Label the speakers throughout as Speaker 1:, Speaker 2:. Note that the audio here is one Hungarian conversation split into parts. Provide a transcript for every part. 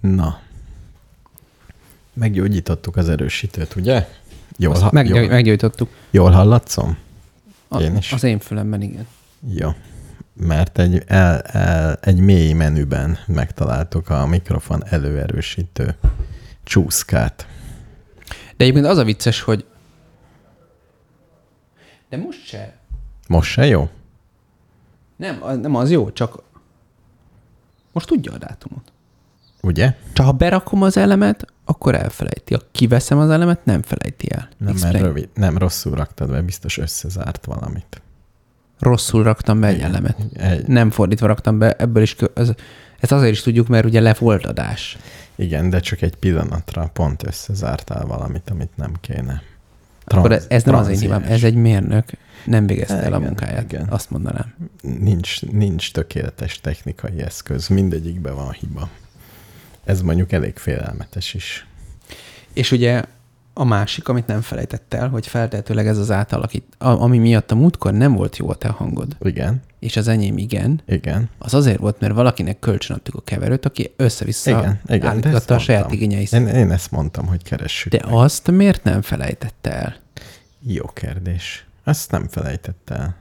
Speaker 1: Na. Meggyógyítottuk az erősítőt, ugye? Jól,
Speaker 2: Azt
Speaker 1: ha-
Speaker 2: meggy-
Speaker 1: jól,
Speaker 2: meggyógyítottuk.
Speaker 1: jól hallatszom?
Speaker 2: A-
Speaker 1: Én is.
Speaker 2: Az én fülemben, igen.
Speaker 1: Jó. Mert egy, el, el, egy mély menüben megtaláltuk a mikrofon előerősítő csúszkát.
Speaker 2: De egyébként az a vicces, hogy... De most se.
Speaker 1: Most se jó?
Speaker 2: Nem, az- nem az jó, csak... Most tudja a dátumot.
Speaker 1: Ugye?
Speaker 2: Csak ha berakom az elemet, akkor elfelejti. Ha kiveszem az elemet, nem felejti el.
Speaker 1: Nem, mert
Speaker 2: Explain.
Speaker 1: rövid. Nem, rosszul raktad be, biztos összezárt valamit.
Speaker 2: Rosszul raktam be egy elemet.
Speaker 1: Egy,
Speaker 2: Nem fordítva raktam be, ebből is... Kö... Ez, ezt azért is tudjuk, mert ugye lefoldadás.
Speaker 1: igen, de csak egy pillanatra pont összezártál valamit, amit nem kéne.
Speaker 2: Akkor ez, ez nem az én
Speaker 1: tranziens.
Speaker 2: hibám, ez egy mérnök nem végezte el a
Speaker 1: Igen,
Speaker 2: munkáját,
Speaker 1: igen.
Speaker 2: azt mondanám.
Speaker 1: nincs, nincs tökéletes technikai eszköz, mindegyikben van hiba. Ez mondjuk elég félelmetes is.
Speaker 2: És ugye a másik, amit nem felejtett el, hogy feltehetőleg ez az átalakít, a- ami miatt a múltkor nem volt jó a te hangod,
Speaker 1: Igen,
Speaker 2: és az enyém igen,
Speaker 1: igen.
Speaker 2: az azért volt, mert valakinek kölcsönadtuk a keverőt, aki össze-vissza
Speaker 1: Igen, igen, de ezt
Speaker 2: Szóval állította a
Speaker 1: mondtam.
Speaker 2: saját igényei
Speaker 1: Én,
Speaker 2: szerint.
Speaker 1: én ezt mondtam, hogy keressük.
Speaker 2: De
Speaker 1: De...
Speaker 2: azt miért nem felejtette el?
Speaker 1: Jó kérdés. Ezt nem felejtette el.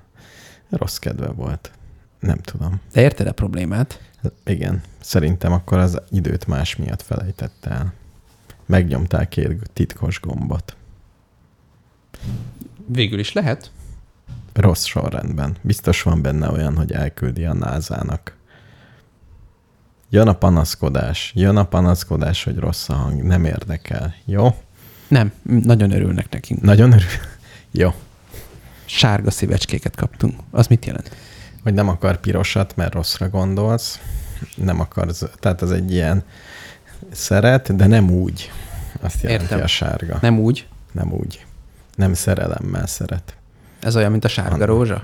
Speaker 1: Rossz kedve volt. Nem tudom.
Speaker 2: De érted a problémát?
Speaker 1: Igen, szerintem akkor az időt más miatt felejtette el. Megnyomtál két titkos gombot.
Speaker 2: Végül is lehet.
Speaker 1: Rossz sorrendben. Biztos van benne olyan, hogy elküldi a názának. Jön a panaszkodás. Jön a panaszkodás, hogy rossz a hang. Nem érdekel. Jó?
Speaker 2: Nem, nagyon örülnek nekünk.
Speaker 1: Nagyon örül. Jó.
Speaker 2: Sárga szívecskéket kaptunk. Az mit jelent?
Speaker 1: Hogy nem akar pirosat, mert rosszra gondolsz. Nem akar zö- Tehát az egy ilyen szeret, de nem úgy. Azt jelenti
Speaker 2: Értem.
Speaker 1: Értem. a sárga. Nem.
Speaker 2: Nem úgy.
Speaker 1: nem úgy. Nem szerelemmel szeret.
Speaker 2: Ez olyan, mint a sárga
Speaker 1: Van.
Speaker 2: rózsa?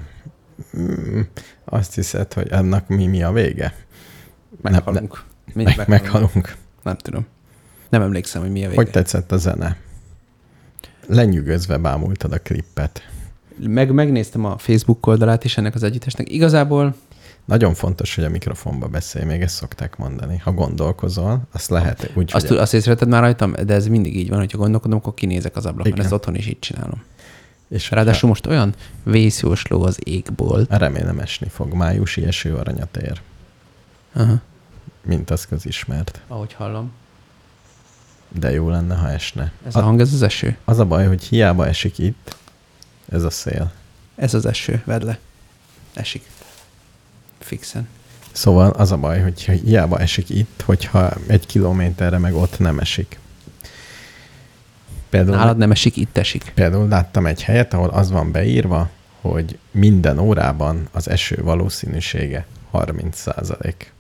Speaker 1: Mm, Azt hiszed, hogy annak mi, mi a vége? Nem,
Speaker 2: Meghalunk. Mindig
Speaker 1: Meg, meghalunk.
Speaker 2: Nem tudom. Nem emlékszem, hogy mi a vége.
Speaker 1: Hogy tetszett a zene? Lenyűgözve bámultad a klippet.
Speaker 2: Meg, megnéztem a Facebook oldalát is ennek az együttesnek. Igazából
Speaker 1: Nagyon fontos, hogy a mikrofonba beszélj, még ezt szokták mondani. Ha gondolkozol, azt lehet úgy,
Speaker 2: azt,
Speaker 1: hogy...
Speaker 2: tud- azt észrevetted már rajtam, de ez mindig így van, hogyha gondolkodom, akkor kinézek az ablakon,
Speaker 1: Igen.
Speaker 2: ezt otthon is így csinálom.
Speaker 1: és
Speaker 2: Ráadásul most olyan vészjósló az égból.
Speaker 1: Remélem esni fog. Májusi eső aranyat ér,
Speaker 2: Aha,
Speaker 1: mint az közismert.
Speaker 2: ahogy hallom.
Speaker 1: De jó lenne, ha esne.
Speaker 2: Ez a,
Speaker 1: A,
Speaker 2: hang, ez az eső.
Speaker 1: az a baj, hogy hiába esik itt, ez a szél.
Speaker 2: Ez az eső, vedd le. Esik. Fixen.
Speaker 1: Szóval az a baj, hogy hiába esik itt, hogyha egy kilométerre meg ott nem esik. Például,
Speaker 2: Nálad nem esik, itt esik.
Speaker 1: például láttam egy helyet, ahol az van beírva, hogy minden órában az eső valószínűsége 30 százalék.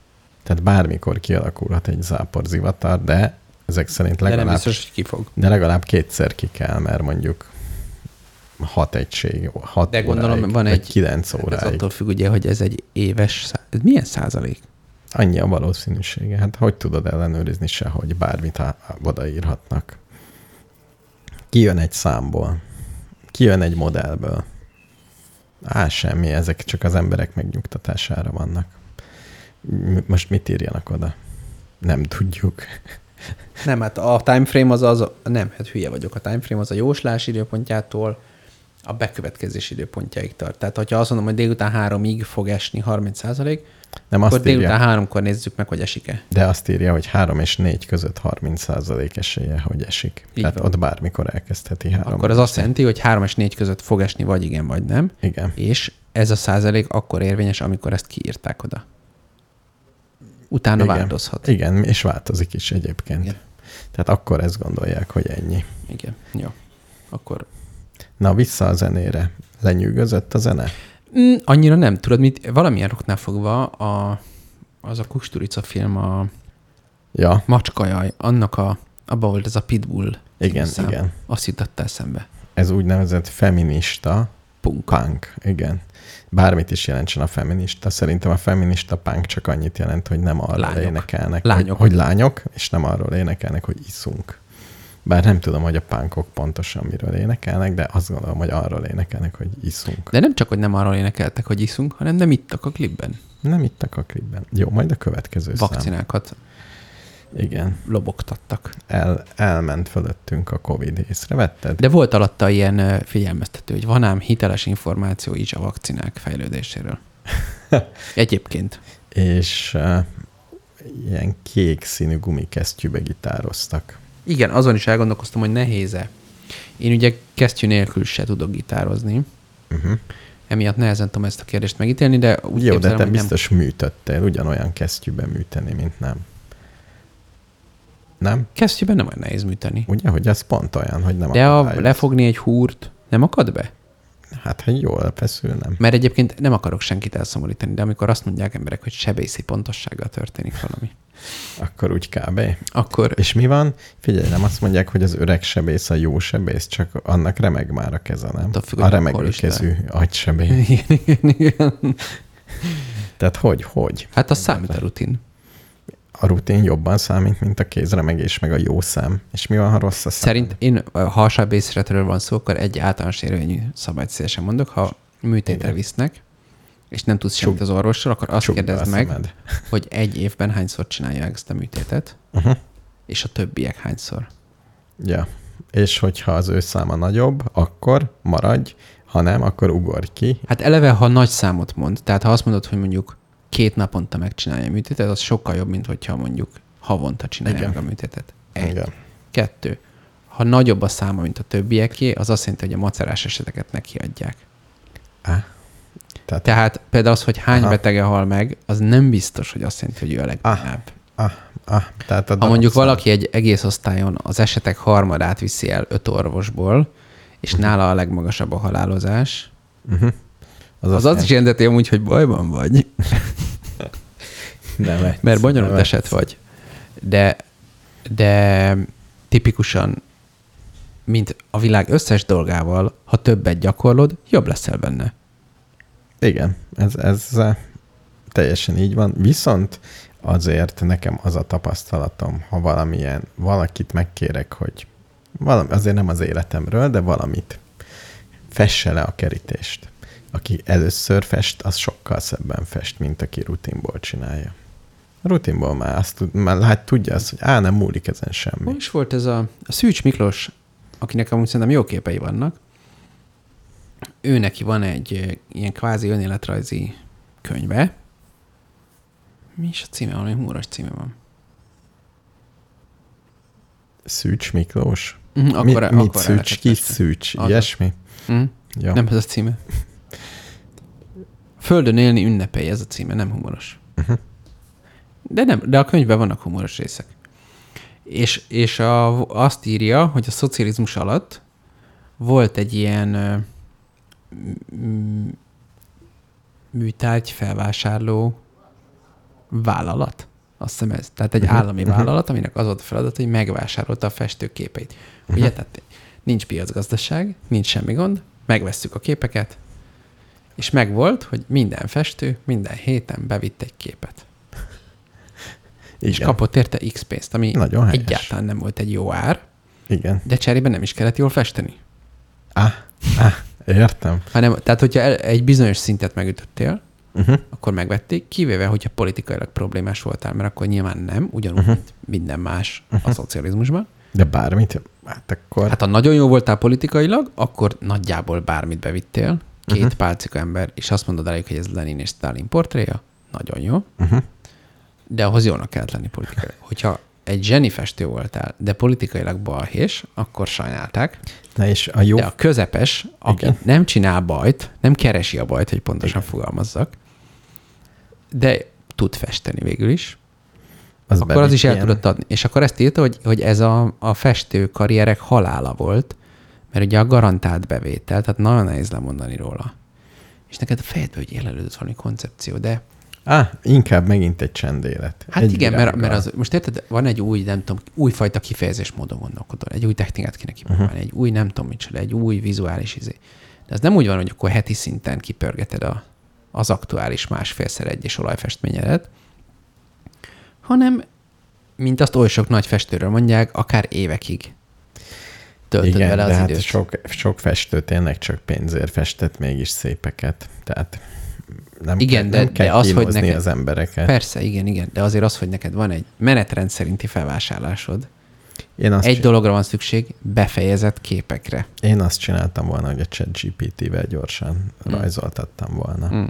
Speaker 1: Tehát bármikor kialakulhat egy záporzivatar, de ezek szerint
Speaker 2: De nem
Speaker 1: legalább, de,
Speaker 2: biztos, hogy kifog.
Speaker 1: de legalább kétszer ki kell, mert mondjuk hat egység, hat
Speaker 2: De gondolom,
Speaker 1: óráig,
Speaker 2: van
Speaker 1: vagy
Speaker 2: egy-
Speaker 1: kilenc
Speaker 2: Ez
Speaker 1: óráig.
Speaker 2: attól függ ugye, hogy ez egy éves szá... ez milyen százalék?
Speaker 1: Annyi a valószínűsége. Hát hogy tudod ellenőrizni se, hogy bármit á- odaírhatnak? Kijön egy számból. Kijön egy modellből. Á, semmi, ezek csak az emberek megnyugtatására vannak. M- Most mit írjanak oda? Nem tudjuk.
Speaker 2: Nem, hát a timeframe az az, nem, hát hülye vagyok, a timeframe az a jóslás időpontjától a bekövetkezés időpontjáig tart. Tehát, hogyha azt mondom, hogy délután háromig fog esni 30 százalék,
Speaker 1: Nem
Speaker 2: akkor
Speaker 1: azt
Speaker 2: délután
Speaker 1: írja,
Speaker 2: háromkor nézzük meg, hogy esik-e.
Speaker 1: de azt írja, hogy 3 és 4 között 30% esélye, hogy esik.
Speaker 2: Így
Speaker 1: Tehát
Speaker 2: van.
Speaker 1: ott bármikor elkezdheti három.
Speaker 2: Akkor az azt jelenti, hogy három és négy között fog esni, vagy igen, vagy nem.
Speaker 1: Igen.
Speaker 2: És ez a százalék akkor érvényes, amikor ezt kiírták oda. Utána
Speaker 1: Igen.
Speaker 2: változhat.
Speaker 1: Igen, és változik is egyébként.
Speaker 2: Igen.
Speaker 1: Igen. Tehát akkor ezt gondolják, hogy ennyi.
Speaker 2: Igen. Jó. Akkor
Speaker 1: Na, vissza a zenére. Lenyűgözött a zene?
Speaker 2: Mm, annyira nem. Tudod, mit, valamilyen roknál fogva a, az a Kusturica film, a
Speaker 1: Ja,
Speaker 2: Macskajaj, annak a, abba volt ez a Pitbull.
Speaker 1: igen,
Speaker 2: szám.
Speaker 1: igen.
Speaker 2: Azt jutott eszembe.
Speaker 1: Ez úgynevezett feminista
Speaker 2: Punk.
Speaker 1: punk, igen. Bármit is jelentsen a feminista. Szerintem a feminista punk csak annyit jelent, hogy nem arról
Speaker 2: Lányok.
Speaker 1: énekelnek,
Speaker 2: Lányok.
Speaker 1: Hogy, hogy lányok, és nem arról énekelnek, hogy iszunk. Bár nem tudom, hogy a punkok pontosan miről énekelnek, de azt gondolom, hogy arról énekelnek, hogy iszunk.
Speaker 2: De nem csak, hogy nem arról énekeltek, hogy iszunk, hanem nem ittak a klipben.
Speaker 1: Nem ittak a klipben. Jó, majd a következő szám.
Speaker 2: Vakcinákat
Speaker 1: Igen.
Speaker 2: lobogtattak.
Speaker 1: El, elment fölöttünk a Covid, észrevetted?
Speaker 2: De volt alatta ilyen ö, figyelmeztető, hogy van ám hiteles információ is a vakcinák fejlődéséről. Egyébként.
Speaker 1: És uh, ilyen kék színű gumikesztyűbe gitároztak.
Speaker 2: Igen, azon is elgondolkoztam, hogy nehéz-e. Én ugye kesztyű nélkül se tudok gitározni,
Speaker 1: Uh-huh.
Speaker 2: emiatt nehezen tudom ezt a kérdést megítélni, de úgy
Speaker 1: Jó, de
Speaker 2: képzelem,
Speaker 1: te
Speaker 2: hogy nem-
Speaker 1: biztos műtöttél, ugyanolyan kesztyűbe műteni, mint nem. Nem?
Speaker 2: Kesztyűben nem olyan nehéz műteni.
Speaker 1: Ugye, hogy ez pont olyan, hogy nem
Speaker 2: De a
Speaker 1: akadályoz.
Speaker 2: lefogni egy húrt nem akad be?
Speaker 1: Hát, ha jól feszül, nem.
Speaker 2: Mert egyébként nem akarok senkit elszomorítani, de amikor azt mondják emberek, hogy sebészi pontossággal történik valami,
Speaker 1: Akkor úgy kb.
Speaker 2: akkor
Speaker 1: És mi van? Figyelj, nem azt mondják, hogy az öreg sebész a jó sebész, csak annak remeg már a keze, nem?
Speaker 2: Attól függ,
Speaker 1: A
Speaker 2: hogy
Speaker 1: remegő
Speaker 2: hol is te.
Speaker 1: kezű agysebész.
Speaker 2: igen, igen, igen.
Speaker 1: Tehát hogy, hogy?
Speaker 2: Hát az számít a rutin.
Speaker 1: A rutin jobban számít, mint a kézremegés, meg a jó szám. És mi van, ha rossz a szám?
Speaker 2: Szerint én, ha a sebészetről van szó, akkor egy általános érvényű szabályt szívesen mondok, ha műtétre
Speaker 1: Igen.
Speaker 2: visznek, és nem tudsz semmit az orvosról, akkor azt
Speaker 1: Csukd be
Speaker 2: kérdezd
Speaker 1: a
Speaker 2: meg,
Speaker 1: szemed.
Speaker 2: hogy egy évben hányszor csinálják ezt a műtétet,
Speaker 1: Uh-huh.
Speaker 2: és a többiek hányszor.
Speaker 1: Ja. És hogyha az ő száma nagyobb, akkor maradj, ha nem, akkor ugorj ki.
Speaker 2: Hát eleve, ha nagy számot mond, tehát ha azt mondod, hogy mondjuk két naponta megcsinálja a műtétet, az sokkal jobb, mint hogyha mondjuk havonta csinálja
Speaker 1: Igen.
Speaker 2: meg a műtétet. Egy.
Speaker 1: Igen.
Speaker 2: Kettő. Ha nagyobb a száma, mint a többieké, az azt jelenti, hogy a macerás eseteket neki adják.
Speaker 1: Á. Tehát, Te...
Speaker 2: Tehát például az, hogy hány
Speaker 1: Aha.
Speaker 2: Aha. betege hal meg, az nem biztos, hogy azt jelenti, hogy ő a legnagyobb.
Speaker 1: ah, ah, tehát a
Speaker 2: Ha
Speaker 1: darab
Speaker 2: mondjuk
Speaker 1: szám-
Speaker 2: valaki egy egész osztályon az esetek harmadát viszi el öt orvosból, és nála a legmagasabb a halálozás,
Speaker 1: Az,
Speaker 2: az azt is jelenti amúgy, hogy bajban vagy.
Speaker 1: nem egy,
Speaker 2: Mert bonyolult
Speaker 1: nem egy.
Speaker 2: eset vagy. De, de tipikusan, mint a világ összes dolgával, ha többet gyakorlod, jobb leszel benne.
Speaker 1: Igen, ez, ez eh, teljesen így van. Viszont azért nekem az a tapasztalatom, ha valamilyen, valakit megkérek, hogy valami, azért nem az életemről, de valamit fesse le a kerítést. Aki először fest, az sokkal szebben fest, mint aki rutinból csinálja. Rutinból már, azt tud, már hát tudja azt, hogy á, nem múlik ezen semmi.
Speaker 2: Hol is volt ez a, a Szűcs Miklós, akinek amúgy szerintem jó képei vannak. Ő neki van egy ö, ilyen kvázi önéletrajzi könyve. Mi is a címe? Valami húros címe van.
Speaker 1: Szűcs Miklós?
Speaker 2: Mhm,
Speaker 1: Mi,
Speaker 2: akkor-
Speaker 1: mit
Speaker 2: akkor
Speaker 1: szűcs, ki
Speaker 2: elkezdtem.
Speaker 1: szűcs,
Speaker 2: Azaz.
Speaker 1: ilyesmi?
Speaker 2: Mhm.
Speaker 1: Ja.
Speaker 2: Nem ez a címe. Földön élni ünnepei, ez a címe, nem humoros. De, nem, de a könyvben vannak humoros részek. És, és a, azt írja, hogy a szocializmus alatt volt egy ilyen ö, m- műtárgy felvásárló vállalat. Azt hiszem ez. Tehát
Speaker 1: Mhm,
Speaker 2: egy állami vállalat, aminek az volt a feladat, hogy megvásárolta a festőképeit.
Speaker 1: Mhm.
Speaker 2: Ugye, tehát nincs piacgazdaság, nincs semmi gond, megvesszük a képeket, és megvolt, hogy minden festő minden héten bevitt egy képet. És
Speaker 1: Igen.
Speaker 2: kapott érte X pénzt, ami
Speaker 1: Nagyon helyes.
Speaker 2: egyáltalán nem volt egy jó ár,
Speaker 1: Igen.
Speaker 2: de cserébe nem is kellett jól festeni.
Speaker 1: Ah, ah, értem.
Speaker 2: Hanem, tehát, hogyha el, egy bizonyos szintet megütöttél,
Speaker 1: Uh-huh.
Speaker 2: akkor megvették, kivéve, hogyha politikailag problémás voltál, mert akkor nyilván nem, ugyanúgy,
Speaker 1: Mhm.
Speaker 2: uh-huh. mint minden más uh-huh. a szocializmusban.
Speaker 1: De bármit, hát akkor hát,
Speaker 2: Hát ha nagyon jó voltál politikailag, akkor nagyjából bármit bevittél, két
Speaker 1: Mhm.
Speaker 2: uh-huh. pálcika ember, és azt mondod rájuk, hogy ez Lenin és Stalin portréja, nagyon jó,
Speaker 1: uh-huh.
Speaker 2: de ahhoz jónak kellett lenni politikailag. Hogyha egy zseni festő voltál, de politikailag balhés, akkor sajnálták.
Speaker 1: na és a jó,
Speaker 2: De a
Speaker 1: ja.
Speaker 2: közepes, aki
Speaker 1: Igen.
Speaker 2: Igen. nem csinál bajt, nem keresi a bajt, hogy pontosan Igen. fogalmazzak, de tud festeni végül is,
Speaker 1: az
Speaker 2: az akkor az
Speaker 1: bevitt
Speaker 2: is el
Speaker 1: ilyen-
Speaker 2: tudott adni. És akkor ezt írta, hogy, hogy ez a, a festő karrierek halála volt, mert ugye a garantált bevétel, tehát nagyon nehéz lemondani róla. És neked a fejedbe, hogy élelődött valami koncepció, de
Speaker 1: Á, Ah, inkább megint egy csendélet.
Speaker 2: hát
Speaker 1: egy
Speaker 2: egy igen, mert,
Speaker 1: virággal.
Speaker 2: mert az, most érted, van egy új, nem tudom, újfajta kifejezésmódon gondolkodol, egy új technikát kéne kipróbálni,
Speaker 1: Mhm.
Speaker 2: uh-huh. egy új nem tudom micsoda, egy új vizuális izé. De az nem úgy van, hogy akkor heti szinten kipörgeted a, az aktuális másfélszer egyes olajfestményedet, hanem, mint azt oly sok nagy festőről mondják, akár évekig töltöd
Speaker 1: igen,
Speaker 2: vele
Speaker 1: de
Speaker 2: az
Speaker 1: hát
Speaker 2: időt.
Speaker 1: Sok, sok festő tényleg csak pénzért festett mégis szépeket. Tehát nem,
Speaker 2: Igen,
Speaker 1: kell, nem
Speaker 2: de-
Speaker 1: kell
Speaker 2: de az, hogy
Speaker 1: kínozni
Speaker 2: neked-
Speaker 1: az embereket.
Speaker 2: Persze, igen, igen, de azért az, hogy neked van egy menetrend szerinti felvásárlásod,
Speaker 1: Én azt,
Speaker 2: egy
Speaker 1: csi-
Speaker 2: dologra van szükség, befejezett képekre.
Speaker 1: én azt csináltam volna, hogy a chat GPT-vel gyorsan rajzoltattam volna.
Speaker 2: Mm.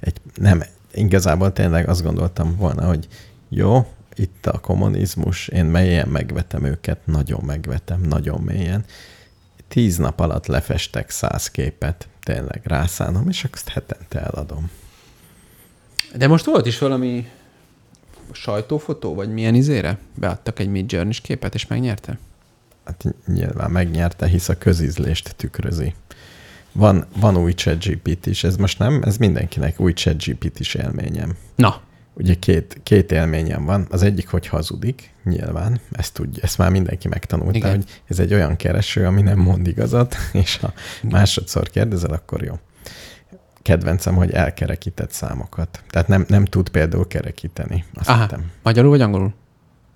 Speaker 1: Egy, nem, igazából tényleg azt gondoltam volna, hogy jó, itt a kommunizmus, én mélyen megvetem őket, nagyon megvetem, nagyon mélyen. Tíz nap alatt lefestek száz képet, tényleg rászánom, és akkor azt hetente eladom.
Speaker 2: De most volt is valami sajtófotó, vagy milyen izére? Beadtak egy mid journey képet, és megnyerte?
Speaker 1: Hát nyilván megnyerte, hisz a közízlést tükrözi. Van, van új chatgpt is, ez most nem, ez mindenkinek új chatgpt is élményem.
Speaker 2: Na,
Speaker 1: Ugye két, két élményem van. Az egyik, hogy hazudik, nyilván, ezt tudja, ezt már mindenki megtanulta,
Speaker 2: Igen.
Speaker 1: Igen. hogy ez egy olyan kereső, ami nem mond igazat, és ha másodszor kérdezel, akkor jó. Kedvencem, hogy elkerekített számokat. Tehát nem, nem tud például kerekíteni, azt
Speaker 2: Aha.
Speaker 1: Aha. hittem.
Speaker 2: magyarul vagy angolul?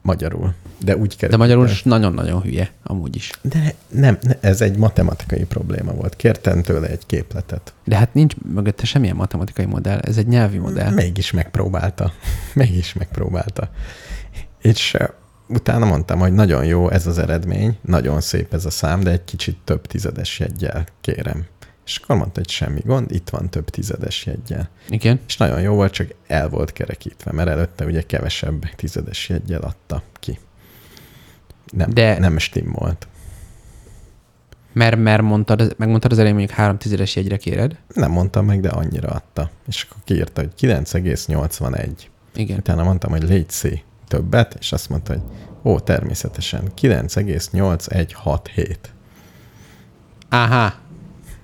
Speaker 1: Magyarul. De úgy
Speaker 2: De
Speaker 1: kerekített.
Speaker 2: magyarul is nagyon-nagyon hülye, amúgy is.
Speaker 1: De nem, ne- ez egy matematikai probléma volt. Kértem tőle egy képletet.
Speaker 2: De hát nincs mögötte semmilyen matematikai modell, ez egy nyelvi modell.
Speaker 1: Mégis megpróbálta. Mégis megpróbálta. És ö, utána mondtam, hogy nagyon jó ez az eredmény, nagyon szép ez a szám, de egy kicsit több tizedes jeggyel kérem. És akkor mondta, hogy semmi gond, itt van több tizedes jeggyel.
Speaker 2: Igen?
Speaker 1: És nagyon jó volt, csak el volt kerekítve, mert előtte ugye kevesebb tizedes jeggyel adta ki. Nem,
Speaker 2: De-
Speaker 1: de... nem stimmolt.
Speaker 2: Mert, mert mondtad, megmondtad az elején, mondjuk három tizedes jegyre kéred.
Speaker 1: Nem mondtam meg, de annyira adta. És akkor kiírta, hogy 9,81.
Speaker 2: Igen.
Speaker 1: Utána mondtam, hogy légy szí többet, és azt mondta, hogy ó, természetesen 9,8167.
Speaker 2: Áhá,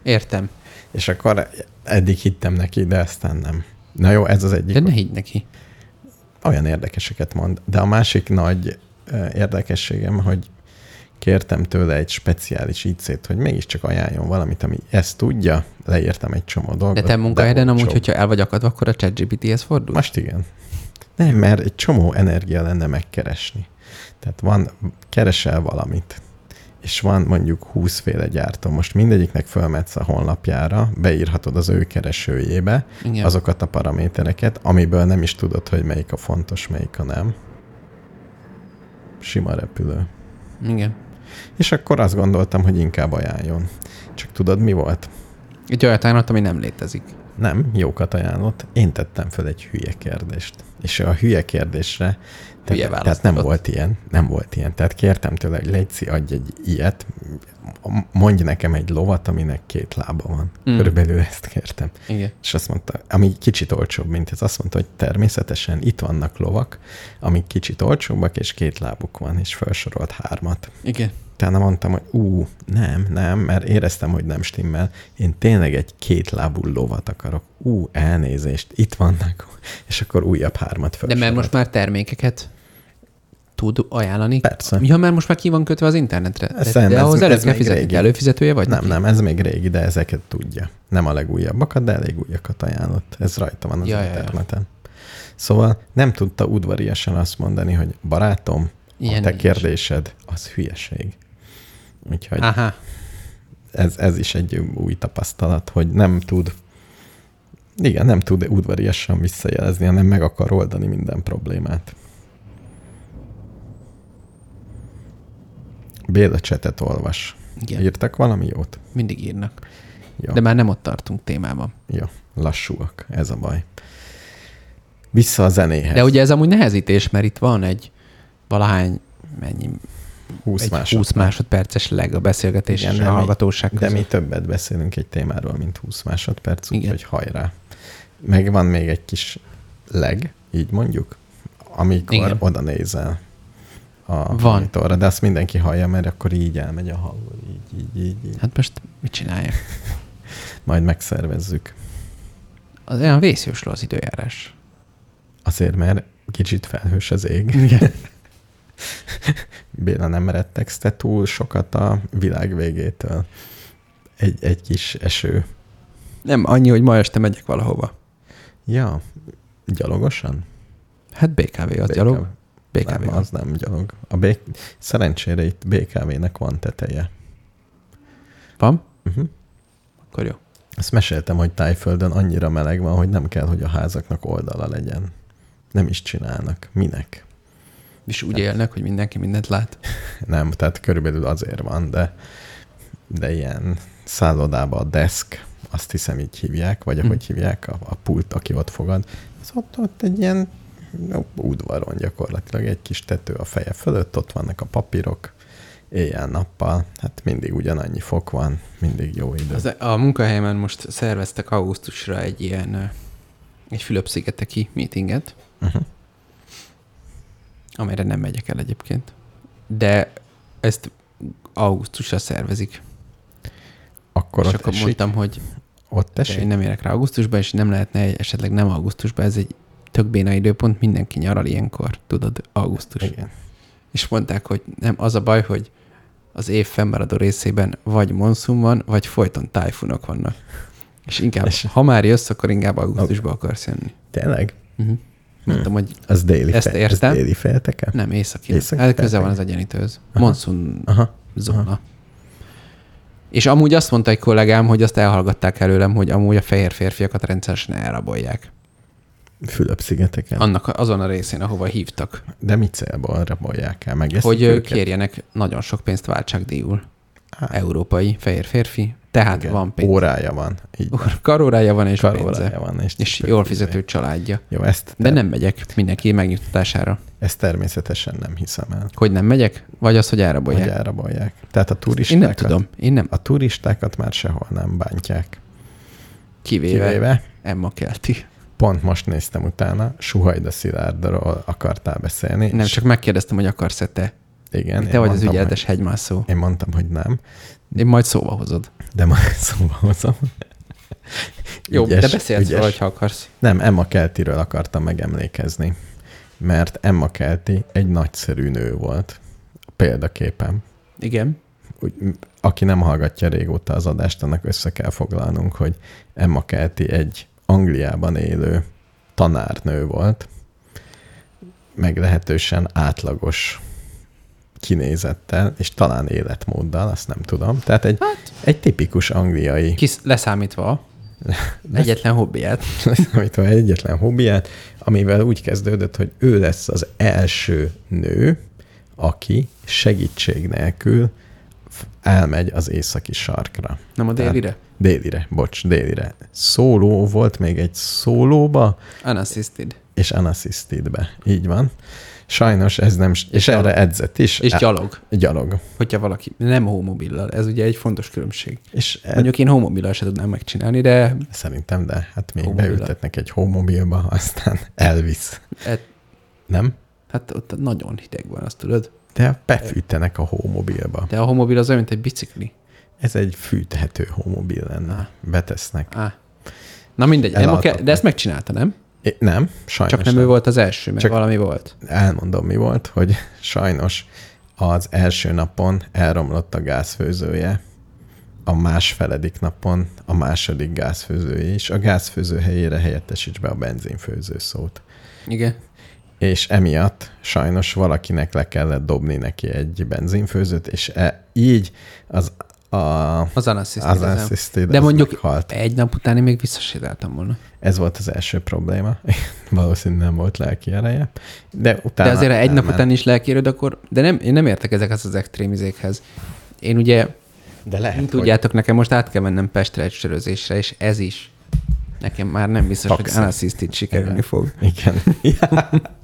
Speaker 2: értem.
Speaker 1: És akkor eddig hittem neki, de aztán nem. Na jó, ez az egyik,
Speaker 2: De ne higgy neki.
Speaker 1: olyan érdekeseket mond. De a másik nagy ö, érdekességem, hogy kértem tőle egy speciális IC-t, hogy mégiscsak ajánljon valamit, ami ezt tudja, leírtam egy csomó dolgot.
Speaker 2: De te munkahelyeden amúgy,
Speaker 1: olcsóbb.
Speaker 2: hogyha el vagy akadva, akkor a ChatGPT-hez fordul.
Speaker 1: Most igen. Nem, mert egy csomó energia lenne megkeresni. Tehát van, keresel valamit, és van mondjuk 20 féle gyártó. Most mindegyiknek fölmetsz a honlapjára, beírhatod az ő keresőjébe
Speaker 2: Igen.
Speaker 1: azokat a paramétereket, amiből nem is tudod, hogy melyik a fontos, melyik a nem. Sima repülő.
Speaker 2: Igen.
Speaker 1: És akkor azt gondoltam, hogy inkább ajánljon. Csak tudod, mi volt?
Speaker 2: Egy olyat ajánlott, ami nem létezik.
Speaker 1: Nem, jókat ajánlott. Én tettem fel egy hülye kérdést. És a hülye kérdésre,
Speaker 2: Hülye
Speaker 1: tehát,
Speaker 2: választ
Speaker 1: tehát nem
Speaker 2: adott.
Speaker 1: volt ilyen, nem volt ilyen. Tehát kértem tőle, hogy Léci, adj egy ilyet, m- mondj nekem egy lovat, aminek két lába van.
Speaker 2: Mm.
Speaker 1: Mm. Körülbelül ezt kértem.
Speaker 2: Igen.
Speaker 1: És azt mondta, ami kicsit olcsóbb, mint ez, azt mondta, hogy természetesen itt vannak lovak, amik kicsit olcsóbbak, és két lábuk van, és felsorolt hármat.
Speaker 2: Igen.
Speaker 1: Utána mondtam, hogy ú, nem, nem, mert éreztem, hogy nem stimmel. Én tényleg egy kétlábú lovat akarok. Ú, elnézést, itt vannak. És akkor újabb hármat föl.
Speaker 2: De mert most már termékeket tud ajánlani?
Speaker 1: Persze.
Speaker 2: Mi, ha már most már ki van kötve az internetre?
Speaker 1: Ez
Speaker 2: De, de
Speaker 1: szerintem ez-
Speaker 2: ahhoz előbb
Speaker 1: ez
Speaker 2: kell
Speaker 1: még
Speaker 2: fizetni.
Speaker 1: régi.
Speaker 2: Te Előfizetője vagy?
Speaker 1: Nem,
Speaker 2: neki?
Speaker 1: nem, ez még régi, de ezeket tudja. Nem a legújabbakat, de elég újakat ajánlott. Ez rajta van az
Speaker 2: Ja, ja, ja.
Speaker 1: interneten. Szóval nem tudta udvariasan azt mondani, hogy barátom,
Speaker 2: Ilyen
Speaker 1: a te
Speaker 2: nincs.
Speaker 1: kérdésed az hülyeség. Úgyhogy
Speaker 2: Aha.
Speaker 1: ez, ez is egy új tapasztalat, hogy nem tud, igen, nem tud udvariasan visszajelezni, hanem meg akar oldani minden problémát. Béla csetet olvas.
Speaker 2: Igen.
Speaker 1: Írtak valami jót?
Speaker 2: Mindig írnak.
Speaker 1: Jó.
Speaker 2: De már nem ott tartunk témában.
Speaker 1: Jó, lassúak, ez a baj. Vissza a zenéhez.
Speaker 2: De ugye ez amúgy nehezítés, mert itt van egy valahány, mennyi,
Speaker 1: 20
Speaker 2: egy
Speaker 1: másodperc.
Speaker 2: 20 másodperces leg a beszélgetés
Speaker 1: Igen,
Speaker 2: és
Speaker 1: de
Speaker 2: a
Speaker 1: mi-
Speaker 2: hallgatóság
Speaker 1: De
Speaker 2: között.
Speaker 1: mi többet beszélünk egy témáról, mint 20 másodperc,
Speaker 2: Igen.
Speaker 1: úgyhogy hajrá. Meg van még egy kis leg, így mondjuk, amikor
Speaker 2: Igen.
Speaker 1: Igen. oda nézel a
Speaker 2: Van.
Speaker 1: monitorra, de azt mindenki hallja, mert akkor így elmegy a hang, így, így, így, így.
Speaker 2: Hát most mit csinálják? Hát-
Speaker 1: Majd megszervezzük.
Speaker 2: Az olyan vészjósló az időjárás.
Speaker 1: Azért, mert kicsit felhős az ég.
Speaker 2: Igen.
Speaker 1: Béla, nem rettegszte túl sokat a világ végétől. Egy, egy kis eső.
Speaker 2: Nem, annyi, hogy ma este megyek valahova.
Speaker 1: Ja, gyalogosan?
Speaker 2: Hát BKV az
Speaker 1: BKV.
Speaker 2: gyalog. BKV
Speaker 1: nem,
Speaker 2: az.
Speaker 1: az nem gyalog. A B... Szerencsére itt BKV-nek van teteje.
Speaker 2: Van?
Speaker 1: Uh-huh.
Speaker 2: Akkor jó.
Speaker 1: Ezt meséltem, hogy Tájföldön annyira meleg van, hogy nem kell, hogy a házaknak oldala legyen. Nem is csinálnak. Minek?
Speaker 2: És úgy élnek, hogy mindenki mindent lát.
Speaker 1: Nem, tehát körülbelül azért van, de, de ilyen szállodában a desk, azt hiszem így hívják, vagy ahogy
Speaker 2: Hm.
Speaker 1: hívják, a, a pult, aki ott fogad, az ott, ott egy ilyen no, udvaron gyakorlatilag egy kis tető a feje fölött, ott vannak a papírok, éjjel-nappal, hát mindig ugyanannyi fok van, mindig jó idő.
Speaker 2: Az, a munkahelyemen most szerveztek augusztusra egy ilyen, ö, egy Fülöp-szigeteki meetinget,
Speaker 1: Uh-huh.
Speaker 2: amelyre nem megyek el egyébként. De ezt augusztusra szervezik.
Speaker 1: Akkor
Speaker 2: és
Speaker 1: ott
Speaker 2: akkor
Speaker 1: esik,
Speaker 2: mondtam, hogy
Speaker 1: ott
Speaker 2: Tessék.
Speaker 1: esik.
Speaker 2: én nem érek rá augusztusba, és nem lehetne egy- esetleg nem augusztusba, ez egy tök béna időpont, mindenki nyaral ilyenkor, tudod, augusztus.
Speaker 1: Igen.
Speaker 2: És mondták, hogy nem, az a baj, hogy az év fennmaradó részében vagy monszum van, vagy folyton tájfunok vannak. És inkább,
Speaker 1: És-
Speaker 2: ha már jössz, akkor inkább augusztusba akarsz jönni.
Speaker 1: Tényleg?
Speaker 2: Uh-huh.
Speaker 1: Hm.
Speaker 2: Mondtam, hogy
Speaker 1: Ez déli,
Speaker 2: Ezt értem.
Speaker 1: ez déli félteke?
Speaker 2: nem, északi.
Speaker 1: Északi
Speaker 2: Hát közel
Speaker 1: felteg.
Speaker 2: van az egyenítőhöz.
Speaker 1: Aha.
Speaker 2: Monszun
Speaker 1: Aha.
Speaker 2: zóna. És amúgy azt mondta egy kollégám, hogy azt elhallgatták előlem, hogy amúgy a fehér férfiakat rendszeresen elrabolják.
Speaker 1: Fülöp-szigeteken.
Speaker 2: Annak azon a részén, ahova hívtak,
Speaker 1: De mi célból rabolják el meg?
Speaker 2: hogy ö,
Speaker 1: őket?
Speaker 2: kérjenek nagyon sok pénzt váltságdíjul.
Speaker 1: Á.
Speaker 2: Európai fehér férfi, tehát
Speaker 1: Igen.
Speaker 2: Hát van pénz.
Speaker 1: Órája van. Így van.
Speaker 2: Karórája van és pénze.
Speaker 1: Karórája van. És,
Speaker 2: És
Speaker 1: cipő-
Speaker 2: jól fizető családja.
Speaker 1: Jó, ezt,
Speaker 2: De nem megyek mindenki megnyittatására.
Speaker 1: ezt természetesen nem hiszem el,
Speaker 2: Hogy nem megyek? Vagy az, hogy
Speaker 1: hogy
Speaker 2: elrabolják?
Speaker 1: elrabolják. Tehát a
Speaker 2: Én
Speaker 1: turistákat,
Speaker 2: nem tudom. Én nem.
Speaker 1: a turistákat már sehol nem bántják.
Speaker 2: Kivéve, Kivéve.
Speaker 1: Kivéve,
Speaker 2: Emma Kelti.
Speaker 1: pont most néztem utána, Suhajda Szilárdról akartál beszélni.
Speaker 2: Nem,
Speaker 1: és
Speaker 2: csak megkérdeztem, hogy akarsz-e te.
Speaker 1: igen,
Speaker 2: te
Speaker 1: én
Speaker 2: vagy az
Speaker 1: mondtam,
Speaker 2: ügyeletes hegymászó.
Speaker 1: Hogy, én mondtam, hogy nem,
Speaker 2: Én majd szóba hozod.
Speaker 1: de már szóba hozom.
Speaker 2: Jó,
Speaker 1: Ügyes,
Speaker 2: de beszélsz
Speaker 1: ügyes.
Speaker 2: róla, ha akarsz.
Speaker 1: Nem, Emma Keltiről akartam megemlékezni, mert Emma Kelti egy nagyszerű nő volt. Példaképem.
Speaker 2: Igen.
Speaker 1: Úgy, m- aki nem hallgatja régóta az adást, annak össze kell foglalnunk, hogy Emma Kelti egy Angliában élő tanárnő volt, meglehetősen átlagos kinézettel, és talán életmóddal, azt nem tudom. Tehát egy,
Speaker 2: Hát.
Speaker 1: egy tipikus angliai
Speaker 2: Kis, leszámítva a egyetlen hobbiját.
Speaker 1: amit van egyetlen hobbiát, amivel úgy kezdődött, hogy ő lesz az első nő, aki segítség nélkül f- elmegy az északi sarkra.
Speaker 2: Nem a délire?
Speaker 1: Délire, bocs, délire. Szóló volt még egy szólóba,
Speaker 2: Unassisted.
Speaker 1: és unassistedbe. Így van. Sajnos ez nem... És, és erre edzett is.
Speaker 2: És
Speaker 1: Á,
Speaker 2: gyalog,
Speaker 1: gyalog.
Speaker 2: hogyha valaki nem homobillal. Ez ugye egy fontos különbség.
Speaker 1: És e-
Speaker 2: Mondjuk én homobillal se tudnám megcsinálni, de
Speaker 1: szerintem, de hát még
Speaker 2: Hómobilra.
Speaker 1: beültetnek egy hómobilba, aztán elvisz.
Speaker 2: e,
Speaker 1: Nem?
Speaker 2: hát ott nagyon hideg van, azt tudod.
Speaker 1: De befűtenek a hómobilba.
Speaker 2: De a homobil az olyan, mint egy bicikli.
Speaker 1: Ez egy fűthető homobil lenne. Betesznek.
Speaker 2: Á. Na mindegy, Emma
Speaker 1: Elaltatnak.
Speaker 2: Ke- de ezt megcsinálta, nem?
Speaker 1: É, nem, sajnos
Speaker 2: Csak nem, ő volt az első, mert
Speaker 1: Csak-
Speaker 2: Csak... valami volt.
Speaker 1: Elmondom, mi volt, hogy sajnos az első napon elromlott a gázfőzője, a másfeledik napon a második gázfőzője is. A gázfőző helyére helyettesíts be a benzinfőző szót.
Speaker 2: Igen.
Speaker 1: És emiatt sajnos valakinek le kellett dobni neki egy benzinfőzőt, és e, így az a
Speaker 2: Az unassisted.
Speaker 1: az
Speaker 2: Az
Speaker 1: assisted,
Speaker 2: De
Speaker 1: az
Speaker 2: mondjuk-
Speaker 1: meghalt.
Speaker 2: Egy nap után én még visszasétáltam volna.
Speaker 1: Ez volt az első probléma. Valószínűleg nem volt lelki ereje. De utána
Speaker 2: De azért, ha egy nap
Speaker 1: elment.
Speaker 2: után is lelkérőd, akkor... De nem, én nem értek ezekhez az extrémizékhez. Én ugye,
Speaker 1: De lehet,
Speaker 2: hát,
Speaker 1: hogy
Speaker 2: tudjátok, nekem most át kell mennem Pestre egy sörözésre, és ez is. Nekem már nem biztos,
Speaker 1: Taxi.
Speaker 2: hogy unassisted sikerülni
Speaker 1: Igen.
Speaker 2: fog.
Speaker 1: Igen.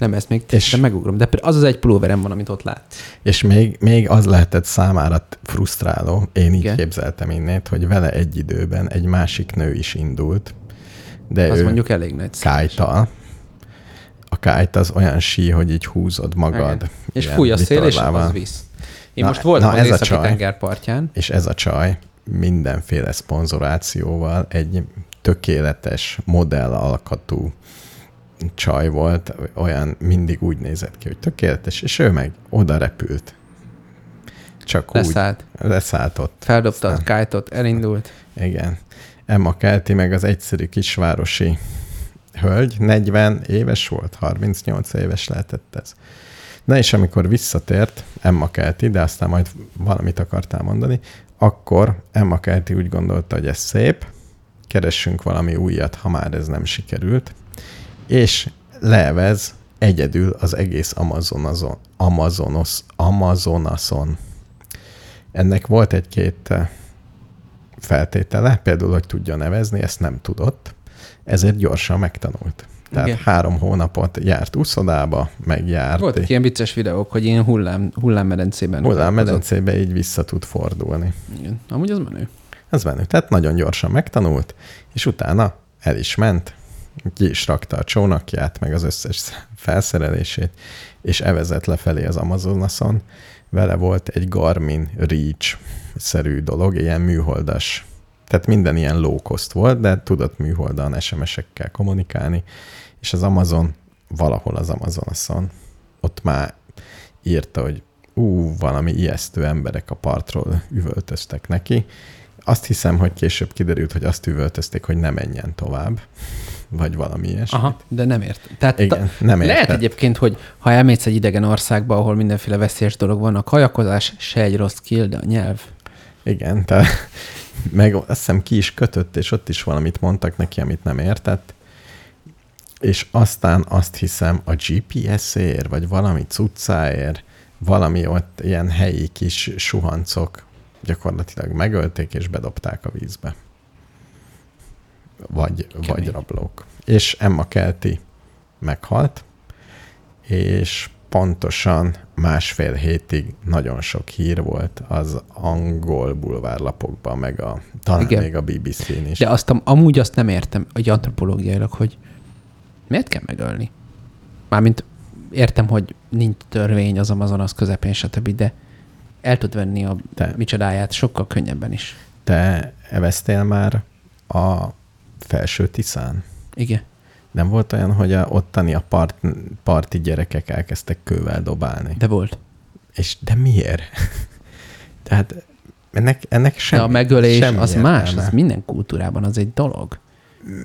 Speaker 2: Nem, ezt még
Speaker 1: És-
Speaker 2: és... megugrom. De az az egy pulóverem van, amit ott lát.
Speaker 1: És még, még az lehetett számára t- frusztráló, én így Igen.
Speaker 2: Igen.
Speaker 1: képzeltem innét, hogy vele egy időben egy másik nő is indult, de
Speaker 2: Az
Speaker 1: ő
Speaker 2: mondjuk elég nagy szám.
Speaker 1: kájtal. A kájt az olyan sí, hogy így húzod magad.
Speaker 2: Igen. És
Speaker 1: ilyen
Speaker 2: fúj a szél, és
Speaker 1: vitorlával.
Speaker 2: az visz. Én
Speaker 1: Na-
Speaker 2: most voltam
Speaker 1: na
Speaker 2: az
Speaker 1: ez a
Speaker 2: északi
Speaker 1: csaj.
Speaker 2: tengerpartján.
Speaker 1: És ez a csaj mindenféle szponzorációval egy tökéletes modell alkatú csaj volt, olyan mindig úgy nézett ki, hogy tökéletes, és ő meg oda repült. Csak úgy
Speaker 2: Leszállt,
Speaker 1: leszállt ott.
Speaker 2: feldobta a kite elindult.
Speaker 1: Igen. Emma Kelti meg az egyszerű kisvárosi hölgy, 40 éves volt, 38 éves lehetett ez. Na és amikor visszatért Emma Kelti, de aztán majd valamit akartál mondani, Akkor Emma Kerti úgy gondolta, hogy ez szép, keressünk valami újat, ha már ez nem sikerült, és levez egyedül az egész Amazonazon, Amazonos, Amazonason. Ennek volt egy-két eh, feltétele, például, hogy tudja nevezni, ezt nem tudott, ezért gyorsan megtanult. Tehát Igen. három hónapot járt úszodába, meg járt.
Speaker 2: Voltak ilyen vicces videók, hogy én hullám, hullámmedencében.
Speaker 1: Hullámmedencébe így vissza tud fordulni.
Speaker 2: Igen. Amúgy az menő.
Speaker 1: Ez menő. Tehát nagyon gyorsan megtanult, és utána el is ment, ki is rakta a csónakját, meg az összes felszerelését, és evezett lefelé az Amazonason. Vele volt egy Garmin Reach-szerű dolog, ilyen műholdas. Tehát minden ilyen low cost volt, de tudott műholdan SMS-ekkel kommunikálni, és az Amazon valahol az Amazonason. Ott már írta, hogy ú, valami ijesztő emberek a partról üvöltöztek neki, azt hiszem, hogy később kiderült, hogy azt üvöltözték, hogy ne menjen tovább, vagy valami ilyesmi.
Speaker 2: Aha, de nem értem. Tehát
Speaker 1: Igen, ta, nem értett.
Speaker 2: Lehet egyébként, hogy ha elmész egy idegen országba, ahol mindenféle veszélyes dolog van, a kajakozás se egy rossz skill, de a nyelv.
Speaker 1: Igen, tehát meg azt hiszem ki is kötött, és ott is valamit mondtak neki, amit nem értett, és aztán azt hiszem a GPS-ért, vagy valami cuccáért, valami ott ilyen helyi kis suhancok, gyakorlatilag megölték és bedobták a vízbe. Vagy, Kemény. vagy rablók. És Emma Kelti meghalt, és pontosan másfél hétig nagyon sok hír volt az angol bulvárlapokban, meg a, talán Igen. még a BBC-n is.
Speaker 2: De azt, amúgy azt nem értem, hogy antropológiailag, hogy miért kell megölni? Mármint értem, hogy nincs törvény az Amazonas közepén, stb., de el tud venni a te, micsodáját sokkal könnyebben is.
Speaker 1: Te eveztél már a felső Tiszán?
Speaker 2: Igen.
Speaker 1: Nem volt olyan, hogy a ottani a part, parti gyerekek elkezdtek kővel dobálni?
Speaker 2: De volt.
Speaker 1: És de miért? Tehát ennek, ennek semmi.
Speaker 2: De a megölés semmi az értelme. más, az minden kultúrában az egy dolog.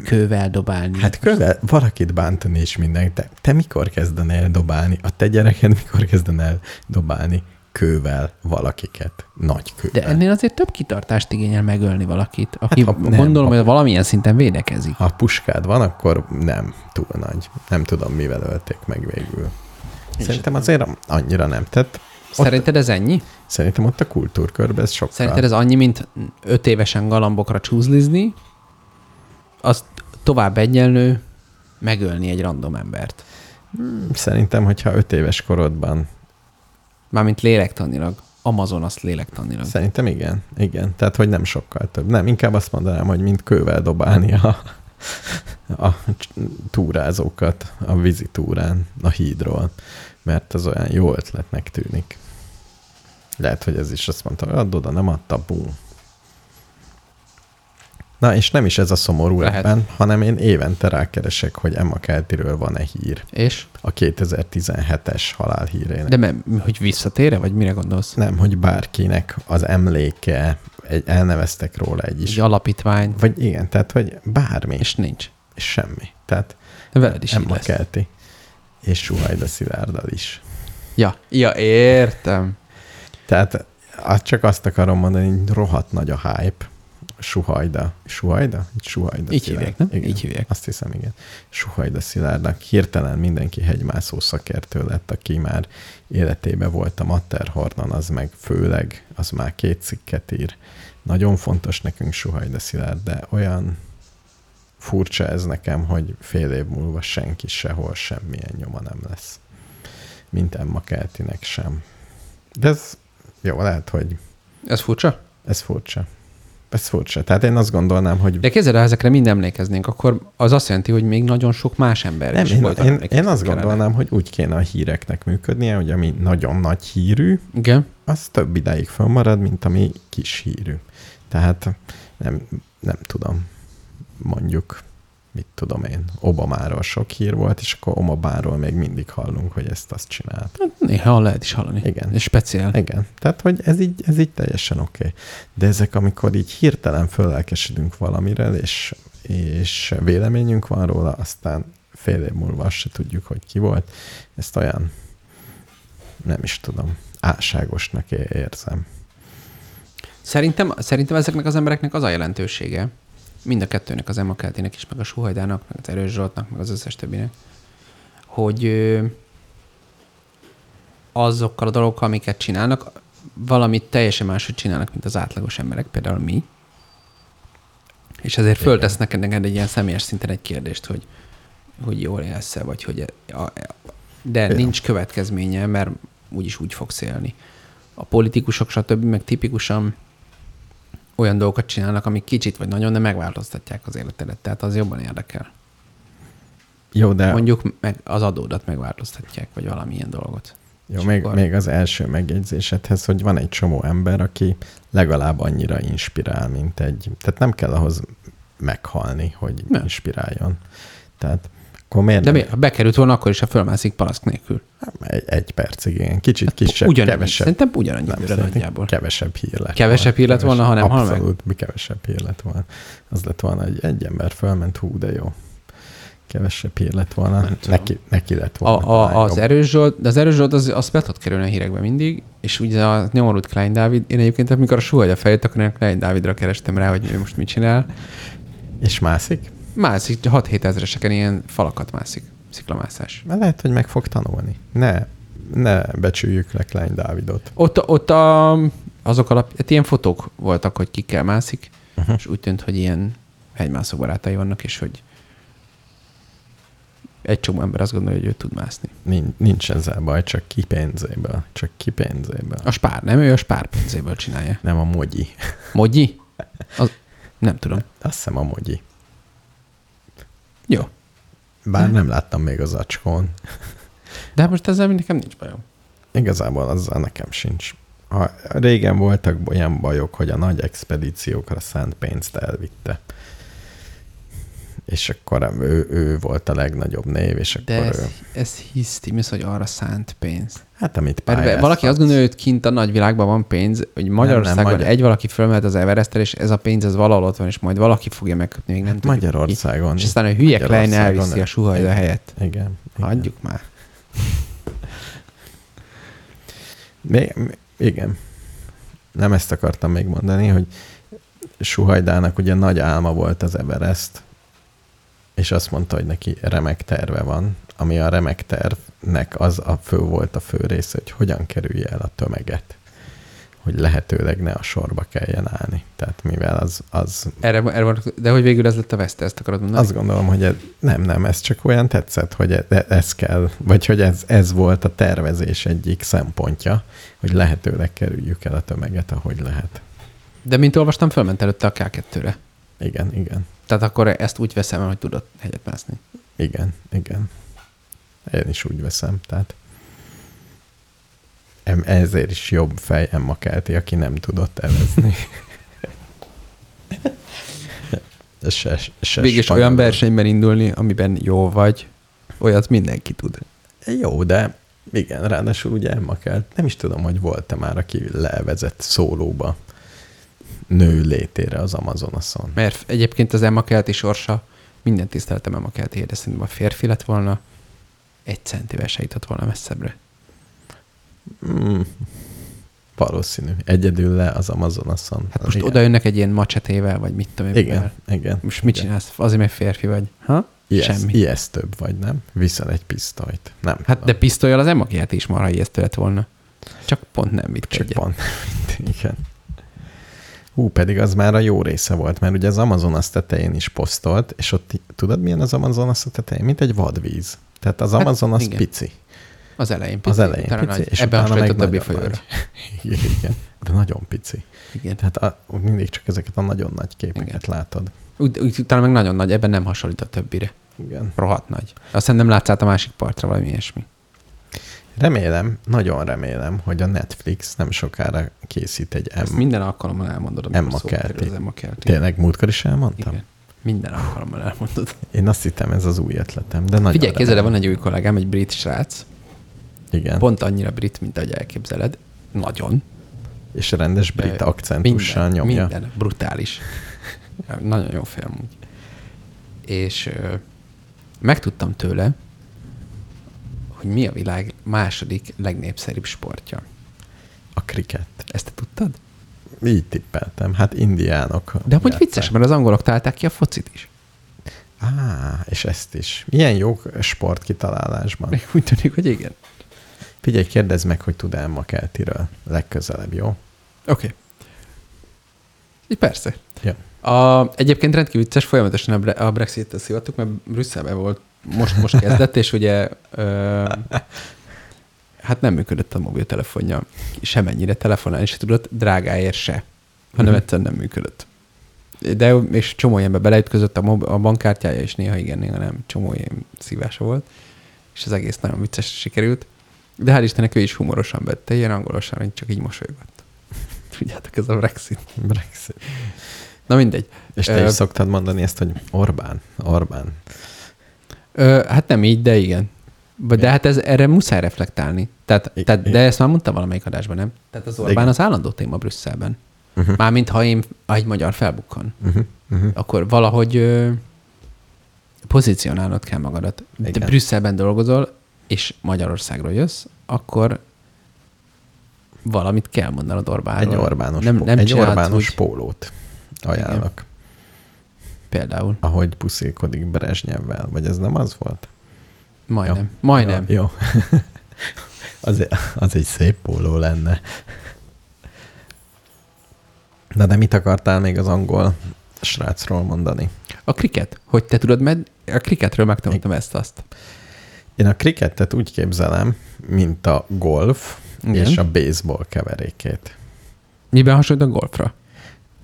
Speaker 2: Kővel dobálni.
Speaker 1: Hát kővel valakit bántani is mindenki. Te, te mikor kezdenél dobálni? A te gyereked mikor kezdenél dobálni? kővel valakiket, nagy kővel.
Speaker 2: De ennél azért több kitartást igényel megölni valakit, aki hát, ha nem, gondolom, ha, hogy valamilyen szinten védekezik.
Speaker 1: Ha puskád van, akkor nem túl nagy. Nem tudom, mivel ölték meg végül. Én Szerintem azért annyira nem tett.
Speaker 2: Szerinted ez ennyi?
Speaker 1: Szerintem ott a kultúrkörbe ez sokkal.
Speaker 2: Szerinted ez annyi, mint öt évesen galambokra csúzlizni, az tovább egyenlő megölni egy random embert.
Speaker 1: Szerintem, hogyha öt éves korodban
Speaker 2: Mármint lélektanilag. Amazonas lélektanilag.
Speaker 1: Szerintem igen, igen. Tehát, hogy nem sokkal több. Nem, inkább azt mondanám, hogy mint kővel dobálni a, a túrázókat a vízi túrán, a hídról, mert az olyan jó ötletnek tűnik. Lehet, hogy ez is azt mondta, hogy add oda, nem adta, bum. Na, és nem is ez a szomorú Lehet. ebben, hanem én évente rákeresek, hogy Emma Keltiről van-e hír.
Speaker 2: És?
Speaker 1: A 2017-es halálhírének.
Speaker 2: De mert, hogy visszatére, vagy mire gondolsz?
Speaker 1: Nem, hogy bárkinek az emléke, egy, elneveztek róla egy is.
Speaker 2: Egy alapítvány.
Speaker 1: Vagy igen, tehát, hogy bármi.
Speaker 2: És nincs.
Speaker 1: És semmi. Tehát
Speaker 2: De veled is
Speaker 1: Emma Kelti. És Suhajda Szilárdal is.
Speaker 2: Ja, ja, értem.
Speaker 1: Tehát csak azt akarom mondani, hogy rohadt nagy a hype, Suhajda. Suhajda? Suhajda
Speaker 2: Így hívják, nem?
Speaker 1: Igen.
Speaker 2: Így hívják.
Speaker 1: Azt hiszem, igen. Suhajda Szilárdnak hirtelen mindenki hegymászó szakértő lett, aki már életébe volt a Matterhornon, az meg főleg, az már két cikket ír. Nagyon fontos nekünk Suhajda Szilárd, de olyan furcsa ez nekem, hogy fél év múlva senki sehol semmilyen nyoma nem lesz. Mint Emma Keltinek sem. De ez jó, lehet, hogy...
Speaker 2: Ez furcsa?
Speaker 1: Ez furcsa ez furcsa. Tehát én azt gondolnám, hogy...
Speaker 2: De képzeld, ha ezekre mind emlékeznénk, akkor az azt jelenti, hogy még nagyon sok más ember
Speaker 1: nem,
Speaker 2: is
Speaker 1: én,
Speaker 2: volt.
Speaker 1: Én, én azt kellene. gondolnám, hogy úgy kéne a híreknek működnie, hogy ami nagyon nagy hírű,
Speaker 2: Igen.
Speaker 1: az több ideig fönnmarad, mint ami kis hírű. Tehát nem, nem tudom, mondjuk, mit tudom én, Obamáról sok hír volt, és akkor Obamáról még mindig hallunk, hogy ezt azt csinált.
Speaker 2: Hát néha lehet is hallani.
Speaker 1: Igen.
Speaker 2: És speciál.
Speaker 1: Igen. Tehát, hogy ez így, ez így teljesen oké. Okay. De ezek, amikor így hirtelen föllelkesedünk valamire, és, és véleményünk van róla, aztán fél év múlva azt se tudjuk, hogy ki volt, ezt olyan, nem is tudom, álságosnak érzem.
Speaker 2: Szerintem, szerintem ezeknek az embereknek az a jelentősége, mind a kettőnek, az Emma Keltének is, meg a Suhajdának, meg az Erős Zsoltnak, meg az összes többinek, hogy ö, azokkal a dolgokkal, amiket csinálnak, valamit teljesen máshogy csinálnak, mint az átlagos emberek, például mi. És ezért
Speaker 1: Igen.
Speaker 2: föltesznek neked egy ilyen személyes szinten egy kérdést, hogy, hogy jól élsz-e, vagy hogy... e, A, a, de
Speaker 1: Igen.
Speaker 2: nincs következménye, mert úgyis úgy fogsz élni. A politikusok, stb. meg tipikusan olyan dolgokat csinálnak, amik kicsit vagy nagyon, de megváltoztatják az életedet. Tehát az jobban érdekel.
Speaker 1: Jó, de
Speaker 2: Mondjuk meg az adódat megváltoztatják, vagy valamilyen dolgot.
Speaker 1: Jó,
Speaker 2: És
Speaker 1: még,
Speaker 2: akkor-
Speaker 1: még az első megjegyzésedhez, hogy van egy csomó ember, aki legalább annyira inspirál, mint egy... Tehát nem kell ahhoz meghalni, hogy
Speaker 2: Nem.
Speaker 1: nem. inspiráljon. Tehát akkor miért
Speaker 2: De
Speaker 1: nem-
Speaker 2: mi, ha bekerült volna, akkor is a fölmászik palack nélkül.
Speaker 1: Egy, egy percig, igen. Kicsit kisebb,
Speaker 2: ugyanannyi.
Speaker 1: kevesebb.
Speaker 2: Hát, Szerintem ugyanannyi időre
Speaker 1: szerintem
Speaker 2: nagyjából.
Speaker 1: Kevesebb hír lett
Speaker 2: Kevesebb hír lett volna, ha nem hal meg?
Speaker 1: Abszolút, mi kevesebb hír lett volna. Az lett volna, hogy egy ember fölment, hú, de jó. Kevesebb hír lett volna.
Speaker 2: Nem tudom.
Speaker 1: Neki, neki lett
Speaker 2: A,
Speaker 1: volna. talán
Speaker 2: a, az er-
Speaker 1: jobb.
Speaker 2: erős Zsolt, de az erős Zsolt az, az be tud kerülni a hírekbe mindig, és ugye a nyomorult Klein Dávid, én egyébként amikor a súlya feljött, akkor én a Klein Dávidra kerestem rá, hogy ő most mit csinál.
Speaker 1: És mászik?
Speaker 2: Mászik, 6-7 ezreseken ilyen falakat mászik, sziklamászás.
Speaker 1: Mert lehet, hogy meg fog tanulni. Ne, ne becsüljük le Klein Dávidot.
Speaker 2: Ott, ott a, azok alap, hát ilyen fotók voltak, hogy kikkel mászik, uh-huh. és úgy tűnt, hogy ilyen hegymászó barátai vannak, és hogy egy csomó ember azt gondolja, hogy ő tud mászni.
Speaker 1: Nincs, nincs ezzel baj, csak ki pénzéből. Csak ki pénzéből.
Speaker 2: A spár, nem ő a spár pénzéből csinálja.
Speaker 1: Nem a mogyi.
Speaker 2: Mogyi? Az, nem tudom.
Speaker 1: Azt hiszem a mogyi.
Speaker 2: Jó.
Speaker 1: Bár nem láttam még az acskón.
Speaker 2: De hát most ezzel nekem nincs bajom.
Speaker 1: Igazából azzal nekem sincs. Ha régen voltak olyan bajok, hogy a nagy expedíciókra szánt pénzt elvitte. És akkor ő, ő volt a legnagyobb név, és akkor
Speaker 2: De
Speaker 1: ő,
Speaker 2: ez, ez hiszti, mi az, hogy arra szánt pénz.
Speaker 1: hát amit
Speaker 2: Mert
Speaker 1: pályáztat.
Speaker 2: valaki azt gondolja, hogy kint a nagyvilágban van pénz, hogy Magyarországon
Speaker 1: magyar-
Speaker 2: egy valaki fölmehet az Everestre, és ez a pénz ez valahol ott van, és majd valaki fogja megköpni, még nem tudjuk ki.
Speaker 1: Magyarországon.
Speaker 2: És aztán a hülye Klein
Speaker 1: Magyarországon
Speaker 2: elviszi a suhajda
Speaker 1: Igen.
Speaker 2: helyett.
Speaker 1: Igen. igen.
Speaker 2: Hagyjuk már.
Speaker 1: Mi, mi, igen. Nem ezt akartam még mondani, hogy Suhajdának ugye nagy álma volt az Everest, és azt mondta, hogy neki remek terve van, ami a remek tervnek az a fő volt a fő része, hogy hogyan kerülje el a tömeget hogy lehetőleg ne a sorba kelljen állni. Tehát mivel az, az
Speaker 2: Erre, erre van, de hogy végül ez lett a veszte, ezt akarod mondani?
Speaker 1: azt gondolom, hogy ez, nem, nem, ez csak olyan tetszett, hogy e- e- ez kell, vagy hogy ez, ez volt a tervezés egyik szempontja, hogy lehetőleg kerüljük el a tömeget, ahogy lehet.
Speaker 2: De mint olvastam, fölment előtte a K2-re.
Speaker 1: Igen, igen,
Speaker 2: Tehát akkor ezt úgy veszem el, hogy tudod hegyet mászni.
Speaker 1: igen, igen. Én is úgy veszem, tehát em- ezért is jobb fejem ma kelti, aki nem tudott evezni. se, se
Speaker 2: Végig
Speaker 1: spanyol.
Speaker 2: olyan versenyben indulni, amiben jó vagy, olyat mindenki tud.
Speaker 1: Jó, de igen, ráadásul ugye Emma kell. Nem is tudom, hogy volt-e már, aki levezett szólóba nő létére az Amazonason.
Speaker 2: Mert egyébként az Emma Kelti sorsa, minden tiszteltem Emma Kelti, de szerintem a férfi lett volna, egy centivel se jutott volna messzebbre.
Speaker 1: Mm, valószínű. Egyedül le az Amazonason.
Speaker 2: Hát most
Speaker 1: igen.
Speaker 2: oda jönnek egy ilyen macsetével, vagy mit tudom én.
Speaker 1: Igen,
Speaker 2: mivel.
Speaker 1: igen.
Speaker 2: Most mit
Speaker 1: igen.
Speaker 2: csinálsz? Azért, mert férfi vagy. Ha?
Speaker 1: Ijeszt,
Speaker 2: Semmi.
Speaker 1: ijesztőbb vagy, nem? Viszel egy pisztolyt. Nem.
Speaker 2: Hát de
Speaker 1: tudom.
Speaker 2: pisztolyjal az Emma Kelti is marha ijesztő lett volna. Csak pont nem vitt
Speaker 1: Csak
Speaker 2: egyet.
Speaker 1: pont. Igen. Hú, pedig az már a jó része volt, mert ugye az Amazonas tetején is posztolt, és ott tudod, milyen az Amazonas a tetején? Mint egy vadvíz. Tehát az
Speaker 2: Hát,
Speaker 1: Amazonas
Speaker 2: igen.
Speaker 1: pici.
Speaker 2: Az elején
Speaker 1: Pici, az elején
Speaker 2: utána
Speaker 1: pici,
Speaker 2: nagy. Ebben hasonlít a többi
Speaker 1: nagyon
Speaker 2: folyóra.
Speaker 1: nagy. Igen, de nagyon pici.
Speaker 2: Igen.
Speaker 1: Tehát a, úgy mindig csak ezeket a nagyon nagy képeket
Speaker 2: Igen.
Speaker 1: látod.
Speaker 2: Úgy, úgy, utána meg nagyon nagy, ebben nem hasonlít a többire.
Speaker 1: Igen.
Speaker 2: Rohadt nagy. Aztán nem látsz át a másik partra valami ilyesmi.
Speaker 1: Remélem, nagyon remélem, hogy a Netflix nem sokára készít egy
Speaker 2: Ezt
Speaker 1: M.
Speaker 2: minden alkalommal elmondod, amikor
Speaker 1: Emma
Speaker 2: szó kerül
Speaker 1: Kelti.
Speaker 2: az Emma Kelti.
Speaker 1: Tényleg múltkor is elmondtam?
Speaker 2: Igen. Minden alkalommal elmondod.
Speaker 1: Én azt hittem, ez az új ötletem, de nagyon
Speaker 2: Figyelj,
Speaker 1: remélem.
Speaker 2: kézzel van egy új kollégám, egy brit srác.
Speaker 1: Igen.
Speaker 2: Pont annyira brit, mint ahogy elképzeled. Nagyon.
Speaker 1: És rendes brit
Speaker 2: Ö,
Speaker 1: akcentussal
Speaker 2: minden,
Speaker 1: nyomja.
Speaker 2: Minden, brutális. Nagyon jó film. úgy. És ö, megtudtam tőle, hogy mi a világ második legnépszerűbb sportja.
Speaker 1: A kriket.
Speaker 2: Ezt te tudtad?
Speaker 1: így tippeltem. Hát indiánok.
Speaker 2: De amúgy
Speaker 1: játszák.
Speaker 2: vicces, mert az angolok találták ki a focit is.
Speaker 1: Á, és ezt is. Milyen jó sport kitalálásban.
Speaker 2: Még úgy tűnik, hogy igen.
Speaker 1: Figyelj, kérdezd meg, hogy tud-e Emma Keltiről legközelebb, jó?
Speaker 2: Oké. Okay. Így persze.
Speaker 1: Ja.
Speaker 2: A, egyébként rendkívül vicces, folyamatosan a, Bre- a Brexit-et szivattuk, mert Brüsszelben volt, most, most kezdett, és ugye ö, hát nem működött a mobiltelefonja semennyire, telefonálni se tudott, drágáért se, hanem
Speaker 1: Mhm.
Speaker 2: egyszerűen nem működött. De és csomó ilyenbe beleütközött a, mob- a bankkártyája, és néha igen, néha nem, csomó ilyen szívása volt, és az egész nagyon vicces sikerült. De hál' Istennek ő is humorosan vette, ilyen angolosan, hogy csak így mosolygott. Tudjátok, ez a Brexit.
Speaker 1: Brexit.
Speaker 2: Na mindegy.
Speaker 1: És te
Speaker 2: Ö,
Speaker 1: is szoktad mondani ezt, hogy Orbán, Orbán.
Speaker 2: Ö, hát nem így, de igen. Vagy- De
Speaker 1: Mi?
Speaker 2: hát ez, erre muszáj reflektálni. Tehát,
Speaker 1: I-
Speaker 2: tehát, de
Speaker 1: igen.
Speaker 2: ezt már mondtam valamelyik adásban, nem? Tehát az Orbán
Speaker 1: Igen.
Speaker 2: az állandó téma Brüsszelben.
Speaker 1: Uh-huh.
Speaker 2: Mármint, ha én egy magyar felbukkan,
Speaker 1: Uh-huh. Uh-huh.
Speaker 2: akkor valahogy ö, pozícionálnod kell magadat. De
Speaker 1: Igen.
Speaker 2: Brüsszelben dolgozol, és Magyarországról jössz, akkor valamit kell mondanod Orbánról.
Speaker 1: Egy Orbános,
Speaker 2: nem,
Speaker 1: pó-
Speaker 2: nem
Speaker 1: egy
Speaker 2: csinálsz
Speaker 1: Orbános
Speaker 2: úgy,
Speaker 1: pólót ajánlok, Igen.
Speaker 2: Például.
Speaker 1: ahogy puszilkodik Brezsnyevvel, vagy ez nem az volt?
Speaker 2: Majdnem. Majdnem.
Speaker 1: Jó. az, az egy szép póló lenne. Na de mit akartál még az angol srácról mondani?
Speaker 2: A kriket. Hogy te tudod, med- a kriketről megtanultam ezt-azt.
Speaker 1: Én a krikettet úgy képzelem, mint a golf
Speaker 2: Igen.
Speaker 1: Igen. és a baseball keverékét.
Speaker 2: Miben hasonlít a golfra?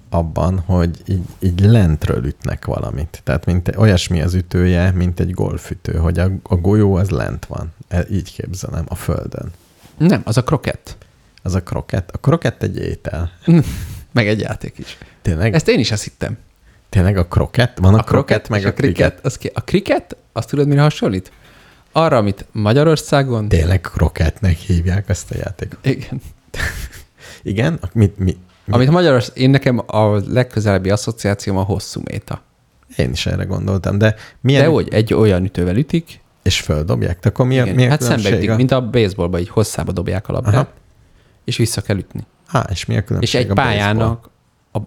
Speaker 1: Abban, hogy így, így lentről ütnek valamit. Tehát mint, olyasmi az ütője, mint egy golfütő, hogy a, a golyó az lent van. E- Így képzelem, a földön.
Speaker 2: Nem, az a krokett.
Speaker 1: Az a krokett. A krokett egy étel.
Speaker 2: Meg egy játék is.
Speaker 1: Tényleg,
Speaker 2: Ezt én is azt hittem.
Speaker 1: tényleg a krokett? Van a, a krokett, meg
Speaker 2: és
Speaker 1: a kriket.
Speaker 2: Az ki, a kriket, azt tudod, mire hasonlít? Arra, amit Magyarországon...
Speaker 1: Tényleg krokettnek hívják ezt a játékot.
Speaker 2: Igen.
Speaker 1: Igen? A- Mit, mi, mi?
Speaker 2: Amit Magyarország... Én nekem a legközelebbi asszociációm a hosszú méta.
Speaker 1: Én is erre gondoltam, de
Speaker 2: De
Speaker 1: milyen...
Speaker 2: hogy egy olyan ütővel ütik,
Speaker 1: És földobják? De akkor mi a,
Speaker 2: igen.
Speaker 1: mi a
Speaker 2: hát
Speaker 1: különbség
Speaker 2: szembe ütik,
Speaker 1: a-
Speaker 2: mint a baseballba, így hosszába dobják a labdát,
Speaker 1: Aha.
Speaker 2: és vissza kell ütni.
Speaker 1: Á, és mi a
Speaker 2: És
Speaker 1: különbség
Speaker 2: egy
Speaker 1: a baseball?
Speaker 2: pályának, a,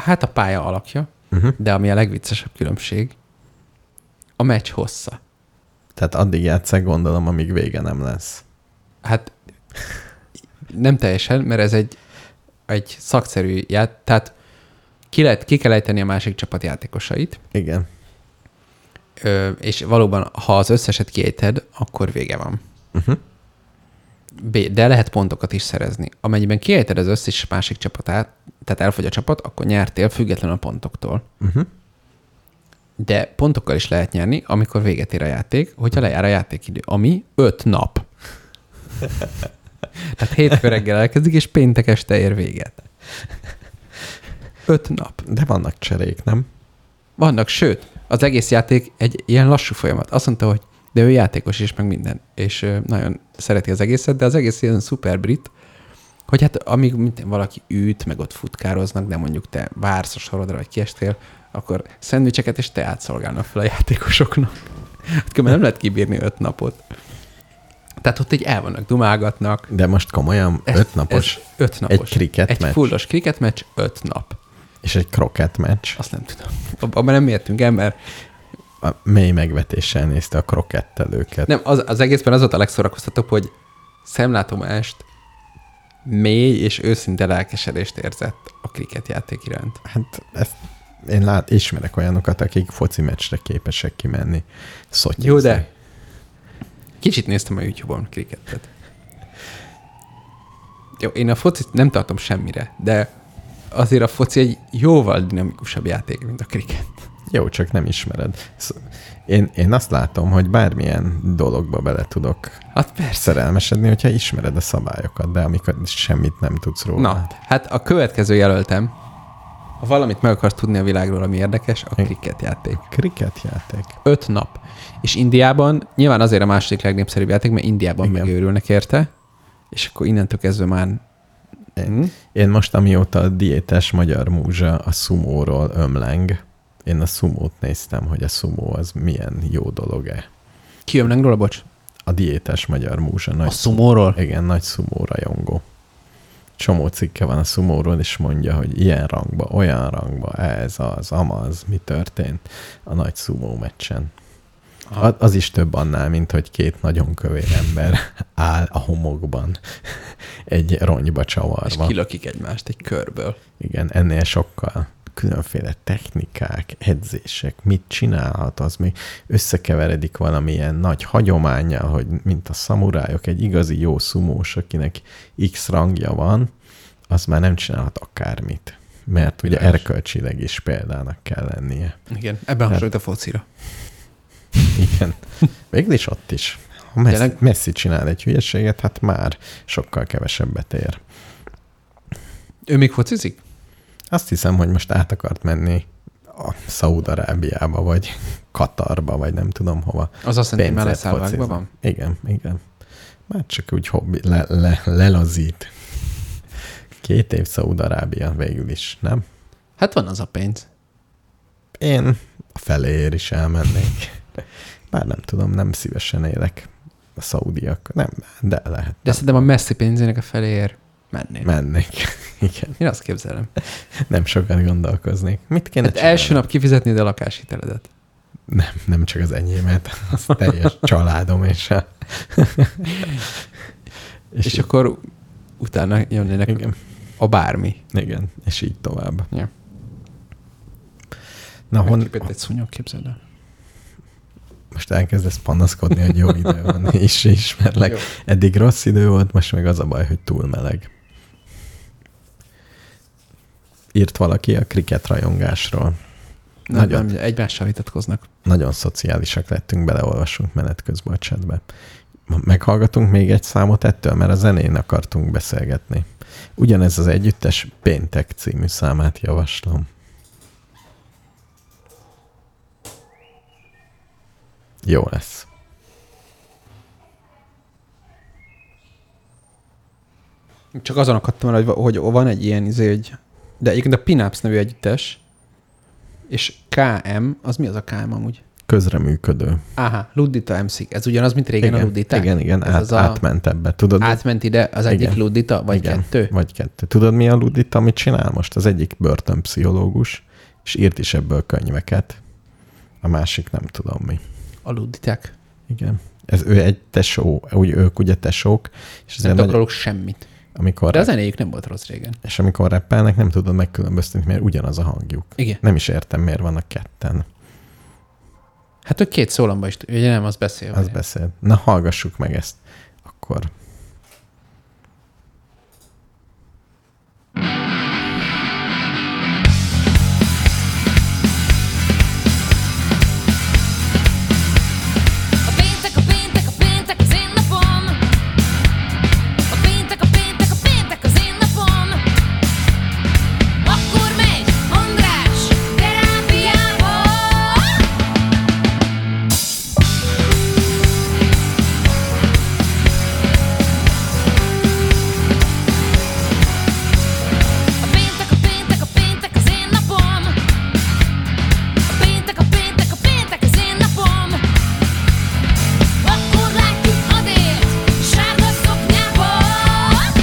Speaker 2: hát a pálya alakja,
Speaker 1: Uh-huh.
Speaker 2: de ami a legviccesebb különbség, a meccs hossza.
Speaker 1: Tehát addig játszák, gondolom, amíg vége nem lesz.
Speaker 2: Hát nem teljesen, mert ez egy, egy szakszerű ját, tehát ki, lehet, ki kell ejteni a másik csapat játékosait,
Speaker 1: Igen.
Speaker 2: ö, és valóban, ha az összeset kiejted, akkor vége van.
Speaker 1: Uh-huh.
Speaker 2: B, de lehet pontokat is szerezni. Amennyiben kiejted az összes másik csapatát, tehát elfogy a csapat, akkor nyertél független a pontoktól.
Speaker 1: Uh-huh.
Speaker 2: De pontokkal is lehet nyerni, amikor véget ér a játék, hogyha lejár a játékidő, ami öt nap. Tehát hétfő reggel elkezdik, és péntek este ér véget. Öt nap.
Speaker 1: De vannak cserék, nem?
Speaker 2: Vannak, sőt, az egész játék egy ilyen lassú folyamat. Azt mondta, hogy de ő játékos is, meg minden. És ö, nagyon szereti az egészet, de az egész ilyen szuper brit, hogy hát amíg mint valaki üt, meg ott futkároznak, de mondjuk te vársz a sorodra, vagy kiestél, akkor szendvicseket és teát szolgálnak fel a játékosoknak. Hát különben nem lehet kibírni öt napot. Tehát ott így el vannak, dumálgatnak.
Speaker 1: De most komolyan
Speaker 2: Ez-
Speaker 1: öt napos,
Speaker 2: ez Öt napos.
Speaker 1: kriket
Speaker 2: Egy
Speaker 1: meccs.
Speaker 2: fullos kriket meccs, öt nap.
Speaker 1: és egy krokett meccs.
Speaker 2: Azt nem tudom. Ab- Abban nem értünk el, mert
Speaker 1: A mély megvetéssel nézte a krokettelőket.
Speaker 2: Nem, az, az egészben az volt a legszórakoztatóbb, hogy szemlátomást mély és őszinte lelkesedést érzett a kriket játék iránt.
Speaker 1: Hát ezt én lát, ismerek olyanokat, akik foci meccsre képesek kimenni. Szotyizni.
Speaker 2: Jó, de kicsit néztem a YouTube-on krikettet. Jó, én a focit nem tartom semmire, de azért a foci egy jóval dinamikusabb játék, mint a kriket.
Speaker 1: Jó, csak nem ismered. Sz- Én, én azt látom, hogy bármilyen dologba bele tudok
Speaker 2: Hát persze.
Speaker 1: szerelmesedni, hogyha ismered a szabályokat, de amikor semmit nem tudsz róla.
Speaker 2: Na, hát a következő jelöltem, ha valamit meg akarsz tudni a világról, ami érdekes, a kriket játék.
Speaker 1: Kriket játék.
Speaker 2: öt nap. És Indiában nyilván azért a második legnépszerűbb játék, mert Indiában Igen.
Speaker 1: Igen.
Speaker 2: megőrülnek érte, és akkor innentől kezdve már... Hm?
Speaker 1: Én most, amióta a diétes magyar múzsa a szumóról ömleng, én a szumót néztem, hogy a szumó az milyen jó dolog-e.
Speaker 2: Kiömlünk róla, bocs?
Speaker 1: A diétes magyar múzsa nagy,
Speaker 2: szumóról?
Speaker 1: igen, nagy szumó rajongó. csomó cikke van a szumóról, és mondja, hogy ilyen rangba, olyan rangba, ez az, amaz, mi történt a nagy szumó meccsen.
Speaker 2: Aha.
Speaker 1: A- Az is több annál, mint hogy két nagyon kövér ember áll a homokban, egy rongyba
Speaker 2: És
Speaker 1: csavarva.
Speaker 2: kilökik egymást egy körből.
Speaker 1: Igen, ennél sokkal különféle technikák, edzések, mit csinálhat, az még összekeveredik valamilyen nagy hagyományjal, hogy mint a szamurájok, egy igazi jó szumós, akinek X rangja van, az már nem csinálhat akármit. Mert ugye
Speaker 2: Világos.
Speaker 1: erkölcsileg is példának kell lennie.
Speaker 2: Igen, ebben hasonlít a focira.
Speaker 1: Igen. Végül is ott is. Ha Messi,
Speaker 2: Tényleg?
Speaker 1: Messi csinál egy hülyeséget, hát már sokkal kevesebbet ér.
Speaker 2: Ő még focizik?
Speaker 1: Azt hiszem, hogy most át akart menni a Szaúd-Arábiába, vagy Katarba, vagy nem tudom hova.
Speaker 2: Az azt jelenti, hogy
Speaker 1: Pénzért
Speaker 2: melleszálvákban
Speaker 1: focizni.
Speaker 2: van?
Speaker 1: Igen, igen. Már csak úgy hobbi, le, le, lelazít. Két év Szaúd-Arábia végül is, nem?
Speaker 2: Hát van az a pénz.
Speaker 1: Én a feléért is elmennék. Bár nem tudom, nem szívesen élek a szaudiak. Nem, de lehet.
Speaker 2: De szerintem a messzi pénzének a feléért mennél.
Speaker 1: Mennék. Igen,
Speaker 2: Én azt képzelem.
Speaker 1: nem sokat gondolkoznék. Mit kéne
Speaker 2: Hát első nap kifizetnéd a lakáshiteledet.
Speaker 1: Nem, nem csak az enyémet, az teljes családom és a...
Speaker 2: És, és akkor utána jönnének
Speaker 1: Igen,
Speaker 2: a bármi.
Speaker 1: igen, és így tovább.
Speaker 2: Ja.
Speaker 1: Na, hon,
Speaker 2: Megképett egy szúnyog, képzeld el.
Speaker 1: most elkezdesz panaszkodni, hogy jó idő van, és ismerlek.
Speaker 2: Jó.
Speaker 1: Eddig rossz idő volt, most meg az a baj, hogy túl meleg. Írt valaki a kriketrajongásról.
Speaker 2: Nem,
Speaker 1: Nagyon.
Speaker 2: nem, egymással vitatkoznak.
Speaker 1: Nagyon szociálisak lettünk, beleolvasunk menet közben a chatbe. Meghallgatunk még egy számot ettől, mert a zenén akartunk beszélgetni. Ugyanez az együttes Péntek című számát javaslom. Jó lesz.
Speaker 2: Csak azon akadtam el, hogy, hogy van egy ilyen izé, hogy... De egyébként a Pinaps nevű együttes, és KM, az mi az a KM amúgy?
Speaker 1: Közreműködő.
Speaker 2: Aha, Luddita MC. Ez ugyanaz, mint régen igen, a Luddita?
Speaker 1: igen, igen át,
Speaker 2: Ez
Speaker 1: az
Speaker 2: az a-
Speaker 1: átment ebbe. Tudod,
Speaker 2: Átment ide az egyik
Speaker 1: Igen.
Speaker 2: Luddita, vagy
Speaker 1: Igen,
Speaker 2: kettő?
Speaker 1: Vagy kettő. Tudod, mi a Ludit, amit csinál most? Az egyik börtönpszichológus, és írt is ebből könyveket. A másik nem tudom mi.
Speaker 2: A Ludditák.
Speaker 1: Igen. Ez ő egy tesó, úgy ők ugye tesók, és
Speaker 2: Nem
Speaker 1: ezért
Speaker 2: tudok
Speaker 1: nagy,
Speaker 2: róluk semmit.
Speaker 1: amikor,
Speaker 2: Hát De a
Speaker 1: rep,
Speaker 2: zenéjük nem volt rossz régen.
Speaker 1: és amikor rappelnek, nem tudod megkülönböztetni, mert ugyanaz a hangjuk.
Speaker 2: Igen.
Speaker 1: Nem is értem, miért vannak ketten.
Speaker 2: Hát ők két szólamba is, ugye nem, az beszél.
Speaker 1: Az
Speaker 2: vagy-
Speaker 1: beszél. Na, hallgassuk meg ezt. Akkor.
Speaker 3: A péntek, a péntek, a péntek az én napom. A péntek, a péntek, a péntek az én napom. Akkor megy András terápiába. A péntek, a péntek, a péntek az én napom. A péntek, a péntek, a péntek az én napom. Akkor látjuk Adélt sárga szoknyában.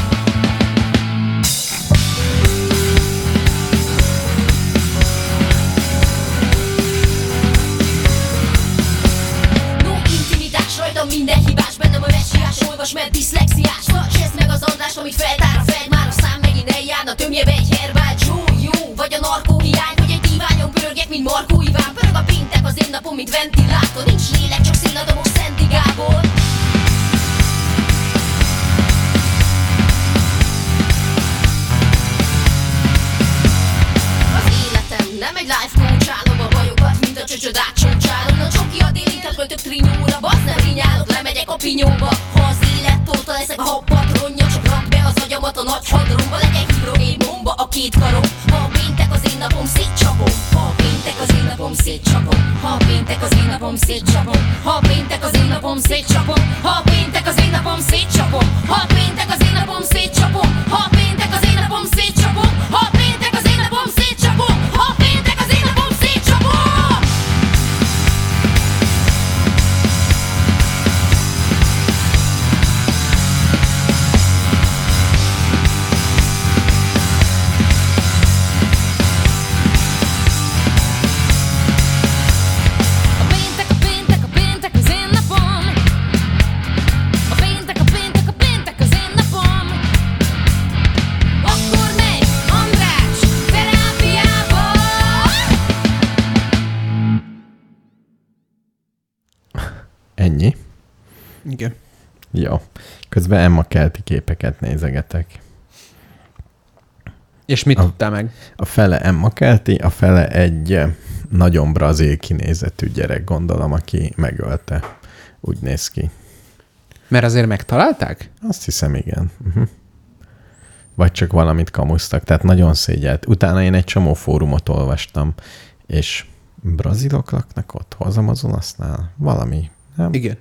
Speaker 3: No intimitás rajta minden hibás, bennem a messiás, olvas, mert diszlexiás. Facsezd meg az Andrást, amit feltár a fej, már a szám megint eljárna, tömjebe egy herbál jó, jó, vagy a narkó hiány, vagy egy kíványon pörögek, mint Markó Iván. Pörög a péntek az én napom, mint ventilátor, nincs lélek, csak szénadobok Szent Gábor. Az életem nem egy life coach Állom a bajokat, mint a csöcsöd átcsoncsálom A csoki a déli, tehát költök trinyóra Basz nem rinyálok, lemegyek a pinyóba Ha az élet torta leszek a habpatronja Csak rak be az agyamat a nagy hadromba Legyek hidrogén bomba a két karom Ha a péntek az én napom, szétcsapom Ha a péntek az én napom, szétcsapom Ha a péntek az én napom, szétcsapom Ha a péntek az én napom, szétcsapom Ha a péntek az én napom, szétcsapom Ha a péntek az én napom, szétcsapom Ha a péntek az én napom, szétcsapom Ha a péntek az én napom, szétcsapom Ha a péntek az én napom, szétcsapom
Speaker 1: Ennyi.
Speaker 2: Igen.
Speaker 1: Jó. Közben Emma kelti képeket nézegetek.
Speaker 2: És mit
Speaker 1: A-
Speaker 2: tudtál meg?
Speaker 1: A fele Emma kelti, a fele egy eh, nagyon brazil kinézetű gyerek, gondolom, aki megölte. Úgy néz ki.
Speaker 2: Mert azért megtalálták?
Speaker 1: Azt hiszem, igen. Uh-huh. Vagy csak valamit kamusztak, tehát nagyon szégyelt. Utána én egy csomó fórumot olvastam, és brazilok laknak ott, hol az Amazonasnál? Valami. Nem?
Speaker 2: Igen.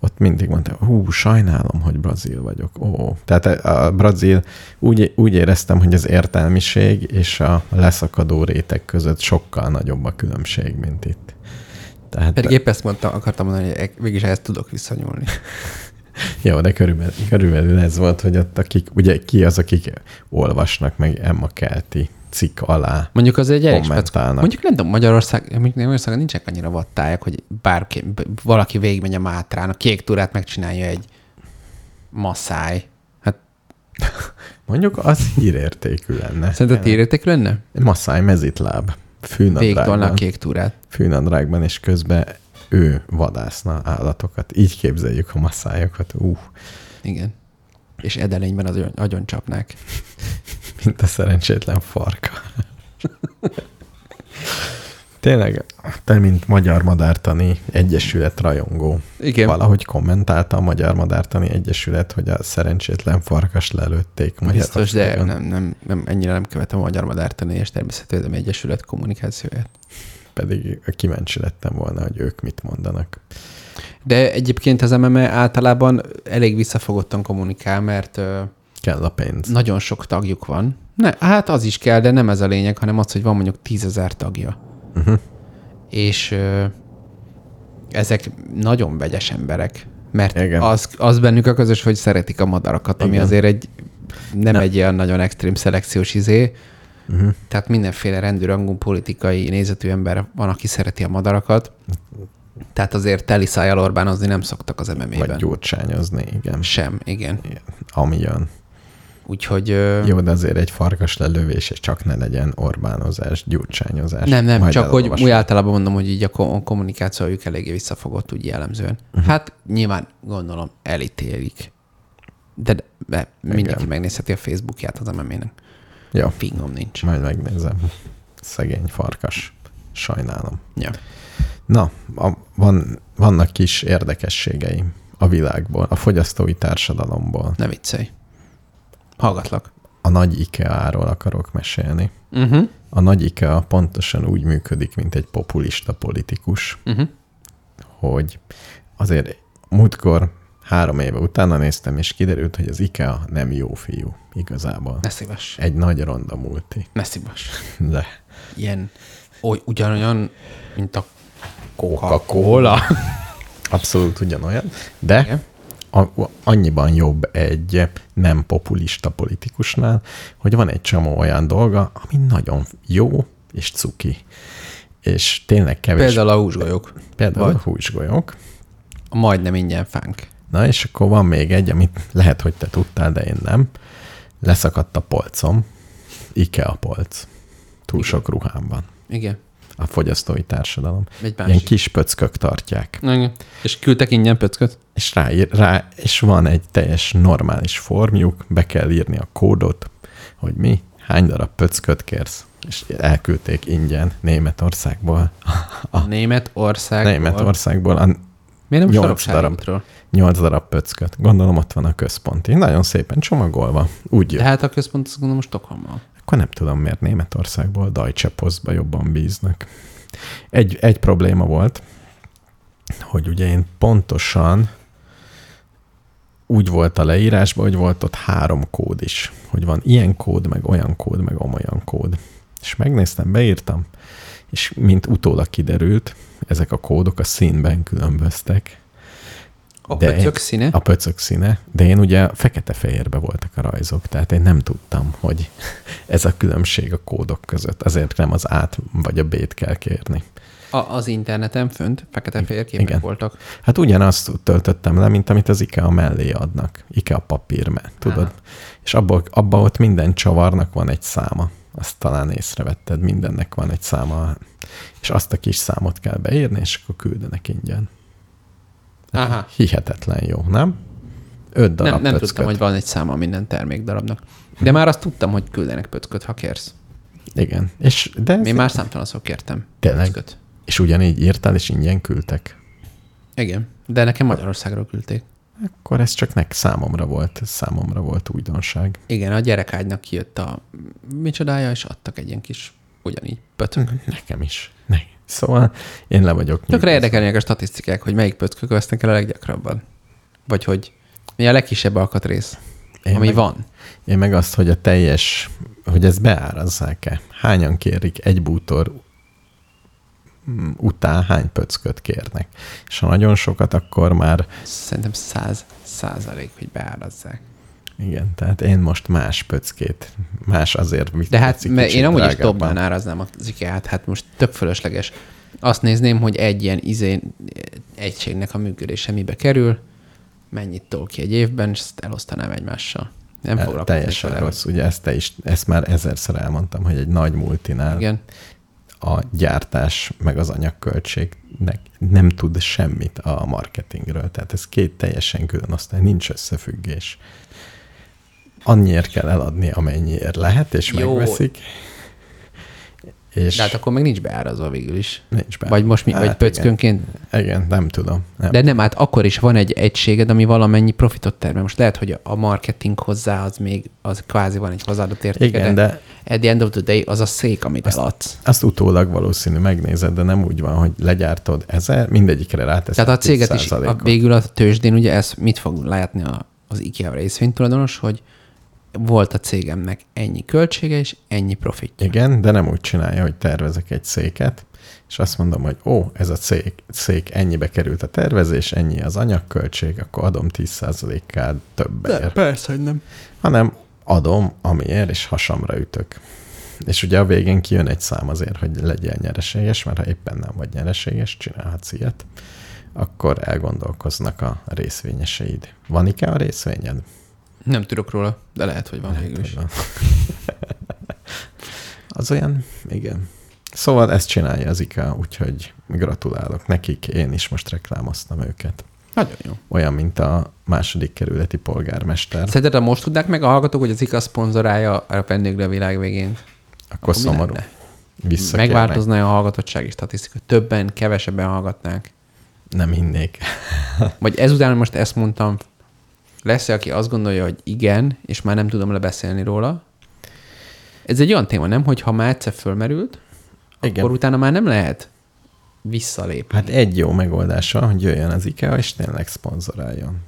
Speaker 1: Ott mindig mondta, hú, sajnálom, hogy brazil vagyok. Ó. Tehát eh, a brazil, úgy, úgy éreztem, hogy az értelmiség és a leszakadó réteg között sokkal nagyobb a különbség, mint itt. Tehát,
Speaker 2: Pedig épp ezt mondtam, akartam mondani, hogy e- mégis ehhez tudok visszanyúlni.
Speaker 1: Jó, de körülbelül, körülbelül ez volt, hogy ott akik, ugye ki az, akik olvasnak meg Emma Kelti cikk alá.
Speaker 2: Mondjuk az egy elég speckó.
Speaker 1: Kommentálnak.
Speaker 2: Mondjuk nem tudom, Magyarország, mondjuk Magyarországon nincsenek annyira vattájak, hogy bárki, b- valaki végigmegy a Mátrán, a kék túrát megcsinálja egy masszáj. Hát
Speaker 1: Mondjuk az hírértékű lenne.
Speaker 2: szerinted értékű lenne?
Speaker 1: Masszáj mezitláb.
Speaker 2: Végigtolna a
Speaker 1: Fűnadrágban.
Speaker 2: kék túrát.
Speaker 1: Fűnadrágban, és közben ő vadászna állatokat. Így képzeljük a masszájokat. Ú,
Speaker 2: Igen. És edelényben az agyon, agyon csapnák.
Speaker 1: mint a szerencsétlen farka. Tényleg, te, mint Magyar Madártani Egyesület rajongó,
Speaker 2: Igen.
Speaker 1: Valahogy kommentálta a Magyar Madártani Egyesület, hogy a szerencsétlen farkas lelőtték.
Speaker 2: Biztos, de
Speaker 1: Magyarországon.
Speaker 2: nem, nem, nem, ennyire nem követem a Magyar Madártani és Természetvédelmi Egyesület kommunikációját.
Speaker 1: Pedig kíváncsi lettem volna, hogy ők mit mondanak.
Speaker 2: De egyébként az MME általában elég visszafogottan kommunikál, mert ö,
Speaker 1: Kell a pénz.
Speaker 2: nagyon sok tagjuk van. Ne, hát az is kell, de nem ez a lényeg, hanem az, hogy van mondjuk tízezer tagja. Uh-huh.
Speaker 1: Mhm.
Speaker 2: És ö, ezek nagyon vegyes emberek, mert
Speaker 1: Igen.
Speaker 2: az, az bennük a közös, hogy szeretik a madarakat, ami
Speaker 1: Igen.
Speaker 2: azért egy nem ne. egy ilyen nagyon extrém szelekciós izé,
Speaker 1: Mhm.
Speaker 2: uh-huh. tehát mindenféle rendőrangú politikai nézetű ember van, aki szereti a madarakat, tehát azért teli szájjal Orbánozni nem szoktak az
Speaker 1: Vagy
Speaker 2: MMA-ben.
Speaker 1: gyurcsányozni, igen.
Speaker 2: Sem, igen.
Speaker 1: Igen. Ami jön.
Speaker 2: Úgyhogy... Ö,
Speaker 1: Jó, de azért egy farkas lelövés, és csak ne legyen Orbánozás, gyurcsányozás.
Speaker 2: Nem, nem,
Speaker 1: Majd
Speaker 2: csak hogy
Speaker 1: elolvasom.
Speaker 2: úgy általában mondom, hogy így a ko- a kommunikációjuk eléggé visszafogott úgy jellemzően. Uh-huh. Hát nyilván gondolom elítélik. De, de, de mindenki
Speaker 1: Igen.
Speaker 2: megnézheti a Facebookját az MMA-nek.
Speaker 1: Jó,
Speaker 2: Fingom nincs.
Speaker 1: majd megnézem. Szegény farkas. Sajnálom.
Speaker 2: Ja.
Speaker 1: Na, a, van, vannak kis érdekességeim a világból, a fogyasztói társadalomból.
Speaker 2: Ne viccelj. Hallgatlak.
Speaker 1: A nagy IKEA-ról akarok mesélni.
Speaker 2: Uh-huh.
Speaker 1: A nagy IKEA pontosan úgy működik, mint egy populista politikus,
Speaker 2: Uh-huh.
Speaker 1: hogy azért múltkor három éve utána néztem, és kiderült, hogy az IKEA nem jó fiú igazából.
Speaker 2: Ne szívas.
Speaker 1: Egy nagy ronda multi.
Speaker 2: Ne szívas.
Speaker 1: De
Speaker 2: Ilyen, oly, ugyanolyan, mint a
Speaker 1: Coca-Cola. Abszolút ugyanolyan. De
Speaker 2: Igen.
Speaker 1: a, annyiban jobb egy nem populista politikusnál, hogy van egy csomó olyan dolga, ami nagyon jó és cuki. És tényleg kevés.
Speaker 2: például a húsgolyók.
Speaker 1: például
Speaker 2: vagy-
Speaker 1: a húsgolyók.
Speaker 2: A majdnem ingyen fánk.
Speaker 1: Na, és akkor van még egy, amit lehet, hogy te tudtál, de én nem. Leszakadt a polcom. Ikea polc. Túl sok ruhám van.
Speaker 2: Igen.
Speaker 1: A fogyasztói társadalom.
Speaker 2: Egy
Speaker 1: Ilyen
Speaker 2: másik.
Speaker 1: kis pöckök tartják.
Speaker 2: Na, igen. És küldtek ingyen pöcköt?
Speaker 1: és ráír, rá, és van egy teljes normális formjuk, be kell írni a kódot, hogy mi, hány darab pöcköt kérsz, és elküldték ingyen Németországból,
Speaker 2: A Németországból.
Speaker 1: Németországból a
Speaker 2: Miért
Speaker 1: Nyolc
Speaker 2: nem sorokságaitról?
Speaker 1: nyolc darab pöcköt. Gondolom ott van a központi. Nagyon szépen csomagolva. Úgy
Speaker 2: De
Speaker 1: jött.
Speaker 2: hát a központ azt gondolom Stockholmban.
Speaker 1: Akkor nem tudom, miért Németországból Deutsche Postba jobban bíznak. Egy, egy probléma volt, hogy ugye én pontosan úgy volt a leírásban, hogy volt ott három kód is, hogy van ilyen kód, meg olyan kód, meg olyan kód. És megnéztem, beírtam, és mint utólag kiderült, ezek a kódok a színben különböztek,
Speaker 2: A
Speaker 1: De-
Speaker 2: pöcök színe?
Speaker 1: a pöcök színe, de én ugye fekete-fehérbe voltak a rajzok, tehát én nem tudtam, hogy ez a különbség a kódok között, ezért nem az át vagy a B-t kell kérni.
Speaker 2: A, az interneten fönt fekete-fehér képek
Speaker 1: Igen.
Speaker 2: voltak.
Speaker 1: Hát ugyanazt töltöttem le, mint amit az IKEA mellé adnak. IKEA papírme, tudod?
Speaker 2: Aha.
Speaker 1: És abból, abba ott minden csavarnak van egy száma. Azt talán észrevetted, mindennek van egy száma. És azt a kis számot kell beírni, és akkor küldenek ingyen.
Speaker 2: Aha.
Speaker 1: Hihetetlen jó, nem? Öt darab
Speaker 2: Nem, nem
Speaker 1: pöcköt.
Speaker 2: tudtam, hogy van egy száma minden termék darabnak. De már azt tudtam, hogy küldenek pöcköt, ha kérsz.
Speaker 1: Igen. És, de ez,
Speaker 2: Én már számtalanszor kértem
Speaker 1: Tényleg?
Speaker 2: pöcköt.
Speaker 1: és ugyanígy írtál, és ingyen küldtek.
Speaker 2: Igen, de nekem Magyarországról küldték.
Speaker 1: Akkor ez csak nek számomra volt, ez számomra volt újdonság.
Speaker 2: Igen, a gyerekágynak kijött a micsodája, és adtak egy ilyen kis ugyanígy pötök.
Speaker 1: Nekem is. Ne. Szóval én le vagyok
Speaker 2: Tökre
Speaker 1: nyugodt.
Speaker 2: érdekelnek a statisztikák, hogy melyik pötkök vesznek el a leggyakrabban. Vagy hogy mi a legkisebb alkatrész,
Speaker 1: Én
Speaker 2: ami
Speaker 1: meg-
Speaker 2: van.
Speaker 1: Én meg azt, hogy a teljes, hogy ezt beárazzák-e. Hányan kérik egy bútor mm, után hány pöcköt kérnek. És ha nagyon sokat, akkor már
Speaker 2: Szerintem száz százalék, hogy beárazzák.
Speaker 1: igen, tehát én most más pöckét, más azért mit
Speaker 2: De hát
Speaker 1: tetszik
Speaker 2: mert
Speaker 1: kicsit
Speaker 2: én amúgy is
Speaker 1: drágábban.
Speaker 2: dobban áraznám az IKEA-t, hát most tök fölösleges. Azt nézném, hogy egy ilyen izé egységnek a működése mibe kerül, mennyit tol ki egy évben, és ezt elosztanám egymással. Nem
Speaker 1: Hát
Speaker 2: foglalkoznék
Speaker 1: Teljesen
Speaker 2: vele.
Speaker 1: rossz, ugye ezt te is, ezt már ezerszer elmondtam, hogy egy nagy multinál
Speaker 2: Igen.
Speaker 1: a gyártás meg az anyagköltségnek nem tud semmit a marketingről. Tehát ez két teljesen külön osztály, nincs összefüggés. Annyiért kell eladni, amennyiért lehet, és
Speaker 2: Jó.
Speaker 1: Jó. megveszik. És
Speaker 2: De hát akkor meg nincs beárazva végül is.
Speaker 1: nincs be.
Speaker 2: Vagy most mi, vagy
Speaker 1: Hát
Speaker 2: pöckönként
Speaker 1: Igen. igen, nem tudom. Nem.
Speaker 2: De
Speaker 1: De...
Speaker 2: nem, hát akkor is van egy egységed, ami valamennyi profitot termel. Most lehet, hogy a marketing hozzá az még, az kvázi van egy hozzáadott értéke.
Speaker 1: Igen, de-
Speaker 2: At the end of the day az a szék, amit Azt eladsz.
Speaker 1: Azt utólag valószínű megnézed, de nem úgy van, hogy legyártod ezer, mindegyikre ráteszed
Speaker 2: Tehát a céget is, a,
Speaker 1: 10%-ot.
Speaker 2: végül a tőzsdén ugye ez mit fog látni a, az IKEA részvénytulajdonos, hogy volt a cégemnek ennyi költsége és ennyi profitja.
Speaker 1: Igen, de nem úgy csinálja, hogy tervezek egy széket, és azt mondom, hogy ó, ez a szék, szék ennyibe került a tervezés, ennyi az anyagköltség, akkor adom 10%-kal többért.
Speaker 2: persze, hogy nem.
Speaker 1: Hanem adom, amiért, és hasamra ütök. És ugye a végén kijön egy szám azért, hogy legyél nyereséges, mert ha éppen nem vagy nyereséges, csinálhatsz ilyet, akkor elgondolkoznak a részvényeseid. Van IKEA a részvényed?
Speaker 2: Nem tudok róla, de lehet, hogy van végül is.
Speaker 1: Tudom. Az olyan, igen. Szóval ezt csinálja az IKEA, úgyhogy gratulálok nekik, én is most reklámoztam őket.
Speaker 2: Nagyon jó.
Speaker 1: Olyan, mint a második kerületi polgármester.
Speaker 2: Szerinted ha most tudnák meg a hallgatók, hogy az IKEA szponzorálja a vendéglő a világ végén?
Speaker 1: Akkor
Speaker 2: mi
Speaker 1: szomorú.
Speaker 2: lenne?
Speaker 1: Visszakérnek.
Speaker 2: Megváltozna a hallgatottsági statisztika? Többen, kevesebben hallgatnák?
Speaker 1: Nem hinnék.
Speaker 2: Vagy ezután, hogy most ezt mondtam, lesz aki azt gondolja, hogy igen, és már nem tudom lebeszélni róla? Ez egy olyan téma, nem? Hogy ha már egyszer fölmerült, igen.
Speaker 1: Igen.
Speaker 2: akkor utána már nem lehet visszalépni.
Speaker 1: Hát egy jó megoldása, hogy jöjjön az IKEA, és tényleg szponzoráljon.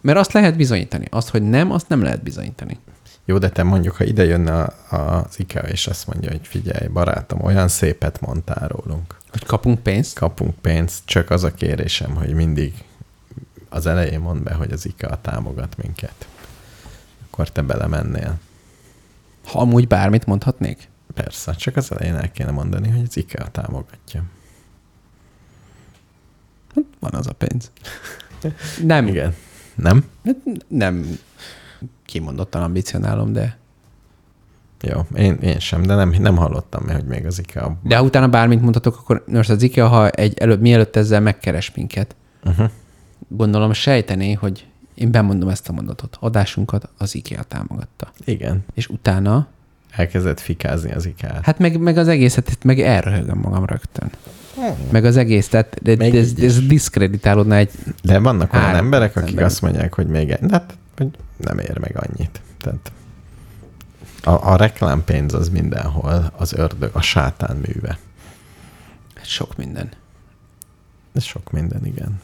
Speaker 2: Mert azt lehet bizonyítani. Azt, hogy nem, azt nem lehet bizonyítani.
Speaker 1: Jó, de te mondjuk, ha ide jönne a- az IKEA, és azt mondja, hogy figyelj, barátom, olyan szépet mondtál rólunk.
Speaker 2: Hogy kapunk pénzt?
Speaker 1: kapunk pénzt, csak az a kérésem, hogy mindig az elején mondd be, hogy az IKEA támogat minket. Akkor te belemennél.
Speaker 2: Ha amúgy bármit mondhatnék?
Speaker 1: Persze, csak az elején el kéne mondani, hogy az IKEA támogatja.
Speaker 2: Hát Van az a pénz. Nem,
Speaker 1: Igen. Nem?
Speaker 2: Hát nem kimondottan ambicionálom, de...
Speaker 1: Jó, én, én sem, de nem, nem hallottam még, hogy még az IKEA.
Speaker 2: De ha utána bármit mondhatok, akkor most az IKEA, ha egy előbb, mielőtt ezzel megkeres minket,
Speaker 1: Uh-huh.
Speaker 2: gondolom sejtené, hogy én bemondom ezt a mondatot. Adásunkat az IKEA támogatta.
Speaker 1: Igen.
Speaker 2: És utána,
Speaker 1: Elkezdett fikázni az IKEA. Hát,
Speaker 2: hát meg, meg az egészet, itt meg elröhögöm magam rögtön. Meg az egész, tehát de, de
Speaker 1: Meg
Speaker 2: ez,
Speaker 1: így
Speaker 2: ez diszkreditálódna egy...
Speaker 1: de vannak olyan
Speaker 2: Három
Speaker 1: emberek, akik
Speaker 2: ember.
Speaker 1: azt mondják, hogy még egy, hát, hogy nem ér meg annyit. Tehát a, a reklámpénz az mindenhol, az ördög, a sátán műve.
Speaker 2: hát Sok minden.
Speaker 1: Ez sok minden, igen.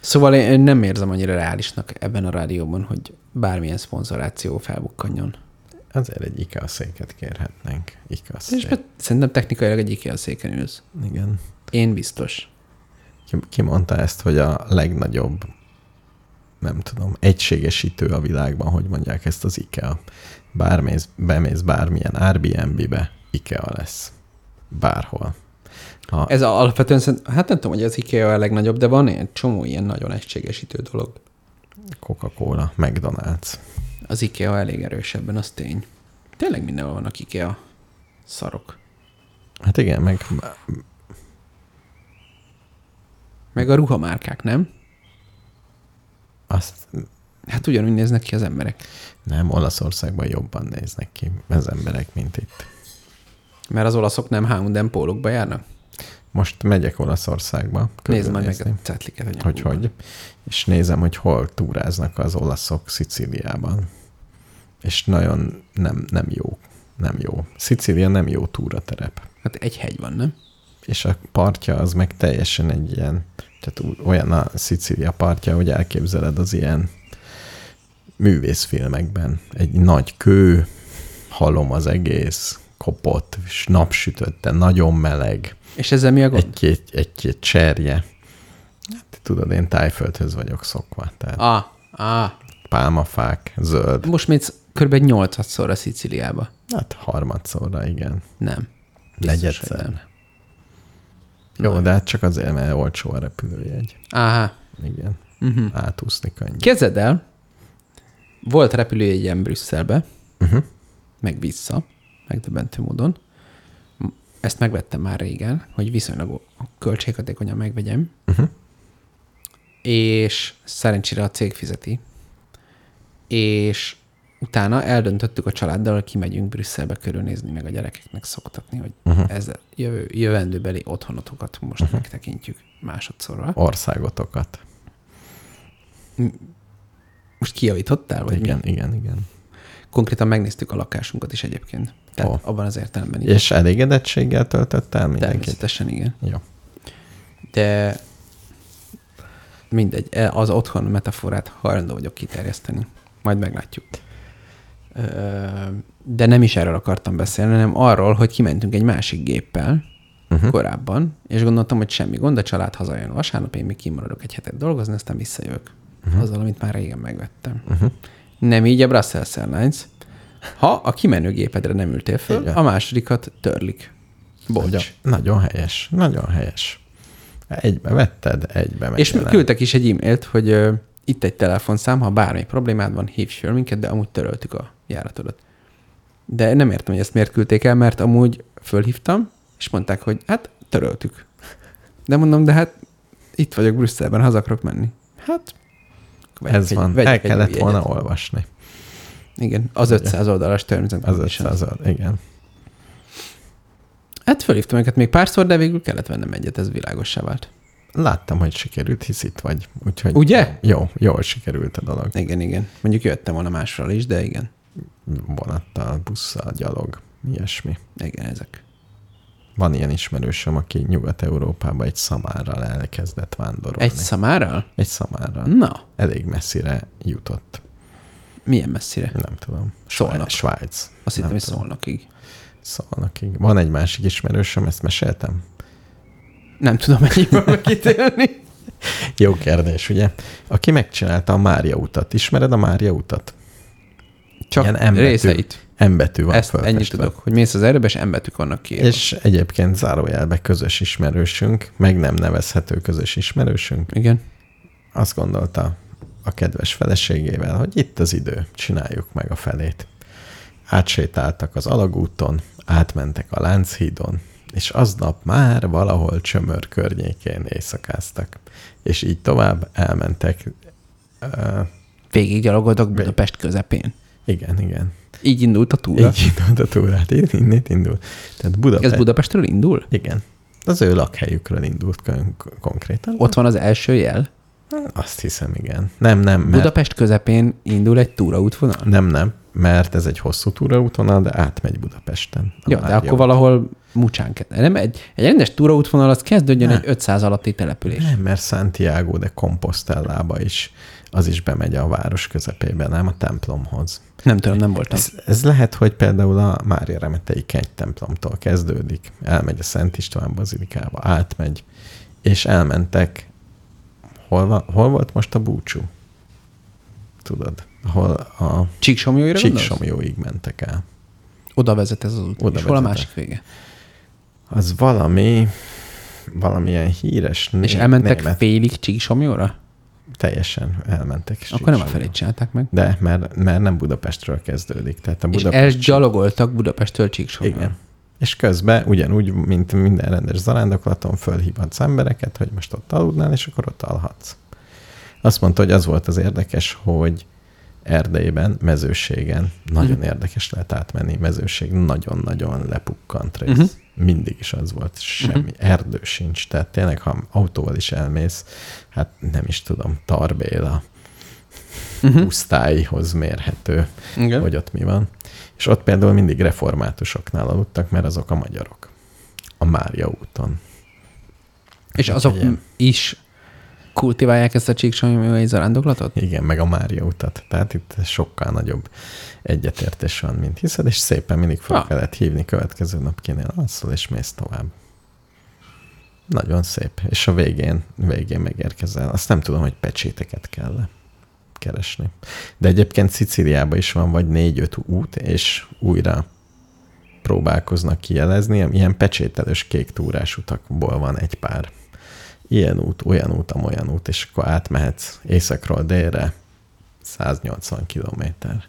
Speaker 2: Szóval én én nem érzem annyira reálisnak ebben a rádióban, hogy bármilyen szponzoráció felbukkanjon.
Speaker 1: Azért Hát egy IKEA széket kérhetnénk. IKEA
Speaker 2: És hát-
Speaker 1: szék.
Speaker 2: be- szerintem technikailag egy IKEA széken ülsz.
Speaker 1: Igen.
Speaker 2: Én biztos.
Speaker 1: Ki, ki mondta ezt, hogy a legnagyobb, nem tudom, egységesítő a világban, hogy mondják ezt az IKEA. Bármész, bemész bármilyen Airbnb-be, IKEA lesz. Bárhol. Ha,
Speaker 2: Ez a, alapvetően, szerint- hát nem tudom, hogy az IKEA a legnagyobb, de van egy csomó ilyen nagyon egységesítő dolog.
Speaker 1: Coca-Cola, McDonald's.
Speaker 2: Az IKEA elég erős ebben, az tény. Tényleg mindenhol vannak IKEA szarok.
Speaker 1: Hát igen, meg
Speaker 2: Meg a ruhamárkák, nem?
Speaker 1: Azt
Speaker 2: Hát ugyanúgy néznek ki az emberek.
Speaker 1: nem, Olaszországban jobban néznek ki az emberek, mint itt.
Speaker 2: Mert az olaszok nem H&M pólókba járnak.
Speaker 1: Most megyek Olaszországba.
Speaker 2: Nézd majd meg
Speaker 1: körülnézni.
Speaker 2: a cetliket. a
Speaker 1: hogy
Speaker 2: nyakukban.
Speaker 1: hogy, és nézem, hogy hol túráznak az olaszok Szicíliában. És nagyon nem, nem jó. Nem jó. Szicília nem jó túraterep.
Speaker 2: Hát egy hegy van, nem?
Speaker 1: És a partja az meg teljesen egy ilyen, tehát ú- olyan a Szicília partja, hogy elképzeled az ilyen művészfilmekben. Egy nagy kő, halom az egész, kopott, és napsütötte, nagyon meleg,
Speaker 2: És ezzel mi a gond?
Speaker 1: egy-két, egy-két cserje. Hát, tudod, én tájföldhöz vagyok szokva, tehát
Speaker 2: Ah, ah.
Speaker 1: pálmafák, zöld.
Speaker 2: Most mész kb. 8 szorra Sziciliába.
Speaker 1: Hát harmadszorra, igen.
Speaker 2: Nem.
Speaker 1: Negyedszer.
Speaker 2: hogy nem.
Speaker 1: Jó, de hát csak azért, mert olcsó a repülőjegy.
Speaker 2: Áhá.
Speaker 1: Igen.
Speaker 2: Mhm.
Speaker 1: Uh-huh. Átúszni könnyű.
Speaker 2: Képzeld el, volt repülőjegyem Brüsszelbe, uh-huh. meg vissza, megdöbbentő módon. Ezt megvettem már régen, hogy viszonylag költséghatékonyan megvegyem. Uh-huh. És szerencsére a cég fizeti. És utána eldöntöttük a családdal, hogy kimegyünk Brüsszelbe körülnézni, meg a gyerekeknek szoktatni, hogy uh-huh. ez jövő, jövendőbeli otthonotokat most uh-huh. megtekintjük másodszorra.
Speaker 1: Országotokat.
Speaker 2: Most kijavítottál, vagy mi?
Speaker 1: igen, igen, igen.
Speaker 2: Konkrétan megnéztük a lakásunkat is egyébként. Tehát
Speaker 1: Ó.
Speaker 2: oh. abban az értelemben igen.
Speaker 1: És elégedettséggel töltött el mindenkit?
Speaker 2: Természetesen igen.
Speaker 1: Jó.
Speaker 2: De mindegy, e- az otthon metaforát hajlandó vagyok kiterjeszteni. Majd meglátjuk. Ö, De nem is erről akartam beszélni, hanem arról, hogy kimentünk egy másik géppel uh-huh. korábban, és gondoltam, hogy semmi gond, a család hazajön vasárnap, én még kimaradok egy hetet dolgozni, aztán visszajövök. Uh-huh. Azzal, amit már régen megvettem. Uh-huh. Nem így a Brussels Airlines. Ha a kimenő gépedre nem ültél föl,
Speaker 1: Igen.
Speaker 2: a másodikat törlik.
Speaker 1: Nagyon,
Speaker 2: Bocs.
Speaker 1: nagyon helyes, nagyon helyes. Egybe vetted, egybe
Speaker 2: És
Speaker 1: megjelent.
Speaker 2: küldtek is egy e-mailt, hogy ö, itt egy telefonszám, ha bármi problémád van, hívj fel minket, de amúgy töröltük a járatodat. De nem értem, hogy ezt miért küldték el, mert amúgy fölhívtam, és mondták, hogy hát töröltük. De mondom, de hát itt vagyok Brüsszelben, haza akarok menni. Hát, vegyek
Speaker 1: Ez
Speaker 2: egy-
Speaker 1: van,
Speaker 2: vegyek
Speaker 1: el
Speaker 2: egy
Speaker 1: kellett
Speaker 2: új
Speaker 1: volna
Speaker 2: jegyet.
Speaker 1: olvasni.
Speaker 2: Igen, az 500 oldalas terms and
Speaker 1: Az
Speaker 2: conditions.
Speaker 1: 500, igen.
Speaker 2: Hát fölhívtam őket még párszor, de végül kellett vennem egyet, ez világossá vált.
Speaker 1: Láttam, hogy sikerült, hisz itt vagy. Úgyhogy
Speaker 2: Ugye?
Speaker 1: Jó, jól sikerült a dolog.
Speaker 2: Igen, igen. Mondjuk jöttem volna másról is, de igen.
Speaker 1: Vonattal, busszal, gyalog, ilyesmi.
Speaker 2: Igen, ezek.
Speaker 1: Van ilyen ismerősöm, aki Nyugat-Európába egy szamárral elkezdett vándorolni.
Speaker 2: Egy Hm? szamárral?
Speaker 1: egy szamárral.
Speaker 2: Na,
Speaker 1: Elég messzire jutott.
Speaker 2: milyen messzire?
Speaker 1: Nem tudom.
Speaker 2: Szólnak.
Speaker 1: Svájc.
Speaker 2: Azt
Speaker 1: Nem
Speaker 2: hittem, hogy
Speaker 1: tudom.
Speaker 2: szólnakig.
Speaker 1: Szolnokig. Van egy másik ismerősöm, ezt meséltem?
Speaker 2: Nem tudom ennyiből kitélni.
Speaker 1: Jó kérdés, ugye? Aki megcsinálta a Mária utat. Ismered a Mária utat?
Speaker 2: Csak
Speaker 1: M betű-
Speaker 2: részeit.
Speaker 1: M betű van
Speaker 2: Ezt ennyit
Speaker 1: fölfestve.
Speaker 2: tudok, hogy mész az erőbe, és embetűk vannak ki.
Speaker 1: És egyébként zárójelbe közös ismerősünk, meg nem nevezhető közös ismerősünk,
Speaker 2: Igen.
Speaker 1: azt gondolta a kedves feleségével, hogy itt az idő, csináljuk meg a felét. Átsétáltak az alagúton, átmentek a Lánchídon, és aznap már valahol csömör környékén éjszakáztak. És így tovább elmentek. Uh,
Speaker 2: Végig gyalogoltak Budapest közepén.
Speaker 1: igen, igen.
Speaker 2: Így indult a túra.
Speaker 1: Így indult a túrát, így- innét indult. Tehát Budapest.
Speaker 2: Ez Budapestről indul?
Speaker 1: Igen. Az ő lakhelyükről indult kön- konkrétan.
Speaker 2: Ott van az első jel.
Speaker 1: Azt hiszem, igen. Nem, nem, mert,
Speaker 2: Budapest közepén indul egy túraútvonal.
Speaker 1: nem, nem, mert ez egy hosszú túraútvonal, de átmegy Budapesten. A
Speaker 2: Ja, de
Speaker 1: Mária
Speaker 2: akkor
Speaker 1: út.
Speaker 2: valahol mucsán kell. Nem, egy, egy rendes túraútvonal az kezdődjön
Speaker 1: Ne.
Speaker 2: egy 500 alatti település.
Speaker 1: Nem, mert Santiago de Compostellába is, az is bemegy a város közepébe, nem a templomhoz.
Speaker 2: Nem tudom, nem voltam.
Speaker 1: Ez, ez lehet, hogy például a Mária Remetei Kegy templomtól kezdődik, elmegy a Szent István Bazilikába, átmegy, és elmentek. Hol, va, hol volt most a búcsú? Tudod, hol a
Speaker 2: Csíksomjóira gondolsz?
Speaker 1: Csíksomjóig mentek el.
Speaker 2: Oda vezet ez az út.
Speaker 1: Oda
Speaker 2: és hol a
Speaker 1: vezet.
Speaker 2: másik vége?
Speaker 1: Az valami, valamilyen híres
Speaker 2: És elmentek félig Csíksomjóra?
Speaker 1: Teljesen elmentek. és
Speaker 2: Akkor nem a
Speaker 1: Csíksomlyó.
Speaker 2: felét csinálták meg.
Speaker 1: De, mert, mert nem Budapestről kezdődik. Tehát a
Speaker 2: És
Speaker 1: Budapest...
Speaker 2: elgyalogoltak Budapesttől Csíksomra.
Speaker 1: Igen. És közben ugyanúgy, mint minden rendes zarándoklaton, fölhívhatsz embereket, hogy most ott aludnál, és akkor ott alhatsz. Azt mondta, hogy az volt az érdekes, hogy Erdélyben, mezőségen nagyon uh-huh. érdekes lehet átmenni. Mezőség nagyon-nagyon lepukkant rész. Uh-huh. Mindig is az volt, semmi, uh-huh. erdő sincs. Tehát tényleg, ha autóval is elmész, hát nem is tudom, Tarbéla uh-huh. pusztáihoz mérhető,
Speaker 2: Igen.
Speaker 1: hogy ott mi van. És ott például mindig reformátusoknál aludtak, mert azok a magyarok. A Mária úton. Hát,
Speaker 2: És azok
Speaker 1: Igen.
Speaker 2: is kultiválják ezt a csíksanyoművei zarándoklatot?
Speaker 1: Igen, meg a Mária utat. Tehát itt sokkal nagyobb egyetértés van, mint hiszed, és szépen mindig fel
Speaker 2: Na.
Speaker 1: kellett hívni következő nap kénél alszol, és mész tovább. Nagyon szép. És a végén, végén megérkezel. Azt nem tudom, hogy pecséteket kell -e keresni. De egyébként Szicíliában is van vagy négy-öt út, és újra próbálkoznak kijelezni. Ilyen pecsételős kék túrás utakból van egy pár. Ilyen út, olyan út, amolyan út, és akkor átmehetsz északról délre 180 kilométer.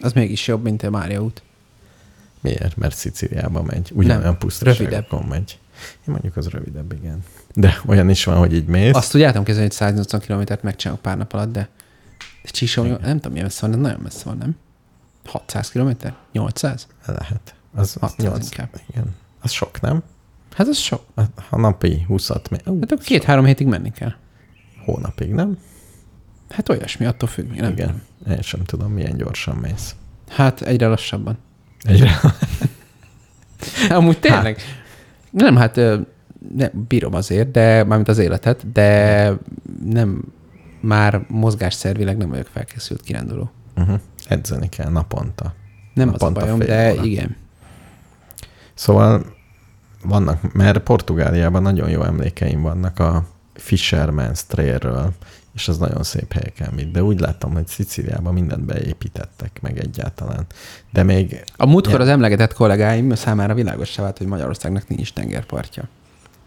Speaker 2: Az mégis jobb, mint a Mária út.
Speaker 1: Miért? Mert Szicíliában megy. Ugyanolyan
Speaker 2: Nem,
Speaker 1: pusztaságokon megy. Én mondjuk az rövidebb, igen. De olyan is van, hogy így mész.
Speaker 2: Azt úgy álltam kezdeni, hogy 180 kilométert megcsinálok pár nap alatt, de csísom, nem tudom, milyen messze van, de nagyon messze van, nem? 600 kilométer? 800?
Speaker 1: Lehet. Az, az
Speaker 2: 600
Speaker 1: 8,
Speaker 2: inkább.
Speaker 1: igen. Az sok, nem?
Speaker 2: Hát az sok.
Speaker 1: A- A napi 20-at, mi- ú,
Speaker 2: Hát akkor két-három hétig menni kell.
Speaker 1: hónapig, nem?
Speaker 2: Hát olyasmi, attól függ. Nem.
Speaker 1: Igen. Én sem tudom, milyen gyorsan mész.
Speaker 2: Hát egyre lassabban.
Speaker 1: Egyre.
Speaker 2: Amúgy tényleg. Nem, hát ö, nem, bírom azért, de mármint az életet, de nem, már mozgásszervileg nem vagyok felkészült kiránduló.
Speaker 1: Uh-huh. Edzeni kell naponta.
Speaker 2: Nem
Speaker 1: Na,
Speaker 2: az a
Speaker 1: pont a
Speaker 2: bajom,
Speaker 1: fél
Speaker 2: de
Speaker 1: óra.
Speaker 2: igen.
Speaker 1: Szóval vannak, mert Portugáliában nagyon jó emlékeim vannak a Fisherman's Trailről, és az nagyon szép helyeken vitt, de úgy láttam, hogy Szicíliában mindent beépítettek meg egyáltalán. De még
Speaker 2: A múltkor
Speaker 1: Ja.
Speaker 2: az emlegetett kollégáim számára világosá vált, hogy Magyarországnak nincs tengerpartja.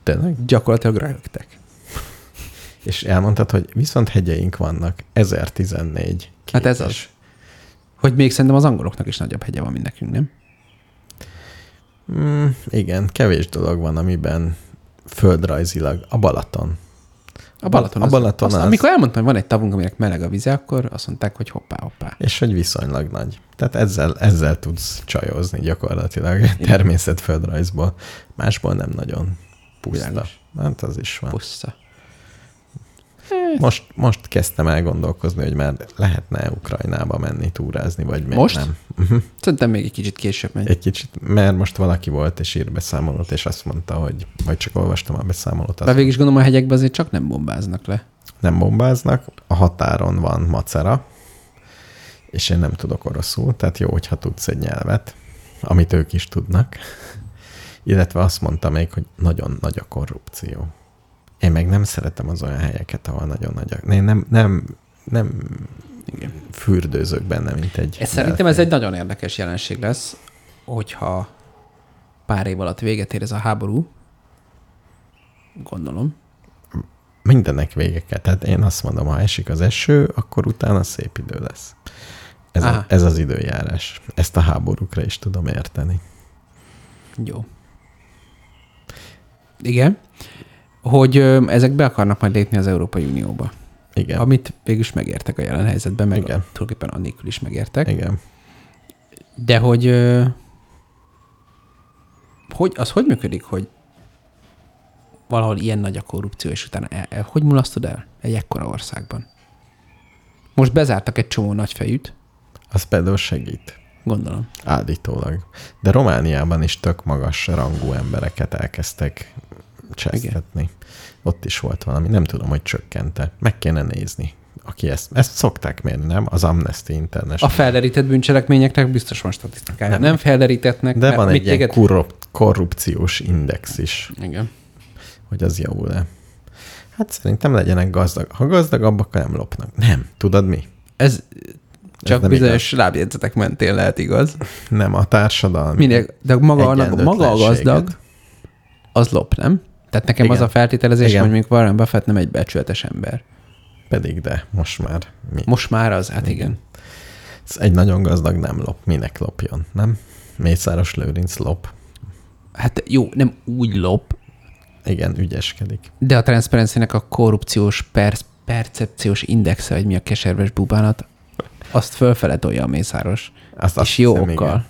Speaker 1: tényleg,
Speaker 2: Gyakorlatilag röhögtek.
Speaker 1: és elmondtad, hogy viszont hegyeink vannak, 1014.
Speaker 2: Hát ez az.
Speaker 1: képes.
Speaker 2: Hogy még szerintem az angoloknak is nagyobb hegye van, mint nekünk, nem?
Speaker 1: Mm, igen, kevés dolog van, amiben földrajzilag, a Balaton.
Speaker 2: A Balaton.
Speaker 1: A
Speaker 2: az-
Speaker 1: Balaton
Speaker 2: azt,
Speaker 1: az.
Speaker 2: Amikor elmondtam, hogy van egy tavunk, aminek meleg a vize, akkor azt mondták, hogy hoppá, hoppá.
Speaker 1: És hogy viszonylag nagy. Tehát ezzel, ezzel tudsz csajozni gyakorlatilag természetföldrajzból. Másból nem nagyon puszta.
Speaker 2: Világos.
Speaker 1: Hát az is van.
Speaker 2: Puszta.
Speaker 1: Most, most kezdtem el gondolkozni, hogy már lehetne Ukrajnába menni túrázni, vagy még
Speaker 2: Most?
Speaker 1: nem.
Speaker 2: Szerintem még egy kicsit később megy.
Speaker 1: Egy kicsit, mert most valaki volt és ír beszámolót, és azt mondta, hogy, vagy csak olvastam a beszámolót,
Speaker 2: De
Speaker 1: azt
Speaker 2: végig is gondolom, a hegyekben azért csak nem bombáznak le.
Speaker 1: nem bombáznak, a határon van macera, és én nem tudok oroszul, tehát jó, hogyha tudsz egy nyelvet, amit ők is tudnak. Illetve azt mondta még, hogy nagyon nagy a korrupció. Én meg nem szeretem az olyan helyeket, ahol nagyon nagy a... Én nem, nem, nem
Speaker 2: Igen.
Speaker 1: fürdőzök benne, mint egy...
Speaker 2: Ez szerintem ez
Speaker 1: delfin.
Speaker 2: egy nagyon érdekes jelenség lesz, hogyha pár év alatt véget ér ez a háború. Gondolom.
Speaker 1: Mindennek vége kell. Tehát én azt mondom, ha esik az eső, akkor utána szép idő lesz. Ez,
Speaker 2: Aha.
Speaker 1: a, ez az időjárás. Ezt a háborúkra is tudom érteni.
Speaker 2: Jó. Igen. Hogy ö, ezek be akarnak majd lépni az Európai Unióba.
Speaker 1: Igen.
Speaker 2: Amit végül is megértek a jelen helyzetben, meg
Speaker 1: Igen.
Speaker 2: Igen. tulajdonképpen annélkül is megértek.
Speaker 1: Igen.
Speaker 2: De hogy, ö, hogy az hogy működik, hogy valahol ilyen nagy a korrupció, és utána el, el, hogy mulasztod el egy ekkora országban? Most bezártak egy csomó nagyfejűt,
Speaker 1: Az például segít,
Speaker 2: gondolom.
Speaker 1: állítólag. De Romániában is tök magas rangú embereket elkezdtek csesztetni. Ott is volt valami, nem tudom, hogy csökkente. Meg kéne nézni. Aki ezt, ezt szokták mérni, nem? Az Amnesty
Speaker 2: A
Speaker 1: International.
Speaker 2: felderített bűncselekményeknek biztos van statisztikája.
Speaker 1: Nem.
Speaker 2: Nem, nem felderítetnek,
Speaker 1: De
Speaker 2: mert
Speaker 1: van
Speaker 2: még
Speaker 1: egy ilyen
Speaker 2: téged-
Speaker 1: korrup- korrupciós index is,
Speaker 2: Igen.
Speaker 1: hogy az javul-e. Hát szerintem legyenek gazdag. Ha gazdagabbak, akkor nem lopnak. Nem. Tudod mi?
Speaker 2: Ez csak
Speaker 1: nem
Speaker 2: bizonyos lábjegyzetek mentén lehet igaz.
Speaker 1: Nem a társadalmi.
Speaker 2: Minél, de maga, annak, maga a gazdag,
Speaker 1: egyenlőtlenséget.
Speaker 2: az lop, nem? Tehát nekem
Speaker 1: Igen.
Speaker 2: Igen. az a feltételezés,
Speaker 1: Igen.
Speaker 2: Igen. hogy mondjuk Warren Buffett nem egy becsületes ember.
Speaker 1: Pedig de, most már mi?
Speaker 2: Most már az, hát igen.
Speaker 1: Ez egy nagyon gazdag nem lop. Minek lopjon, nem? Mészáros Lőrinc lop.
Speaker 2: Hát jó, nem úgy lop,
Speaker 1: Igen, ügyeskedik.
Speaker 2: de a Transparency-nek a korrupciós persz, percepciós indexe, vagy mi a keserves bubánat, azt fölfele tolja a mészáros.
Speaker 1: Azt,
Speaker 2: és jó
Speaker 1: hiszem, igen.
Speaker 2: okkal.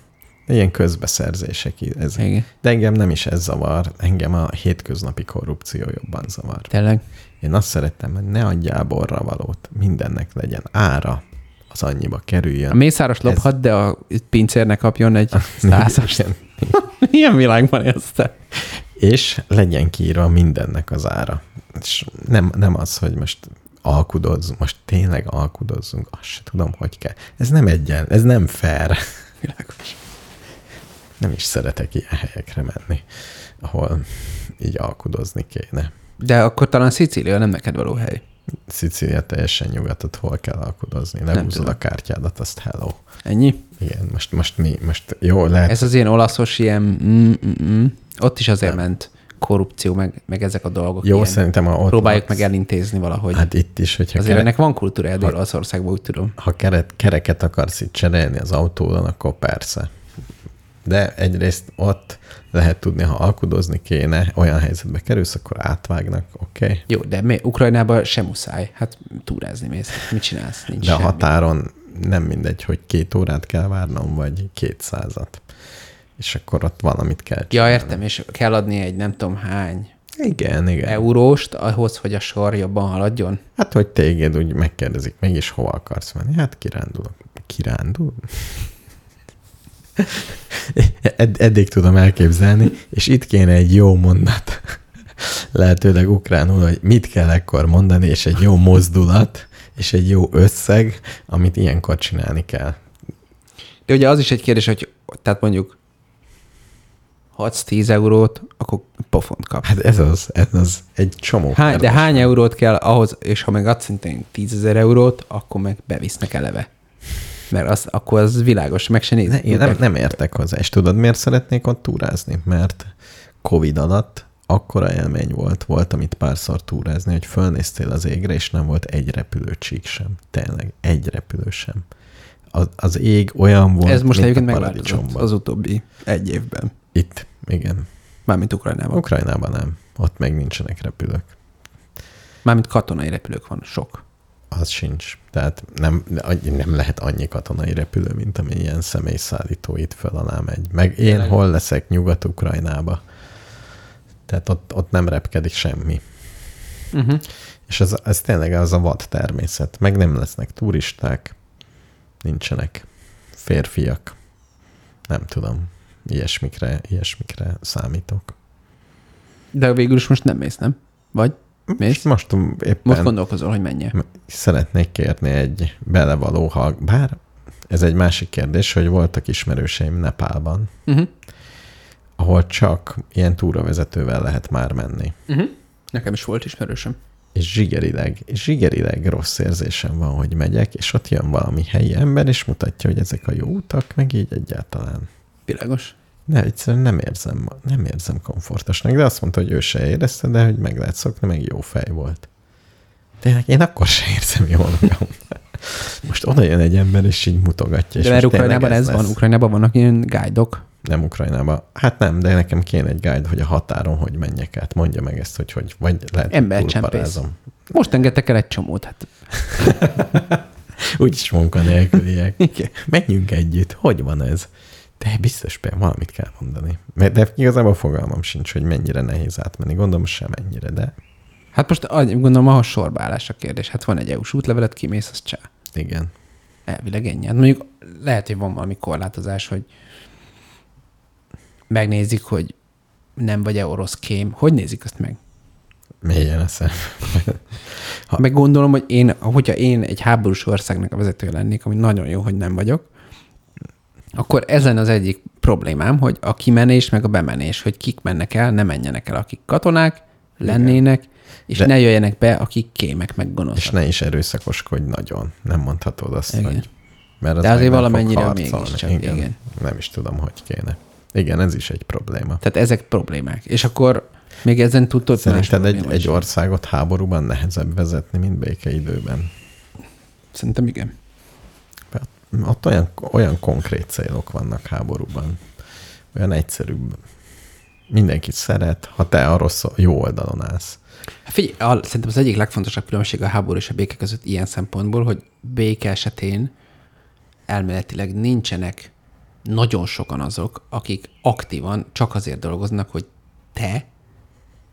Speaker 1: Ilyen közbeszerzések. í- Ez.
Speaker 2: Igen.
Speaker 1: De engem nem is ez zavar, engem a hétköznapi korrupció jobban zavar.
Speaker 2: Tényleg.
Speaker 1: Én azt szerettem, hogy ne adjál borra valót, mindennek legyen ára, az annyiba kerüljön.
Speaker 2: A mészáros lophat, de a pincérnek kapjon egy százas.
Speaker 1: Igen.
Speaker 2: Milyen világban élsz te?
Speaker 1: És legyen kiírva mindennek az ára. És nem, nem az, hogy most alkudozzunk, most tényleg alkudozzunk, azt se tudom, hogy kell. Ez nem egyen, ez nem fair.
Speaker 2: Világos.
Speaker 1: Nem is szeretek ilyen helyekre menni, ahol így alkudozni kéne.
Speaker 2: De akkor talán Szicília nem neked való hely.
Speaker 1: Szicília teljesen nyugatot, hol kell alkudozni.
Speaker 2: tudom.
Speaker 1: Lehúzod a kártyádat, azt hello.
Speaker 2: Ennyi?
Speaker 1: Igen, most, most mi, most jó, lehet,
Speaker 2: Ez az ilyen olaszos, ilyen... Mm, mm, mm. Ott is azért ment korrupció, meg, meg ezek a dolgok.
Speaker 1: jó,
Speaker 2: ilyen.
Speaker 1: szerintem a ott
Speaker 2: Próbáljuk
Speaker 1: laksz.
Speaker 2: meg elintézni valahogy. Hát,
Speaker 1: Hát itt is, hogyha
Speaker 2: azért
Speaker 1: kere,
Speaker 2: ennek van kultúrája Dél-Olaszországban, úgy tudom.
Speaker 1: ha keret, kereket akarsz itt cserélni az autódon, akkor persze. De egyrészt ott lehet tudni, ha alkudozni kéne, olyan helyzetbe kerülsz, akkor átvágnak, oké. Okay.
Speaker 2: Jó, de mi, Ukrajnában sem muszáj. Hát túrázni mész. Mit csinálsz? Nincs
Speaker 1: De a
Speaker 2: semmi.
Speaker 1: határon nem mindegy, hogy két órát kell várnom, vagy kétszázat. És akkor ott valamit kell
Speaker 2: Ja, értem, és kell adni egy nem tudom hány
Speaker 1: Igen,
Speaker 2: E
Speaker 1: igen.
Speaker 2: euróst ahhoz, hogy a sor jobban haladjon.
Speaker 1: Hát, hogy téged úgy megkérdezik, mégis hova akarsz menni? Hát kirándulok. Kirándul? Ed- eddig tudom elképzelni, és itt kéne egy jó mondat. Lehetőleg ukránul, hogy mit kell ekkor mondani, és egy jó mozdulat, és egy jó összeg, amit ilyenkor csinálni kell.
Speaker 2: De ugye az is egy kérdés, hogy tehát mondjuk 6-10 eurót, akkor pofont kap.
Speaker 1: Hát ez az, ez az egy csomó.
Speaker 2: Hány, de
Speaker 1: kérdés.
Speaker 2: hány eurót kell ahhoz, és ha meg adsz szintén 10 ezer eurót, akkor meg bevisznek eleve. Mert az, akkor az világos, meg se néz.
Speaker 1: Ne, én nem, nem értek hozzá. És tudod, miért szeretnék ott túrázni? Mert Covid alatt akkora élmény volt, voltam itt párszor túrázni, hogy fölnéztél az égre, és nem volt egy repülőcsík sem. Tényleg, egy repülő sem. Az, az ég olyan volt,
Speaker 2: Ez
Speaker 1: mint
Speaker 2: most
Speaker 1: a
Speaker 2: egyébként megváltozott
Speaker 1: paradicsomban.
Speaker 2: az utóbbi egy évben.
Speaker 1: Itt, igen.
Speaker 2: Mármint Ukrajnában. Okay.
Speaker 1: Ukrajnában nem. Ott még nincsenek repülők.
Speaker 2: Mármint katonai repülők van, sok.
Speaker 1: Az sincs. Tehát nem, nem lehet annyi katonai repülő, mint ami ilyen személyszállító itt föl alá megy. Meg én hol leszek Nyugat-Ukrajnába? Tehát ott, ott nem repkedik semmi. Mhm.
Speaker 2: Uh-huh.
Speaker 1: És ez, ez tényleg az a vad természet. Meg nem lesznek turisták, nincsenek férfiak. Nem tudom, ilyesmikre, ilyesmikre számítok.
Speaker 2: De végül is most nem mész, nem? Vagy? Mész?
Speaker 1: És most éppen...
Speaker 2: Most gondolkozol, hogy menjél.
Speaker 1: Szeretnék kérni egy belevaló hang, bár ez egy másik kérdés, hogy voltak ismerőseim Nepálban,
Speaker 2: Uh-huh.
Speaker 1: ahol csak ilyen túravezetővel lehet már menni.
Speaker 2: Uh-huh. Nekem is volt ismerősöm.
Speaker 1: És zsigerileg, zsigerileg rossz érzésem van, hogy megyek, és ott jön valami helyi ember, és mutatja, hogy ezek a jó utak, meg így egyáltalán.
Speaker 2: Világos.
Speaker 1: Ne, egyszerűen nem érzem, nem érzem komfortosnak, de azt mondta, hogy ő se érezte, de hogy meg lehet szokni, meg jó fej volt. Tényleg én akkor se érzem jól magam. Most oda jön egy ember, és így mutogatja.
Speaker 2: De
Speaker 1: és
Speaker 2: mert
Speaker 1: most tényleg
Speaker 2: Ukrajnában ez, ez van,
Speaker 1: lesz.
Speaker 2: Ukrajnában vannak ilyen guide-ok.
Speaker 1: Nem Ukrajnában. Hát nem, de nekem kéne egy guide, hogy a határon hogy menjek át. Mondja meg ezt, hogy hogy vagy lehet, hogy
Speaker 2: Embercsempész.
Speaker 1: túlparázom.
Speaker 2: Most engedtek el egy csomót, hát
Speaker 1: Úgyis munkanélküliek.
Speaker 2: Igen.
Speaker 1: Menjünk együtt. Hogy van ez? De biztos például valamit kell mondani. Mert de igazából fogalmam sincs, hogy mennyire nehéz átmenni. Gondolom sem ennyire, de
Speaker 2: Hát most ah, gondolom, ahhoz sorba állás a kérdés. Hát van egy EU-s útlevelet, kimész, az csá.
Speaker 1: igen.
Speaker 2: Elvileg ennyi. Hát mondjuk lehet, hogy van valami korlátozás, hogy megnézik, hogy nem vagy-e orosz kém. Hogy nézik azt meg?
Speaker 1: Mélyen eszem.
Speaker 2: Ha. Meg gondolom, hogy én, hogyha én egy háborús országnak a vezetője lennék, ami nagyon jó, hogy nem vagyok, akkor ezen az egyik problémám, hogy a kimenés meg a bemenés, hogy kik mennek el, ne menjenek el, akik katonák lennének, és
Speaker 1: De-
Speaker 2: De... ne jöjjenek be, akik kémek meg gonoszak.
Speaker 1: És ne is erőszakoskodj nagyon. Nem mondhatod azt,
Speaker 2: Igen.
Speaker 1: igen. hogy... Mert az
Speaker 2: De azért
Speaker 1: meg nem fog
Speaker 2: valamennyire
Speaker 1: harcolni.
Speaker 2: mégiscsak,
Speaker 1: igen.
Speaker 2: igen.
Speaker 1: igen. Nem is tudom, hogy kéne. Igen, ez is egy probléma.
Speaker 2: Tehát ezek problémák. És akkor még ezen tudod
Speaker 1: Szerinted egy, egy országot háborúban nehezebb vezetni, mint békeidőben?
Speaker 2: Szerintem igen.
Speaker 1: Hát Ott olyan, olyan konkrét célok vannak háborúban. Olyan egyszerűbb. Mindenki szeret, ha te a rossz, jó oldalon állsz.
Speaker 2: Hát Figyelj, a, szerintem az egyik legfontosabb különbség a háború és a béke között ilyen szempontból, hogy béke esetén elméletileg nincsenek nagyon sokan azok, akik aktívan csak azért dolgoznak, hogy te,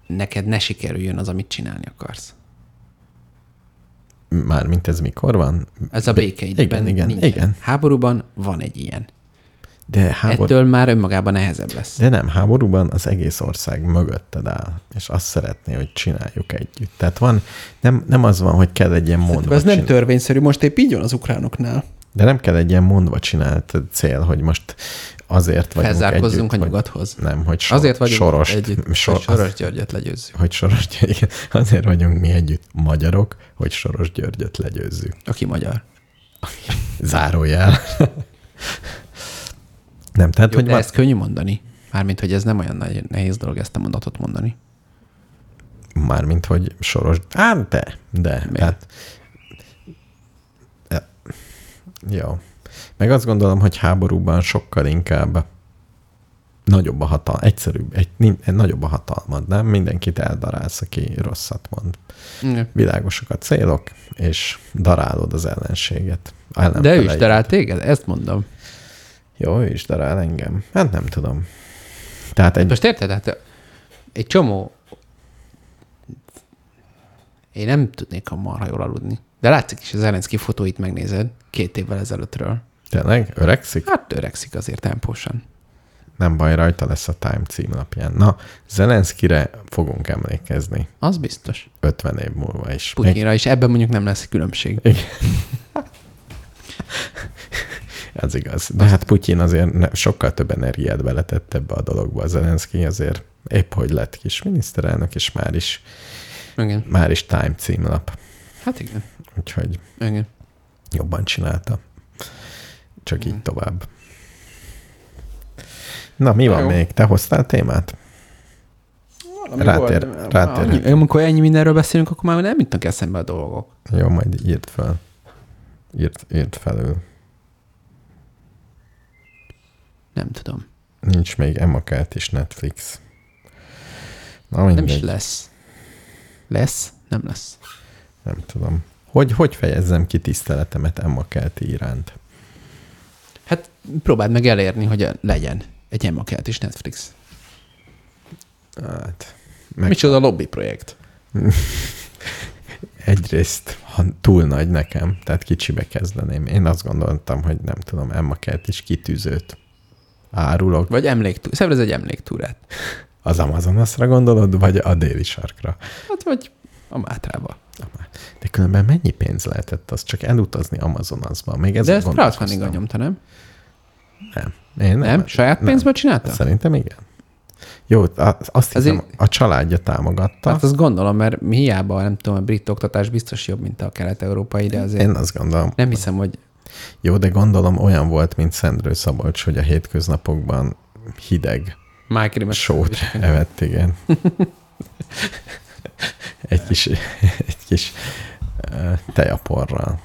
Speaker 2: neked ne sikerüljön az, amit csinálni akarsz.
Speaker 1: Mármint ez mikor van?
Speaker 2: Ez a
Speaker 1: Be-
Speaker 2: béke
Speaker 1: Igen, igen,
Speaker 2: nincsen.
Speaker 1: igen.
Speaker 2: Háborúban van egy ilyen.
Speaker 1: De, hábor...
Speaker 2: Ettől már önmagában nehezebb lesz.
Speaker 1: De nem, háborúban az egész ország mögötted áll, és azt szeretné, hogy csináljuk együtt. Tehát van, nem, nem az van, hogy kell egy ilyen mondva
Speaker 2: Ez nem
Speaker 1: csinál-
Speaker 2: törvényszerű, most épp így van az ukránoknál.
Speaker 1: De nem kell egy ilyen mondva csinált cél, hogy most azért vagyunk
Speaker 2: Felzárkozzunk
Speaker 1: együtt,
Speaker 2: a nyugathoz.
Speaker 1: Hogy, nem, hogy sor,
Speaker 2: Azért vagyunk
Speaker 1: sorost,
Speaker 2: együtt,
Speaker 1: sor,
Speaker 2: hogy Soros Györgyöt legyőzzük.
Speaker 1: Az, hogy Soros György, azért vagyunk mi együtt magyarok, hogy Soros Györgyöt legyőzzük.
Speaker 2: Aki magyar.
Speaker 1: Zárójel. nem, tehát,
Speaker 2: Jó,
Speaker 1: hogy
Speaker 2: de
Speaker 1: van,
Speaker 2: ezt könnyű mondani. Mármint, hogy ez nem olyan nagy, nehéz dolog ezt a mondatot mondani.
Speaker 1: mármint, hogy Soros, ám te, de, hát, e- jó. Meg azt gondolom, hogy háborúban sokkal inkább nagyobb a hatalma, egyszerűbb, egy, nin- nagyobb a hatalmad, nem? Mindenkit eldarálsz, aki rosszat mond. Világosak a célok, és darálod az ellenséget. Ellenfeleit.
Speaker 2: De ő is darál téged? Ezt mondom.
Speaker 1: Jó, ő is darál engem. Hát nem tudom. Tehát egy...
Speaker 2: Most érted? Hát egy csomó... Én nem tudnék a marha jól aludni. De látszik is, az Zelenszky fotóit megnézed két évvel ezelőttről.
Speaker 1: Tényleg? Öregszik?
Speaker 2: Hát öregszik azért tempósan.
Speaker 1: Nem baj, rajta lesz a Time címlapján. Na, Zelenszkire fogunk emlékezni
Speaker 2: Az biztos.
Speaker 1: 50 év múlva is. Meg,
Speaker 2: Putyinra is ebben mondjuk nem lesz különbség.
Speaker 1: ez igaz. De hát Putyin azért ne, sokkal több energiát beletett ebbe a dologba. A Zelenszky azért épp hogy lett kis miniszterelnök, és már is,
Speaker 2: Igen.
Speaker 1: már is Time címlap.
Speaker 2: Hát igen.
Speaker 1: Úgyhogy
Speaker 2: Igen.
Speaker 1: jobban csinálta. Csak így tovább. Na, mi van
Speaker 2: Jó.
Speaker 1: még? Te hoztál témát? Rátér- rátér-
Speaker 2: Annyi, amikor ennyi mindenről beszélünk, akkor már nem jutnak eszembe a dolgok.
Speaker 1: Jó, majd írd fel. Írd, írd felül.
Speaker 2: Nem tudom.
Speaker 1: Nincs még emakát és Netflix. Na mindegy,
Speaker 2: Nem is lesz. Lesz? Nem lesz.
Speaker 1: nem tudom. Hogy, hogy fejezzem ki tiszteletemet emakelti iránt?
Speaker 2: Hát próbáld meg elérni, hogy legyen egy emakelt is Netflix.
Speaker 1: Hát,
Speaker 2: Meg
Speaker 1: meg
Speaker 2: Micsoda lobby projekt.
Speaker 1: egyrészt ha túl nagy nekem, tehát kicsibe kezdeném. Én azt gondoltam, hogy nem tudom, emakelt is kitűzőt árulok.
Speaker 2: Vagy emléktúr. Szervez egy emléktúrát.
Speaker 1: Az Amazonasra gondolod, vagy a déli sarkra?
Speaker 2: Hát vagy a Mátrába.
Speaker 1: De különben mennyi pénz lehetett az csak elutazni Amazonasba? Még
Speaker 2: Ez De
Speaker 1: ezzel
Speaker 2: ezt crowdfunding
Speaker 1: gondolkoztam.
Speaker 2: nyomta, nem?
Speaker 1: Nem. Én
Speaker 2: Nem?
Speaker 1: nem.
Speaker 2: Saját
Speaker 1: nem.
Speaker 2: pénzből csinálta?
Speaker 1: Hát Szerintem igen. Jó, a- azt hiszem,
Speaker 2: Azért-
Speaker 1: a családja támogatta.
Speaker 2: Hát azt gondolom, mert mi hiába, nem tudom, a brit oktatás biztos jobb, mint a kelet-európai, de azért
Speaker 1: Én azt gondolom.
Speaker 2: nem hiszem, hogy
Speaker 1: Jó, de gondolom olyan volt, mint Szendrő Szabolcs, hogy a hétköznapokban hideg
Speaker 2: Mike Rimes
Speaker 1: sót evett, igen. Egy kis, egy kis ö, tejaporral.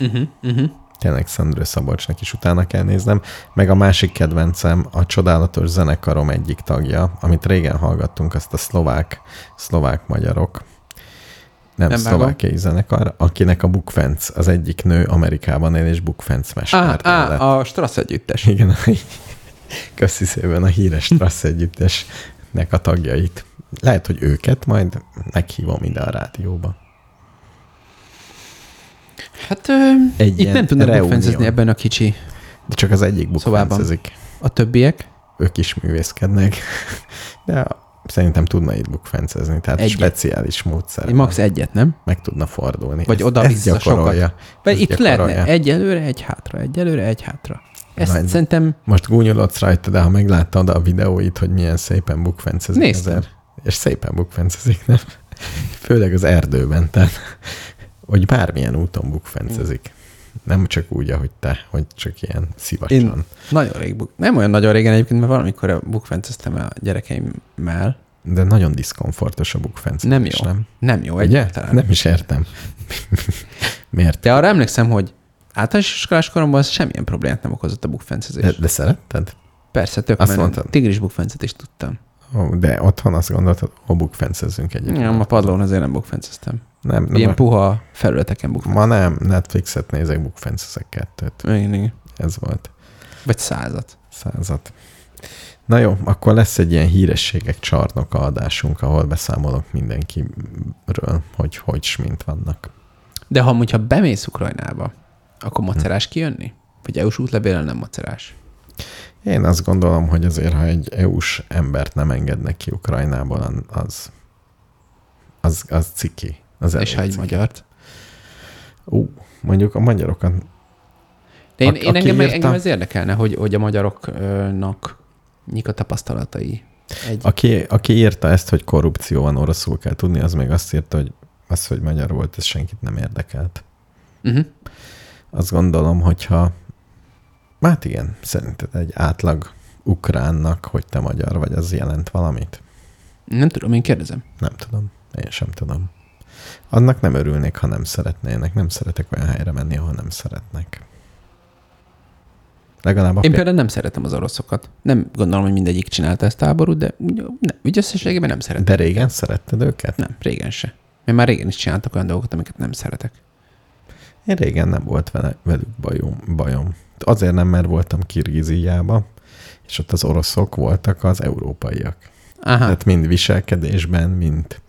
Speaker 2: Uh-huh, uh-huh.
Speaker 1: Tényleg Szendrő Szabolcsnak is utána kell néznem. Meg a másik kedvencem, a csodálatos zenekarom egyik tagja, amit régen hallgattunk, azt a szlovák, szlovák magyarok. Nem,
Speaker 2: Nem
Speaker 1: nem
Speaker 2: vágom.
Speaker 1: szlovákiai zenekar, akinek a Bukfenc, az egyik nő Amerikában él, és Bukfenc
Speaker 2: Á,
Speaker 1: mester. lett.
Speaker 2: á, Ah, a Strassz együttes.
Speaker 1: Igen, a, köszi szépen a híres Strassz együttesnek a tagjait. Lehet, hogy őket majd meghívom ide a rádióba.
Speaker 2: Hát ö,
Speaker 1: Egy
Speaker 2: itt
Speaker 1: ilyen
Speaker 2: nem tudnak
Speaker 1: reunión.
Speaker 2: megfencezni ebben a kicsi.
Speaker 1: De csak az egyik
Speaker 2: Szobában.
Speaker 1: bukfencezik.
Speaker 2: A többiek?
Speaker 1: Ők is művészkednek, de szerintem tudna itt bukfencezni, tehát
Speaker 2: Egyet.
Speaker 1: Egyet. speciális módszer.
Speaker 2: Egy max egyet, nem?
Speaker 1: meg tudna fordulni.
Speaker 2: Vagy
Speaker 1: Ezt-
Speaker 2: oda-vissza
Speaker 1: ezt gyakorolja.
Speaker 2: Vagy
Speaker 1: Ezt
Speaker 2: itt lehetne
Speaker 1: gyakorolja.
Speaker 2: egy előre, egy hátra, egy előre, egy hátra. Ezt
Speaker 1: Nagy-
Speaker 2: szerintem
Speaker 1: Most gúnyolodsz rajta, de ha megláttad a videóit, hogy milyen szépen bukfencezik
Speaker 2: Néztem.
Speaker 1: ezer, és szépen bukfencezik, nem? Főleg az erdőben, tehát, hogy bármilyen úton bukfencezik. Nem csak úgy, ahogy te, hogy csak ilyen szívacsan.
Speaker 2: én nagyon rég, buk- nem olyan nagyon régen egyébként, mert valamikor bukfenceztem a gyerekeimmel.
Speaker 1: De nagyon diszkomfortos a bukfencezés,
Speaker 2: Nem jó.
Speaker 1: nem?
Speaker 2: Nem jó
Speaker 1: Ugye?
Speaker 2: egyáltalán.
Speaker 1: Nem is értem. Miért?
Speaker 2: De arra emlékszem, hogy általános iskolás koromban az semmilyen problémát nem okozott a bukfencezés.
Speaker 1: De, de szeretted?
Speaker 2: Persze, tök
Speaker 1: Azt
Speaker 2: menő.
Speaker 1: mondtad.
Speaker 2: Tigris bukfencet is tudtam.
Speaker 1: Ó, De otthon azt gondoltad, hogy bukfencezzünk egyet.
Speaker 2: Nem, a padlón azért nem bukfenceztem.
Speaker 1: nem, nem,
Speaker 2: Ilyen
Speaker 1: ma-
Speaker 2: puha felületeken bukfenceztem.
Speaker 1: ma nem, Netflixet nézek, bukfencezek kettőt.
Speaker 2: Igen, igen.
Speaker 1: Ez volt
Speaker 2: Vagy százat.
Speaker 1: százat. Na jó, akkor lesz egy ilyen hírességek csarnoka adásunk, ahol beszámolok mindenkiről, hogy hogy s mint vannak.
Speaker 2: De ha mondja bemész Ukrajnába, akkor
Speaker 1: Hm.
Speaker 2: macerás kijönni? Vagy EU-s útlevélen nem macerás?
Speaker 1: Én azt gondolom, hogy azért, ha egy EU-s embert nem engednek ki Ukrajnából, an- az, az, az ciki. Az
Speaker 2: És ha egy magyart?
Speaker 1: Ú, mondjuk a magyarokat
Speaker 2: De én,
Speaker 1: Hát, Aki-
Speaker 2: én
Speaker 1: aki
Speaker 2: engem,
Speaker 1: írta-
Speaker 2: engem ez érdekelne, hogy, hogy a magyaroknak nyik a tapasztalatai. Egy,
Speaker 1: Aki, aki írta ezt, hogy korrupció van, oroszul kell tudni, az még azt írta, hogy az, hogy magyar volt, ez senkit nem érdekelt.
Speaker 2: uh-huh.
Speaker 1: Azt gondolom, hogyha... Hát igen, szerinted egy átlag ukránnak, hogy te magyar vagy, az jelent valamit?
Speaker 2: Nem tudom, én kérdezem.
Speaker 1: Nem tudom. Én sem tudom. Annak nem örülnék, ha nem szeretnének. Nem szeretek olyan helyre menni, ahol nem szeretnek. Legalább a
Speaker 2: Én
Speaker 1: pé-
Speaker 2: például nem szeretem az oroszokat. Nem gondolom, hogy mindegyik csinálta ezt háborút, de úgy, ne, úgy összességében nem szeretem.
Speaker 1: De régen szeretted őket?
Speaker 2: Nem, régen se. Mert már régen is csináltak olyan dolgokat, amiket nem szeretek.
Speaker 1: Én régen nem volt vele, velük bajom, bajom. Azért nem, mert voltam Kirgiziába, és ott az oroszok voltak az európaiak.
Speaker 2: Hát. Aha.
Speaker 1: Tehát mind viselkedésben, mind...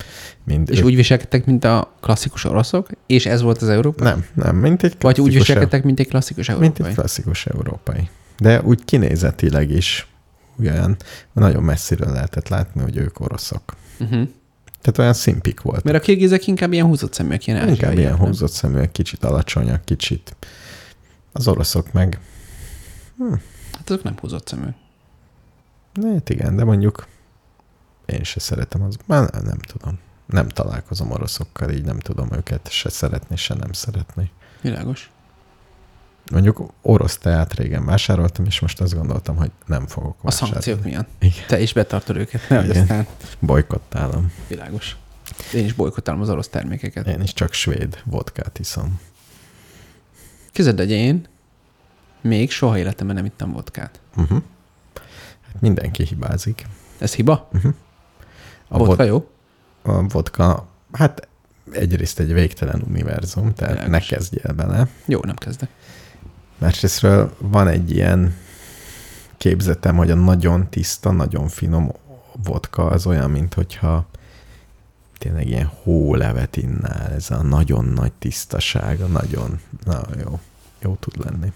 Speaker 1: mind
Speaker 2: És
Speaker 1: ők-
Speaker 2: úgy viselkedtek, mint a klasszikus oroszok, és ez volt az Európa?
Speaker 1: Nem, nem, mint egy
Speaker 2: Vagy úgy
Speaker 1: klasszikus eu-
Speaker 2: viselkedtek, mint egy klasszikus
Speaker 1: Mint
Speaker 2: európai?
Speaker 1: egy klasszikus európai. De úgy kinézetileg is olyan nagyon messziről lehetett látni, hogy ők oroszok.
Speaker 2: uh-huh.
Speaker 1: Tehát olyan szimpik voltak.
Speaker 2: Mert a kirgizek inkább ilyen húzott szeműek, ilyen
Speaker 1: Inkább
Speaker 2: ázsiaiak,
Speaker 1: ilyen
Speaker 2: nem?
Speaker 1: húzott szeműek, kicsit alacsonyak, kicsit. Az oroszok meg
Speaker 2: Hát azok nem húzott szeműek.
Speaker 1: Na, Hát igen, de mondjuk én se szeretem az, már nem, nem tudom. Nem találkozom oroszokkal, így nem tudom őket se szeretni, se nem szeretni.
Speaker 2: Világos.
Speaker 1: Mondjuk orosz teát régen vásároltam, és most azt gondoltam, hogy nem fogok
Speaker 2: A
Speaker 1: vásárolni.
Speaker 2: szankciók miatt.
Speaker 1: Igen.
Speaker 2: Te is betartod őket, nehogy
Speaker 1: Igen.
Speaker 2: aztán
Speaker 1: Bolykottálom.
Speaker 2: világos. Én is bolykotálom az orosz termékeket.
Speaker 1: Én is csak svéd vodkát iszom.
Speaker 2: Képzeld, hogy én még soha életemben nem ittam vodkát.
Speaker 1: Uh-huh. Hát mindenki hibázik.
Speaker 2: Ez hiba?
Speaker 1: A,
Speaker 2: A vodka
Speaker 1: vod-
Speaker 2: jó?
Speaker 1: a vodka, hát egyrészt egy végtelen univerzum, tehát ne
Speaker 2: Világos.
Speaker 1: kezdj el bele.
Speaker 2: Jó, nem kezdek.
Speaker 1: Másrésztről van egy ilyen képzetem, hogy a nagyon tiszta, nagyon finom vodka az olyan, mint hogyha tényleg ilyen hólevet innál, ez a nagyon nagy tisztasága, nagyon, na jó, jó tud lenni.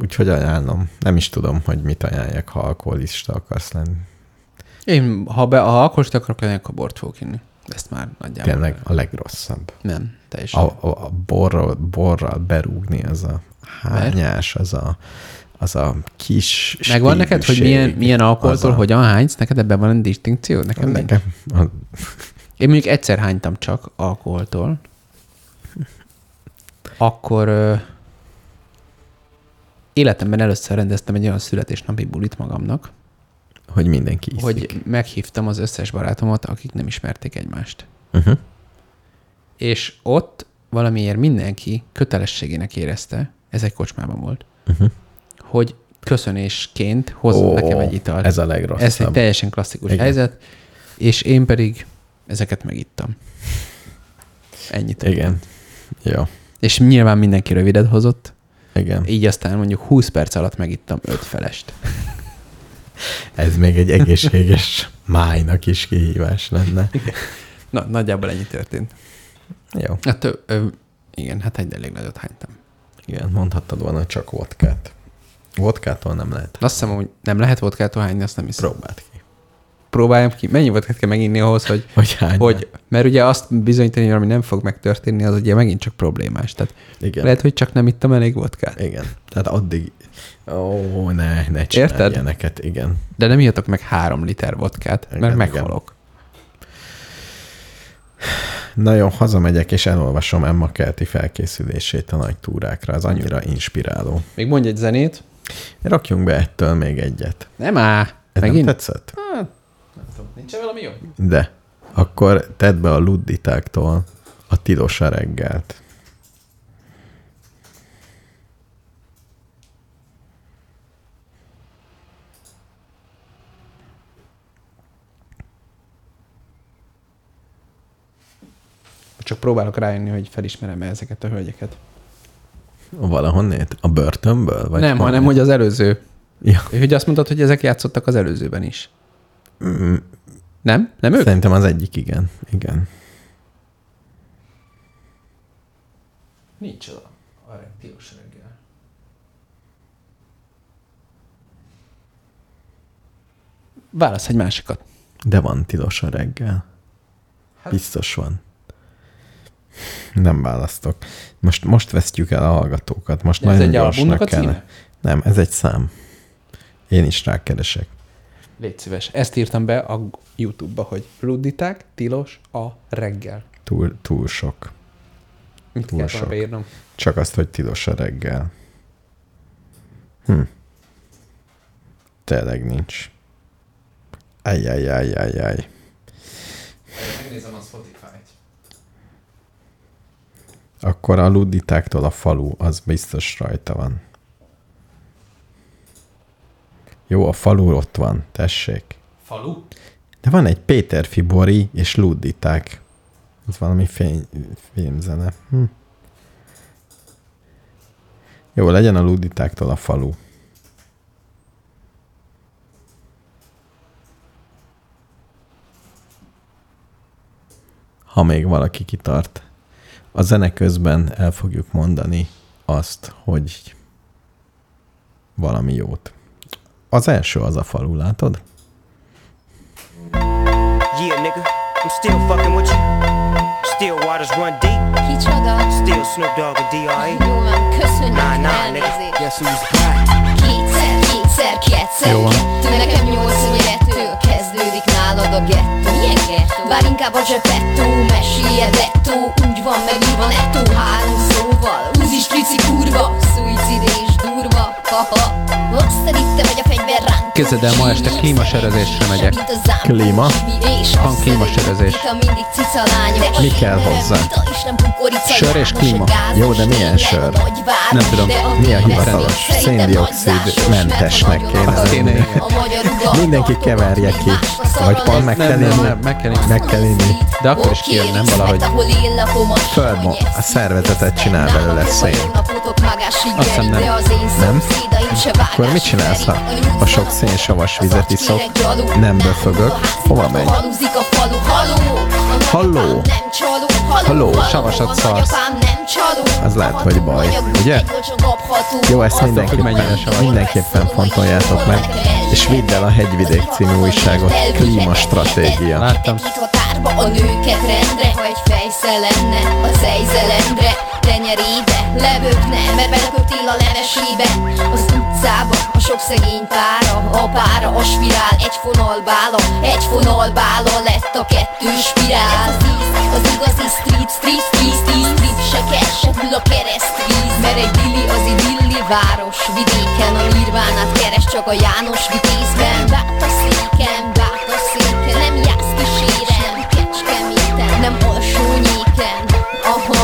Speaker 1: Úgyhogy ajánlom. Nem is tudom, hogy mit ajánljak, ha alkoholista akarsz lenni.
Speaker 2: Én, ha, be, ha alkoholist akarok lenni, akkor bort fogok inni. Ezt már nagyjából.
Speaker 1: Tényleg a legrosszabb.
Speaker 2: Nem, teljesen.
Speaker 1: A, a, a borral, borral berúgni az a hányás, az a, az a kis
Speaker 2: Megvan neked, hogy milyen,
Speaker 1: stíluség.
Speaker 2: milyen alkoholtól
Speaker 1: az a-
Speaker 2: hogyan hánysz? Neked ebben van egy distinkció? Nekem nincs.
Speaker 1: Nekem a,
Speaker 2: Én mondjuk egyszer hánytam csak alkoholtól. Akkor ö, életemben először rendeztem egy olyan születésnapi bulit magamnak,
Speaker 1: hogy mindenki iszik. Hogy...
Speaker 2: hogy meghívtam az összes barátomat, akik nem ismerték egymást.
Speaker 1: Uh-huh.
Speaker 2: És ott valamiért mindenki kötelességének érezte, ez egy kocsmában volt,
Speaker 1: Uh-huh.
Speaker 2: hogy köszönésként hozzon oh, nekem egy italt.
Speaker 1: Ez a
Speaker 2: Ez egy
Speaker 1: legrosszabb. Ez
Speaker 2: teljesen klasszikus
Speaker 1: Igen.
Speaker 2: Igen. helyzet, és én pedig ezeket megittam. Ennyit.
Speaker 1: Igen. Jó,
Speaker 2: És nyilván mindenki rövidet hozott,
Speaker 1: igen.
Speaker 2: így aztán mondjuk 20 perc alatt megittam 5 felest.
Speaker 1: Ez még egy egészséges májnak is kihívás lenne.
Speaker 2: Na, nagyjából ennyi történt.
Speaker 1: Jó,
Speaker 2: Hát, ö, ö, igen, hát egy elég nagyot hánytam.
Speaker 1: igen, mondhattad volna, hogy csak vodkát. Vodkától nem lehet.
Speaker 2: De azt hiszem, hogy nem lehet vodkától hányni, azt nem hiszem. Pró-
Speaker 1: Próbáld ki.
Speaker 2: Próbáljam ki, mennyi vodkát kell meginni ahhoz, hogy,
Speaker 1: Hogy hány?
Speaker 2: hogy mert ugye azt bizonyítani, hogy valami nem fog megtörténni, az ugye megint csak problémás. Tehát
Speaker 1: Igen.
Speaker 2: lehet, hogy csak nem ittam elég vodkát.
Speaker 1: Igen. Tehát addig... Ó, ne, ne csinálj
Speaker 2: Érted?
Speaker 1: ilyeneket. Igen.
Speaker 2: De nem ihatok meg három liter vodkát,
Speaker 1: Igen,
Speaker 2: igen, mert
Speaker 1: igen.
Speaker 2: meghalok.
Speaker 1: Na jó, hazamegyek, és elolvasom Emma Kelti felkészülését a nagy túrákra. Az annyira inspiráló.
Speaker 2: Még mondj egy zenét.
Speaker 1: Rakjunk be ettől még egyet.
Speaker 2: Nem á,
Speaker 1: Ez
Speaker 2: megint.
Speaker 1: nem tetszett?
Speaker 2: Nincs valami jó?
Speaker 1: De. Akkor tedd be a ludditáktól a tilos a reggelt.
Speaker 2: csak próbálok rájönni, hogy felismerem-e ezeket a hölgyeket.
Speaker 1: Valahonnét? A börtönből? Vagy
Speaker 2: Vagy nem,
Speaker 1: honnan?
Speaker 2: hanem hogy az előző.
Speaker 1: Ja.
Speaker 2: Hogy azt mondtad, hogy ezek játszottak az előzőben is.
Speaker 1: Mm.
Speaker 2: Nem? Nem ők?
Speaker 1: Szerintem az egyik igen. Igen.
Speaker 2: Nincs oda. Arra tilos reggel. Válasz egy másikat.
Speaker 1: De van tilos a reggel.
Speaker 2: Hát-
Speaker 1: Biztos van. Nem választok. Most, most vesztjük el a hallgatókat. Most
Speaker 2: De ez
Speaker 1: nagyon
Speaker 2: egy albumnak
Speaker 1: gyorsnak
Speaker 2: a
Speaker 1: kell.
Speaker 2: címe?
Speaker 1: Nem, ez egy szám. Én is rákeresek.
Speaker 2: Légy szíves. Ezt írtam be a YouTube-ba, hogy ludditák, tilos a reggel.
Speaker 1: Túl, túl sok.
Speaker 2: Mit
Speaker 1: Túl
Speaker 2: kell
Speaker 1: sok.
Speaker 2: volna beírnom?
Speaker 1: Csak azt, hogy tilos a reggel. Hm. Tényleg nincs. Ajjajjajjajjaj.
Speaker 2: Megnézem a Spotify-t.
Speaker 1: Akkor a ludditáktól a falu, az biztos rajta van. Jó, a falu ott van, tessék.
Speaker 2: Falu?
Speaker 1: De van egy Péter Fibori és ludditák. Ez valami fény, filmzene. Hm. Jó, legyen a ludditáktól a falu. Ha még valaki kitart. A zene közben el fogjuk mondani azt, hogy valami jót. Az első az a falu, látod?
Speaker 4: Yeah, nigga, I'm still fucking with you. Still waters run deep.
Speaker 5: Kicsoda?
Speaker 4: Still Snoop Dogg and D.R.E.
Speaker 5: Jó van, köszönjük,
Speaker 4: Nah, nah,
Speaker 5: elnézést.
Speaker 4: nigga. Guess who's back?
Speaker 5: Kétszer, kétszer, kétszer,
Speaker 2: Jó van.
Speaker 5: kettő Nekem nyolc, hogy ettől kezdődik nálad a gettó Milyen gettó? Bár inkább a zsepettó, mesélje dettó Úgy van megírva nettó három szóval Úzis trici kurva, szuicid és durva Haha, szerintem megy a fegyver ránk
Speaker 2: Képzeld el, ma este klímaserezésre megyek.
Speaker 1: Klíma?
Speaker 2: Hangklímaserezés.
Speaker 1: Mi kell hozzá?
Speaker 5: Sör és klíma.
Speaker 1: Jó, de milyen sör?
Speaker 2: Nem tudom.
Speaker 1: Mi a hivatalos? Széndiokszid mentesnek kéne
Speaker 2: Azt kéne
Speaker 1: lenni.
Speaker 2: igen.
Speaker 1: Mindenki keverje ki. Vagy pont meg
Speaker 2: Nem,
Speaker 1: kell
Speaker 2: nem,
Speaker 1: inni.
Speaker 2: nem, meg kell inni.
Speaker 1: Meg kell inni.
Speaker 2: De akkor is kijön, nem valahogy?
Speaker 1: Földmo, a szervezetet csinál belőle szén.
Speaker 5: Azt hiszem nem.
Speaker 1: Nem? Akkor mit csinálsz, ha a sok szén savas vizet iszok, nem böfögök, hova megy? Halló?
Speaker 5: Halló?
Speaker 2: Savasat szarsz.
Speaker 1: Az lehet, hogy baj, ugye? Jó, ezt
Speaker 2: hogy
Speaker 1: mindenképpen,
Speaker 2: mennyire savas.
Speaker 1: mindenképpen fontoljátok meg, és vidd el a Hegyvidék című újságot, klímastratégia.
Speaker 2: Láttam.
Speaker 5: a tárba a nőket rendre Ha egy fejsze lenne a szejzelendre Tenyerébe lebökne, mert beleköptél a levesébe Az utcába a sok szegény pára A pára a spirál, egy fonalbála Egy fonalbála lett a kettő spirál Ez az íz, az igazi strip, strip, strip, strip, strip Se kell, se hull a kereszt víz Mert egy dili az idilli város Vidéken a nirvánát keres csak a János vitézben Bát a széken, bát a széken Nem jársz kíséren, kecskeméten Nem alsó nyéken, aha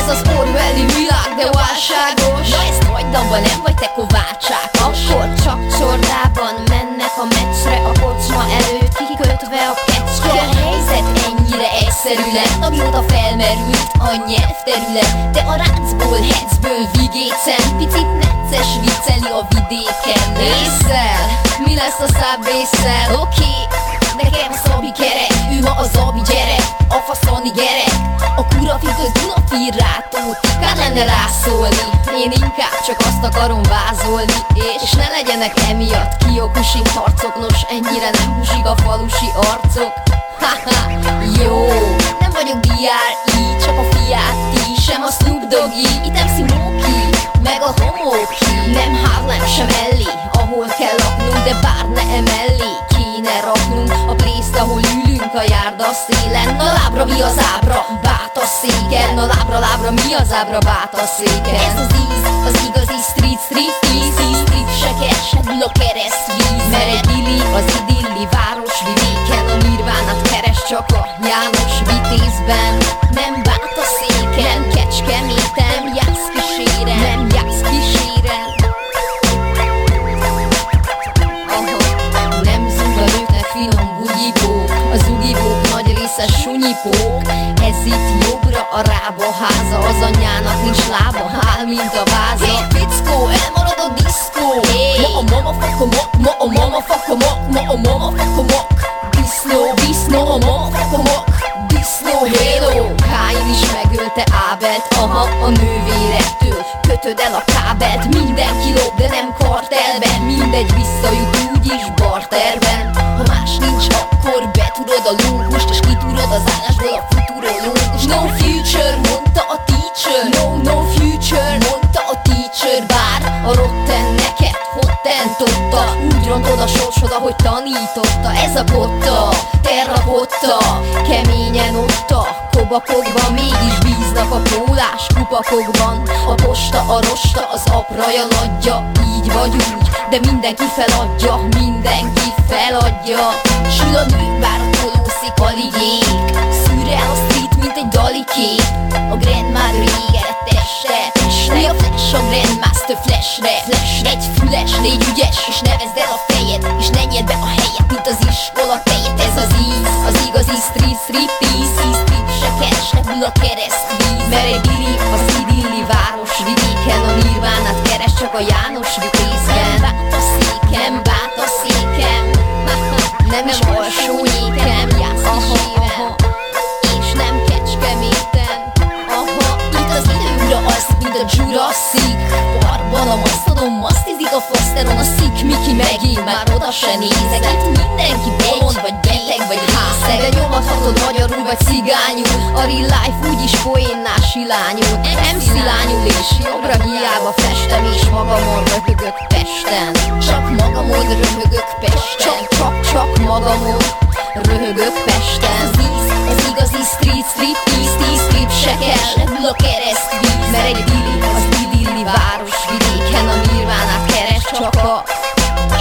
Speaker 5: ez az orwelli világ, de válságos Na ezt hagyd abba, nem vagy te kovácsák Akkor csak csordában mennek a meccsre A kocsma előtt kikötve a kecske A helyzet ennyire egyszerű lett Amióta felmerült a nyelvterület De a rácból, hecből vigécen Picit necces vicceli a vidéken Nézzel, mi lesz a szábbésszel? Oké, Nekem szabi kerek, ő ma az abi gyerek, a faszoni gyerek A kurafi köz Dunafirrátó, kár lenne rászólni Én inkább csak azt akarom vázolni És, és ne legyenek emiatt kiokusi harcok Nos, ennyire nem húsig a falusi arcok Haha, jó, nem vagyok DRI, csak a fiáti Sem a Snoop Doggy, itt nem Smoky, meg a homoki Nem Harlem, sem Ellie, ahol kell laknunk, de bár ne emellé Kéne raknunk a plészt, ahol ülünk a járda szélen A lábra mi az ábra, bát a széken A lábra, lábra mi az ábra, bát a széken Ez az íz, az igazi street, street, íz Íz, street, se keresed, a kereszt víz Mert egy illi, az idilli város vidéken A nirvánat keres csak a János vitézben Nem bát a széken, nem kecskeméten Nem játsz kíséren, nem játsz kíséren ahol nem zúg a nőknek finom bugibó A zugibók nagy része a rába háza Az anyának nincs lába, hál mint a váza Hé, hey, fickó, elmarad a diszkó hey. Ma a mama fakomok, ma a mama fakomok Ma a mama fakomok Disznó, disznó, a mama fakomok Disznó, héló Káin is megölte Ábelt Aha, a nővérektől Kötöd el a kábelt, mindenki lop De nem kartelben, mindegy Visszajut úgyis barterben Ha más nincs, akkor betudod a lúgust És kitúrod az állásból a futurológus No future, mondta a teacher No, no future, mondta a teacher Bár a rotten neked hotten totta Úgy rontod a sorsod, ahogy tanította Ez a kotta, terrakotta Keményen otta, kobakokban Mégis bíznak a pólás kupakokban A posta, a rosta, az apraja nagyja Így vagy úgy, de mindenki feladja Mindenki feladja Sül a nő, bár tolószik a ligék Szűr el a street, mint egy dalikék A grand már réget teste, teste Mi a flash, a grandmaster flashre Flashre egy füles, légy ügyes És nevezd el a fejed, és ne nyerd be a helyet Mint az iskola tejet, ez az íz Az igazi street, street peace Street se keresne, hull a kereszt víz Mert egy iri, az idilli város Vidéken a nirvánát keres, csak a János vitézben Bát a székem, bát a székem Nem is alsó nékem, jász is éven és nem kecskeméten Aha, itt az időre az, mint a Jurassic Parkban a masztodon masztizik a fosteron A szik Miki megint már oda se nézek Itt mindenki bolond vagy beteg vagy részeg De nyomathatod magyarul vagy cigányul A real life úgyis poénná silányul MC lányul és jobbra hiába festem És magamon röhögök Pesten Csak magamon röhögök Pesten Csak, csak, csak magamon röhögök Pesten Ez íz, ez igazi street strip Íz, tíz strip se kell, ebből a kereszt víz Mert egy dili, az idilli város vidéken A nirvánát keres csak a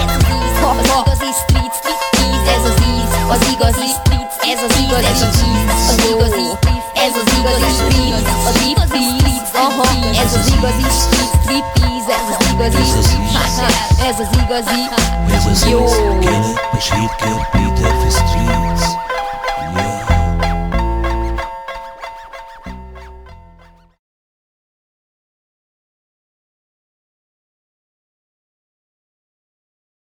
Speaker 5: Ez az íz, ha, az igazi street strip Íz, ez az íz, az igazi street Ez az íz, ez az íz, az igazi strip Ez az igazi street, az igazi street Aha, ez az igazi street strip Íz, ez az igazi Ez az igazi Jó
Speaker 6: Kelle, Bescheid, Geld, Peter, Fistri.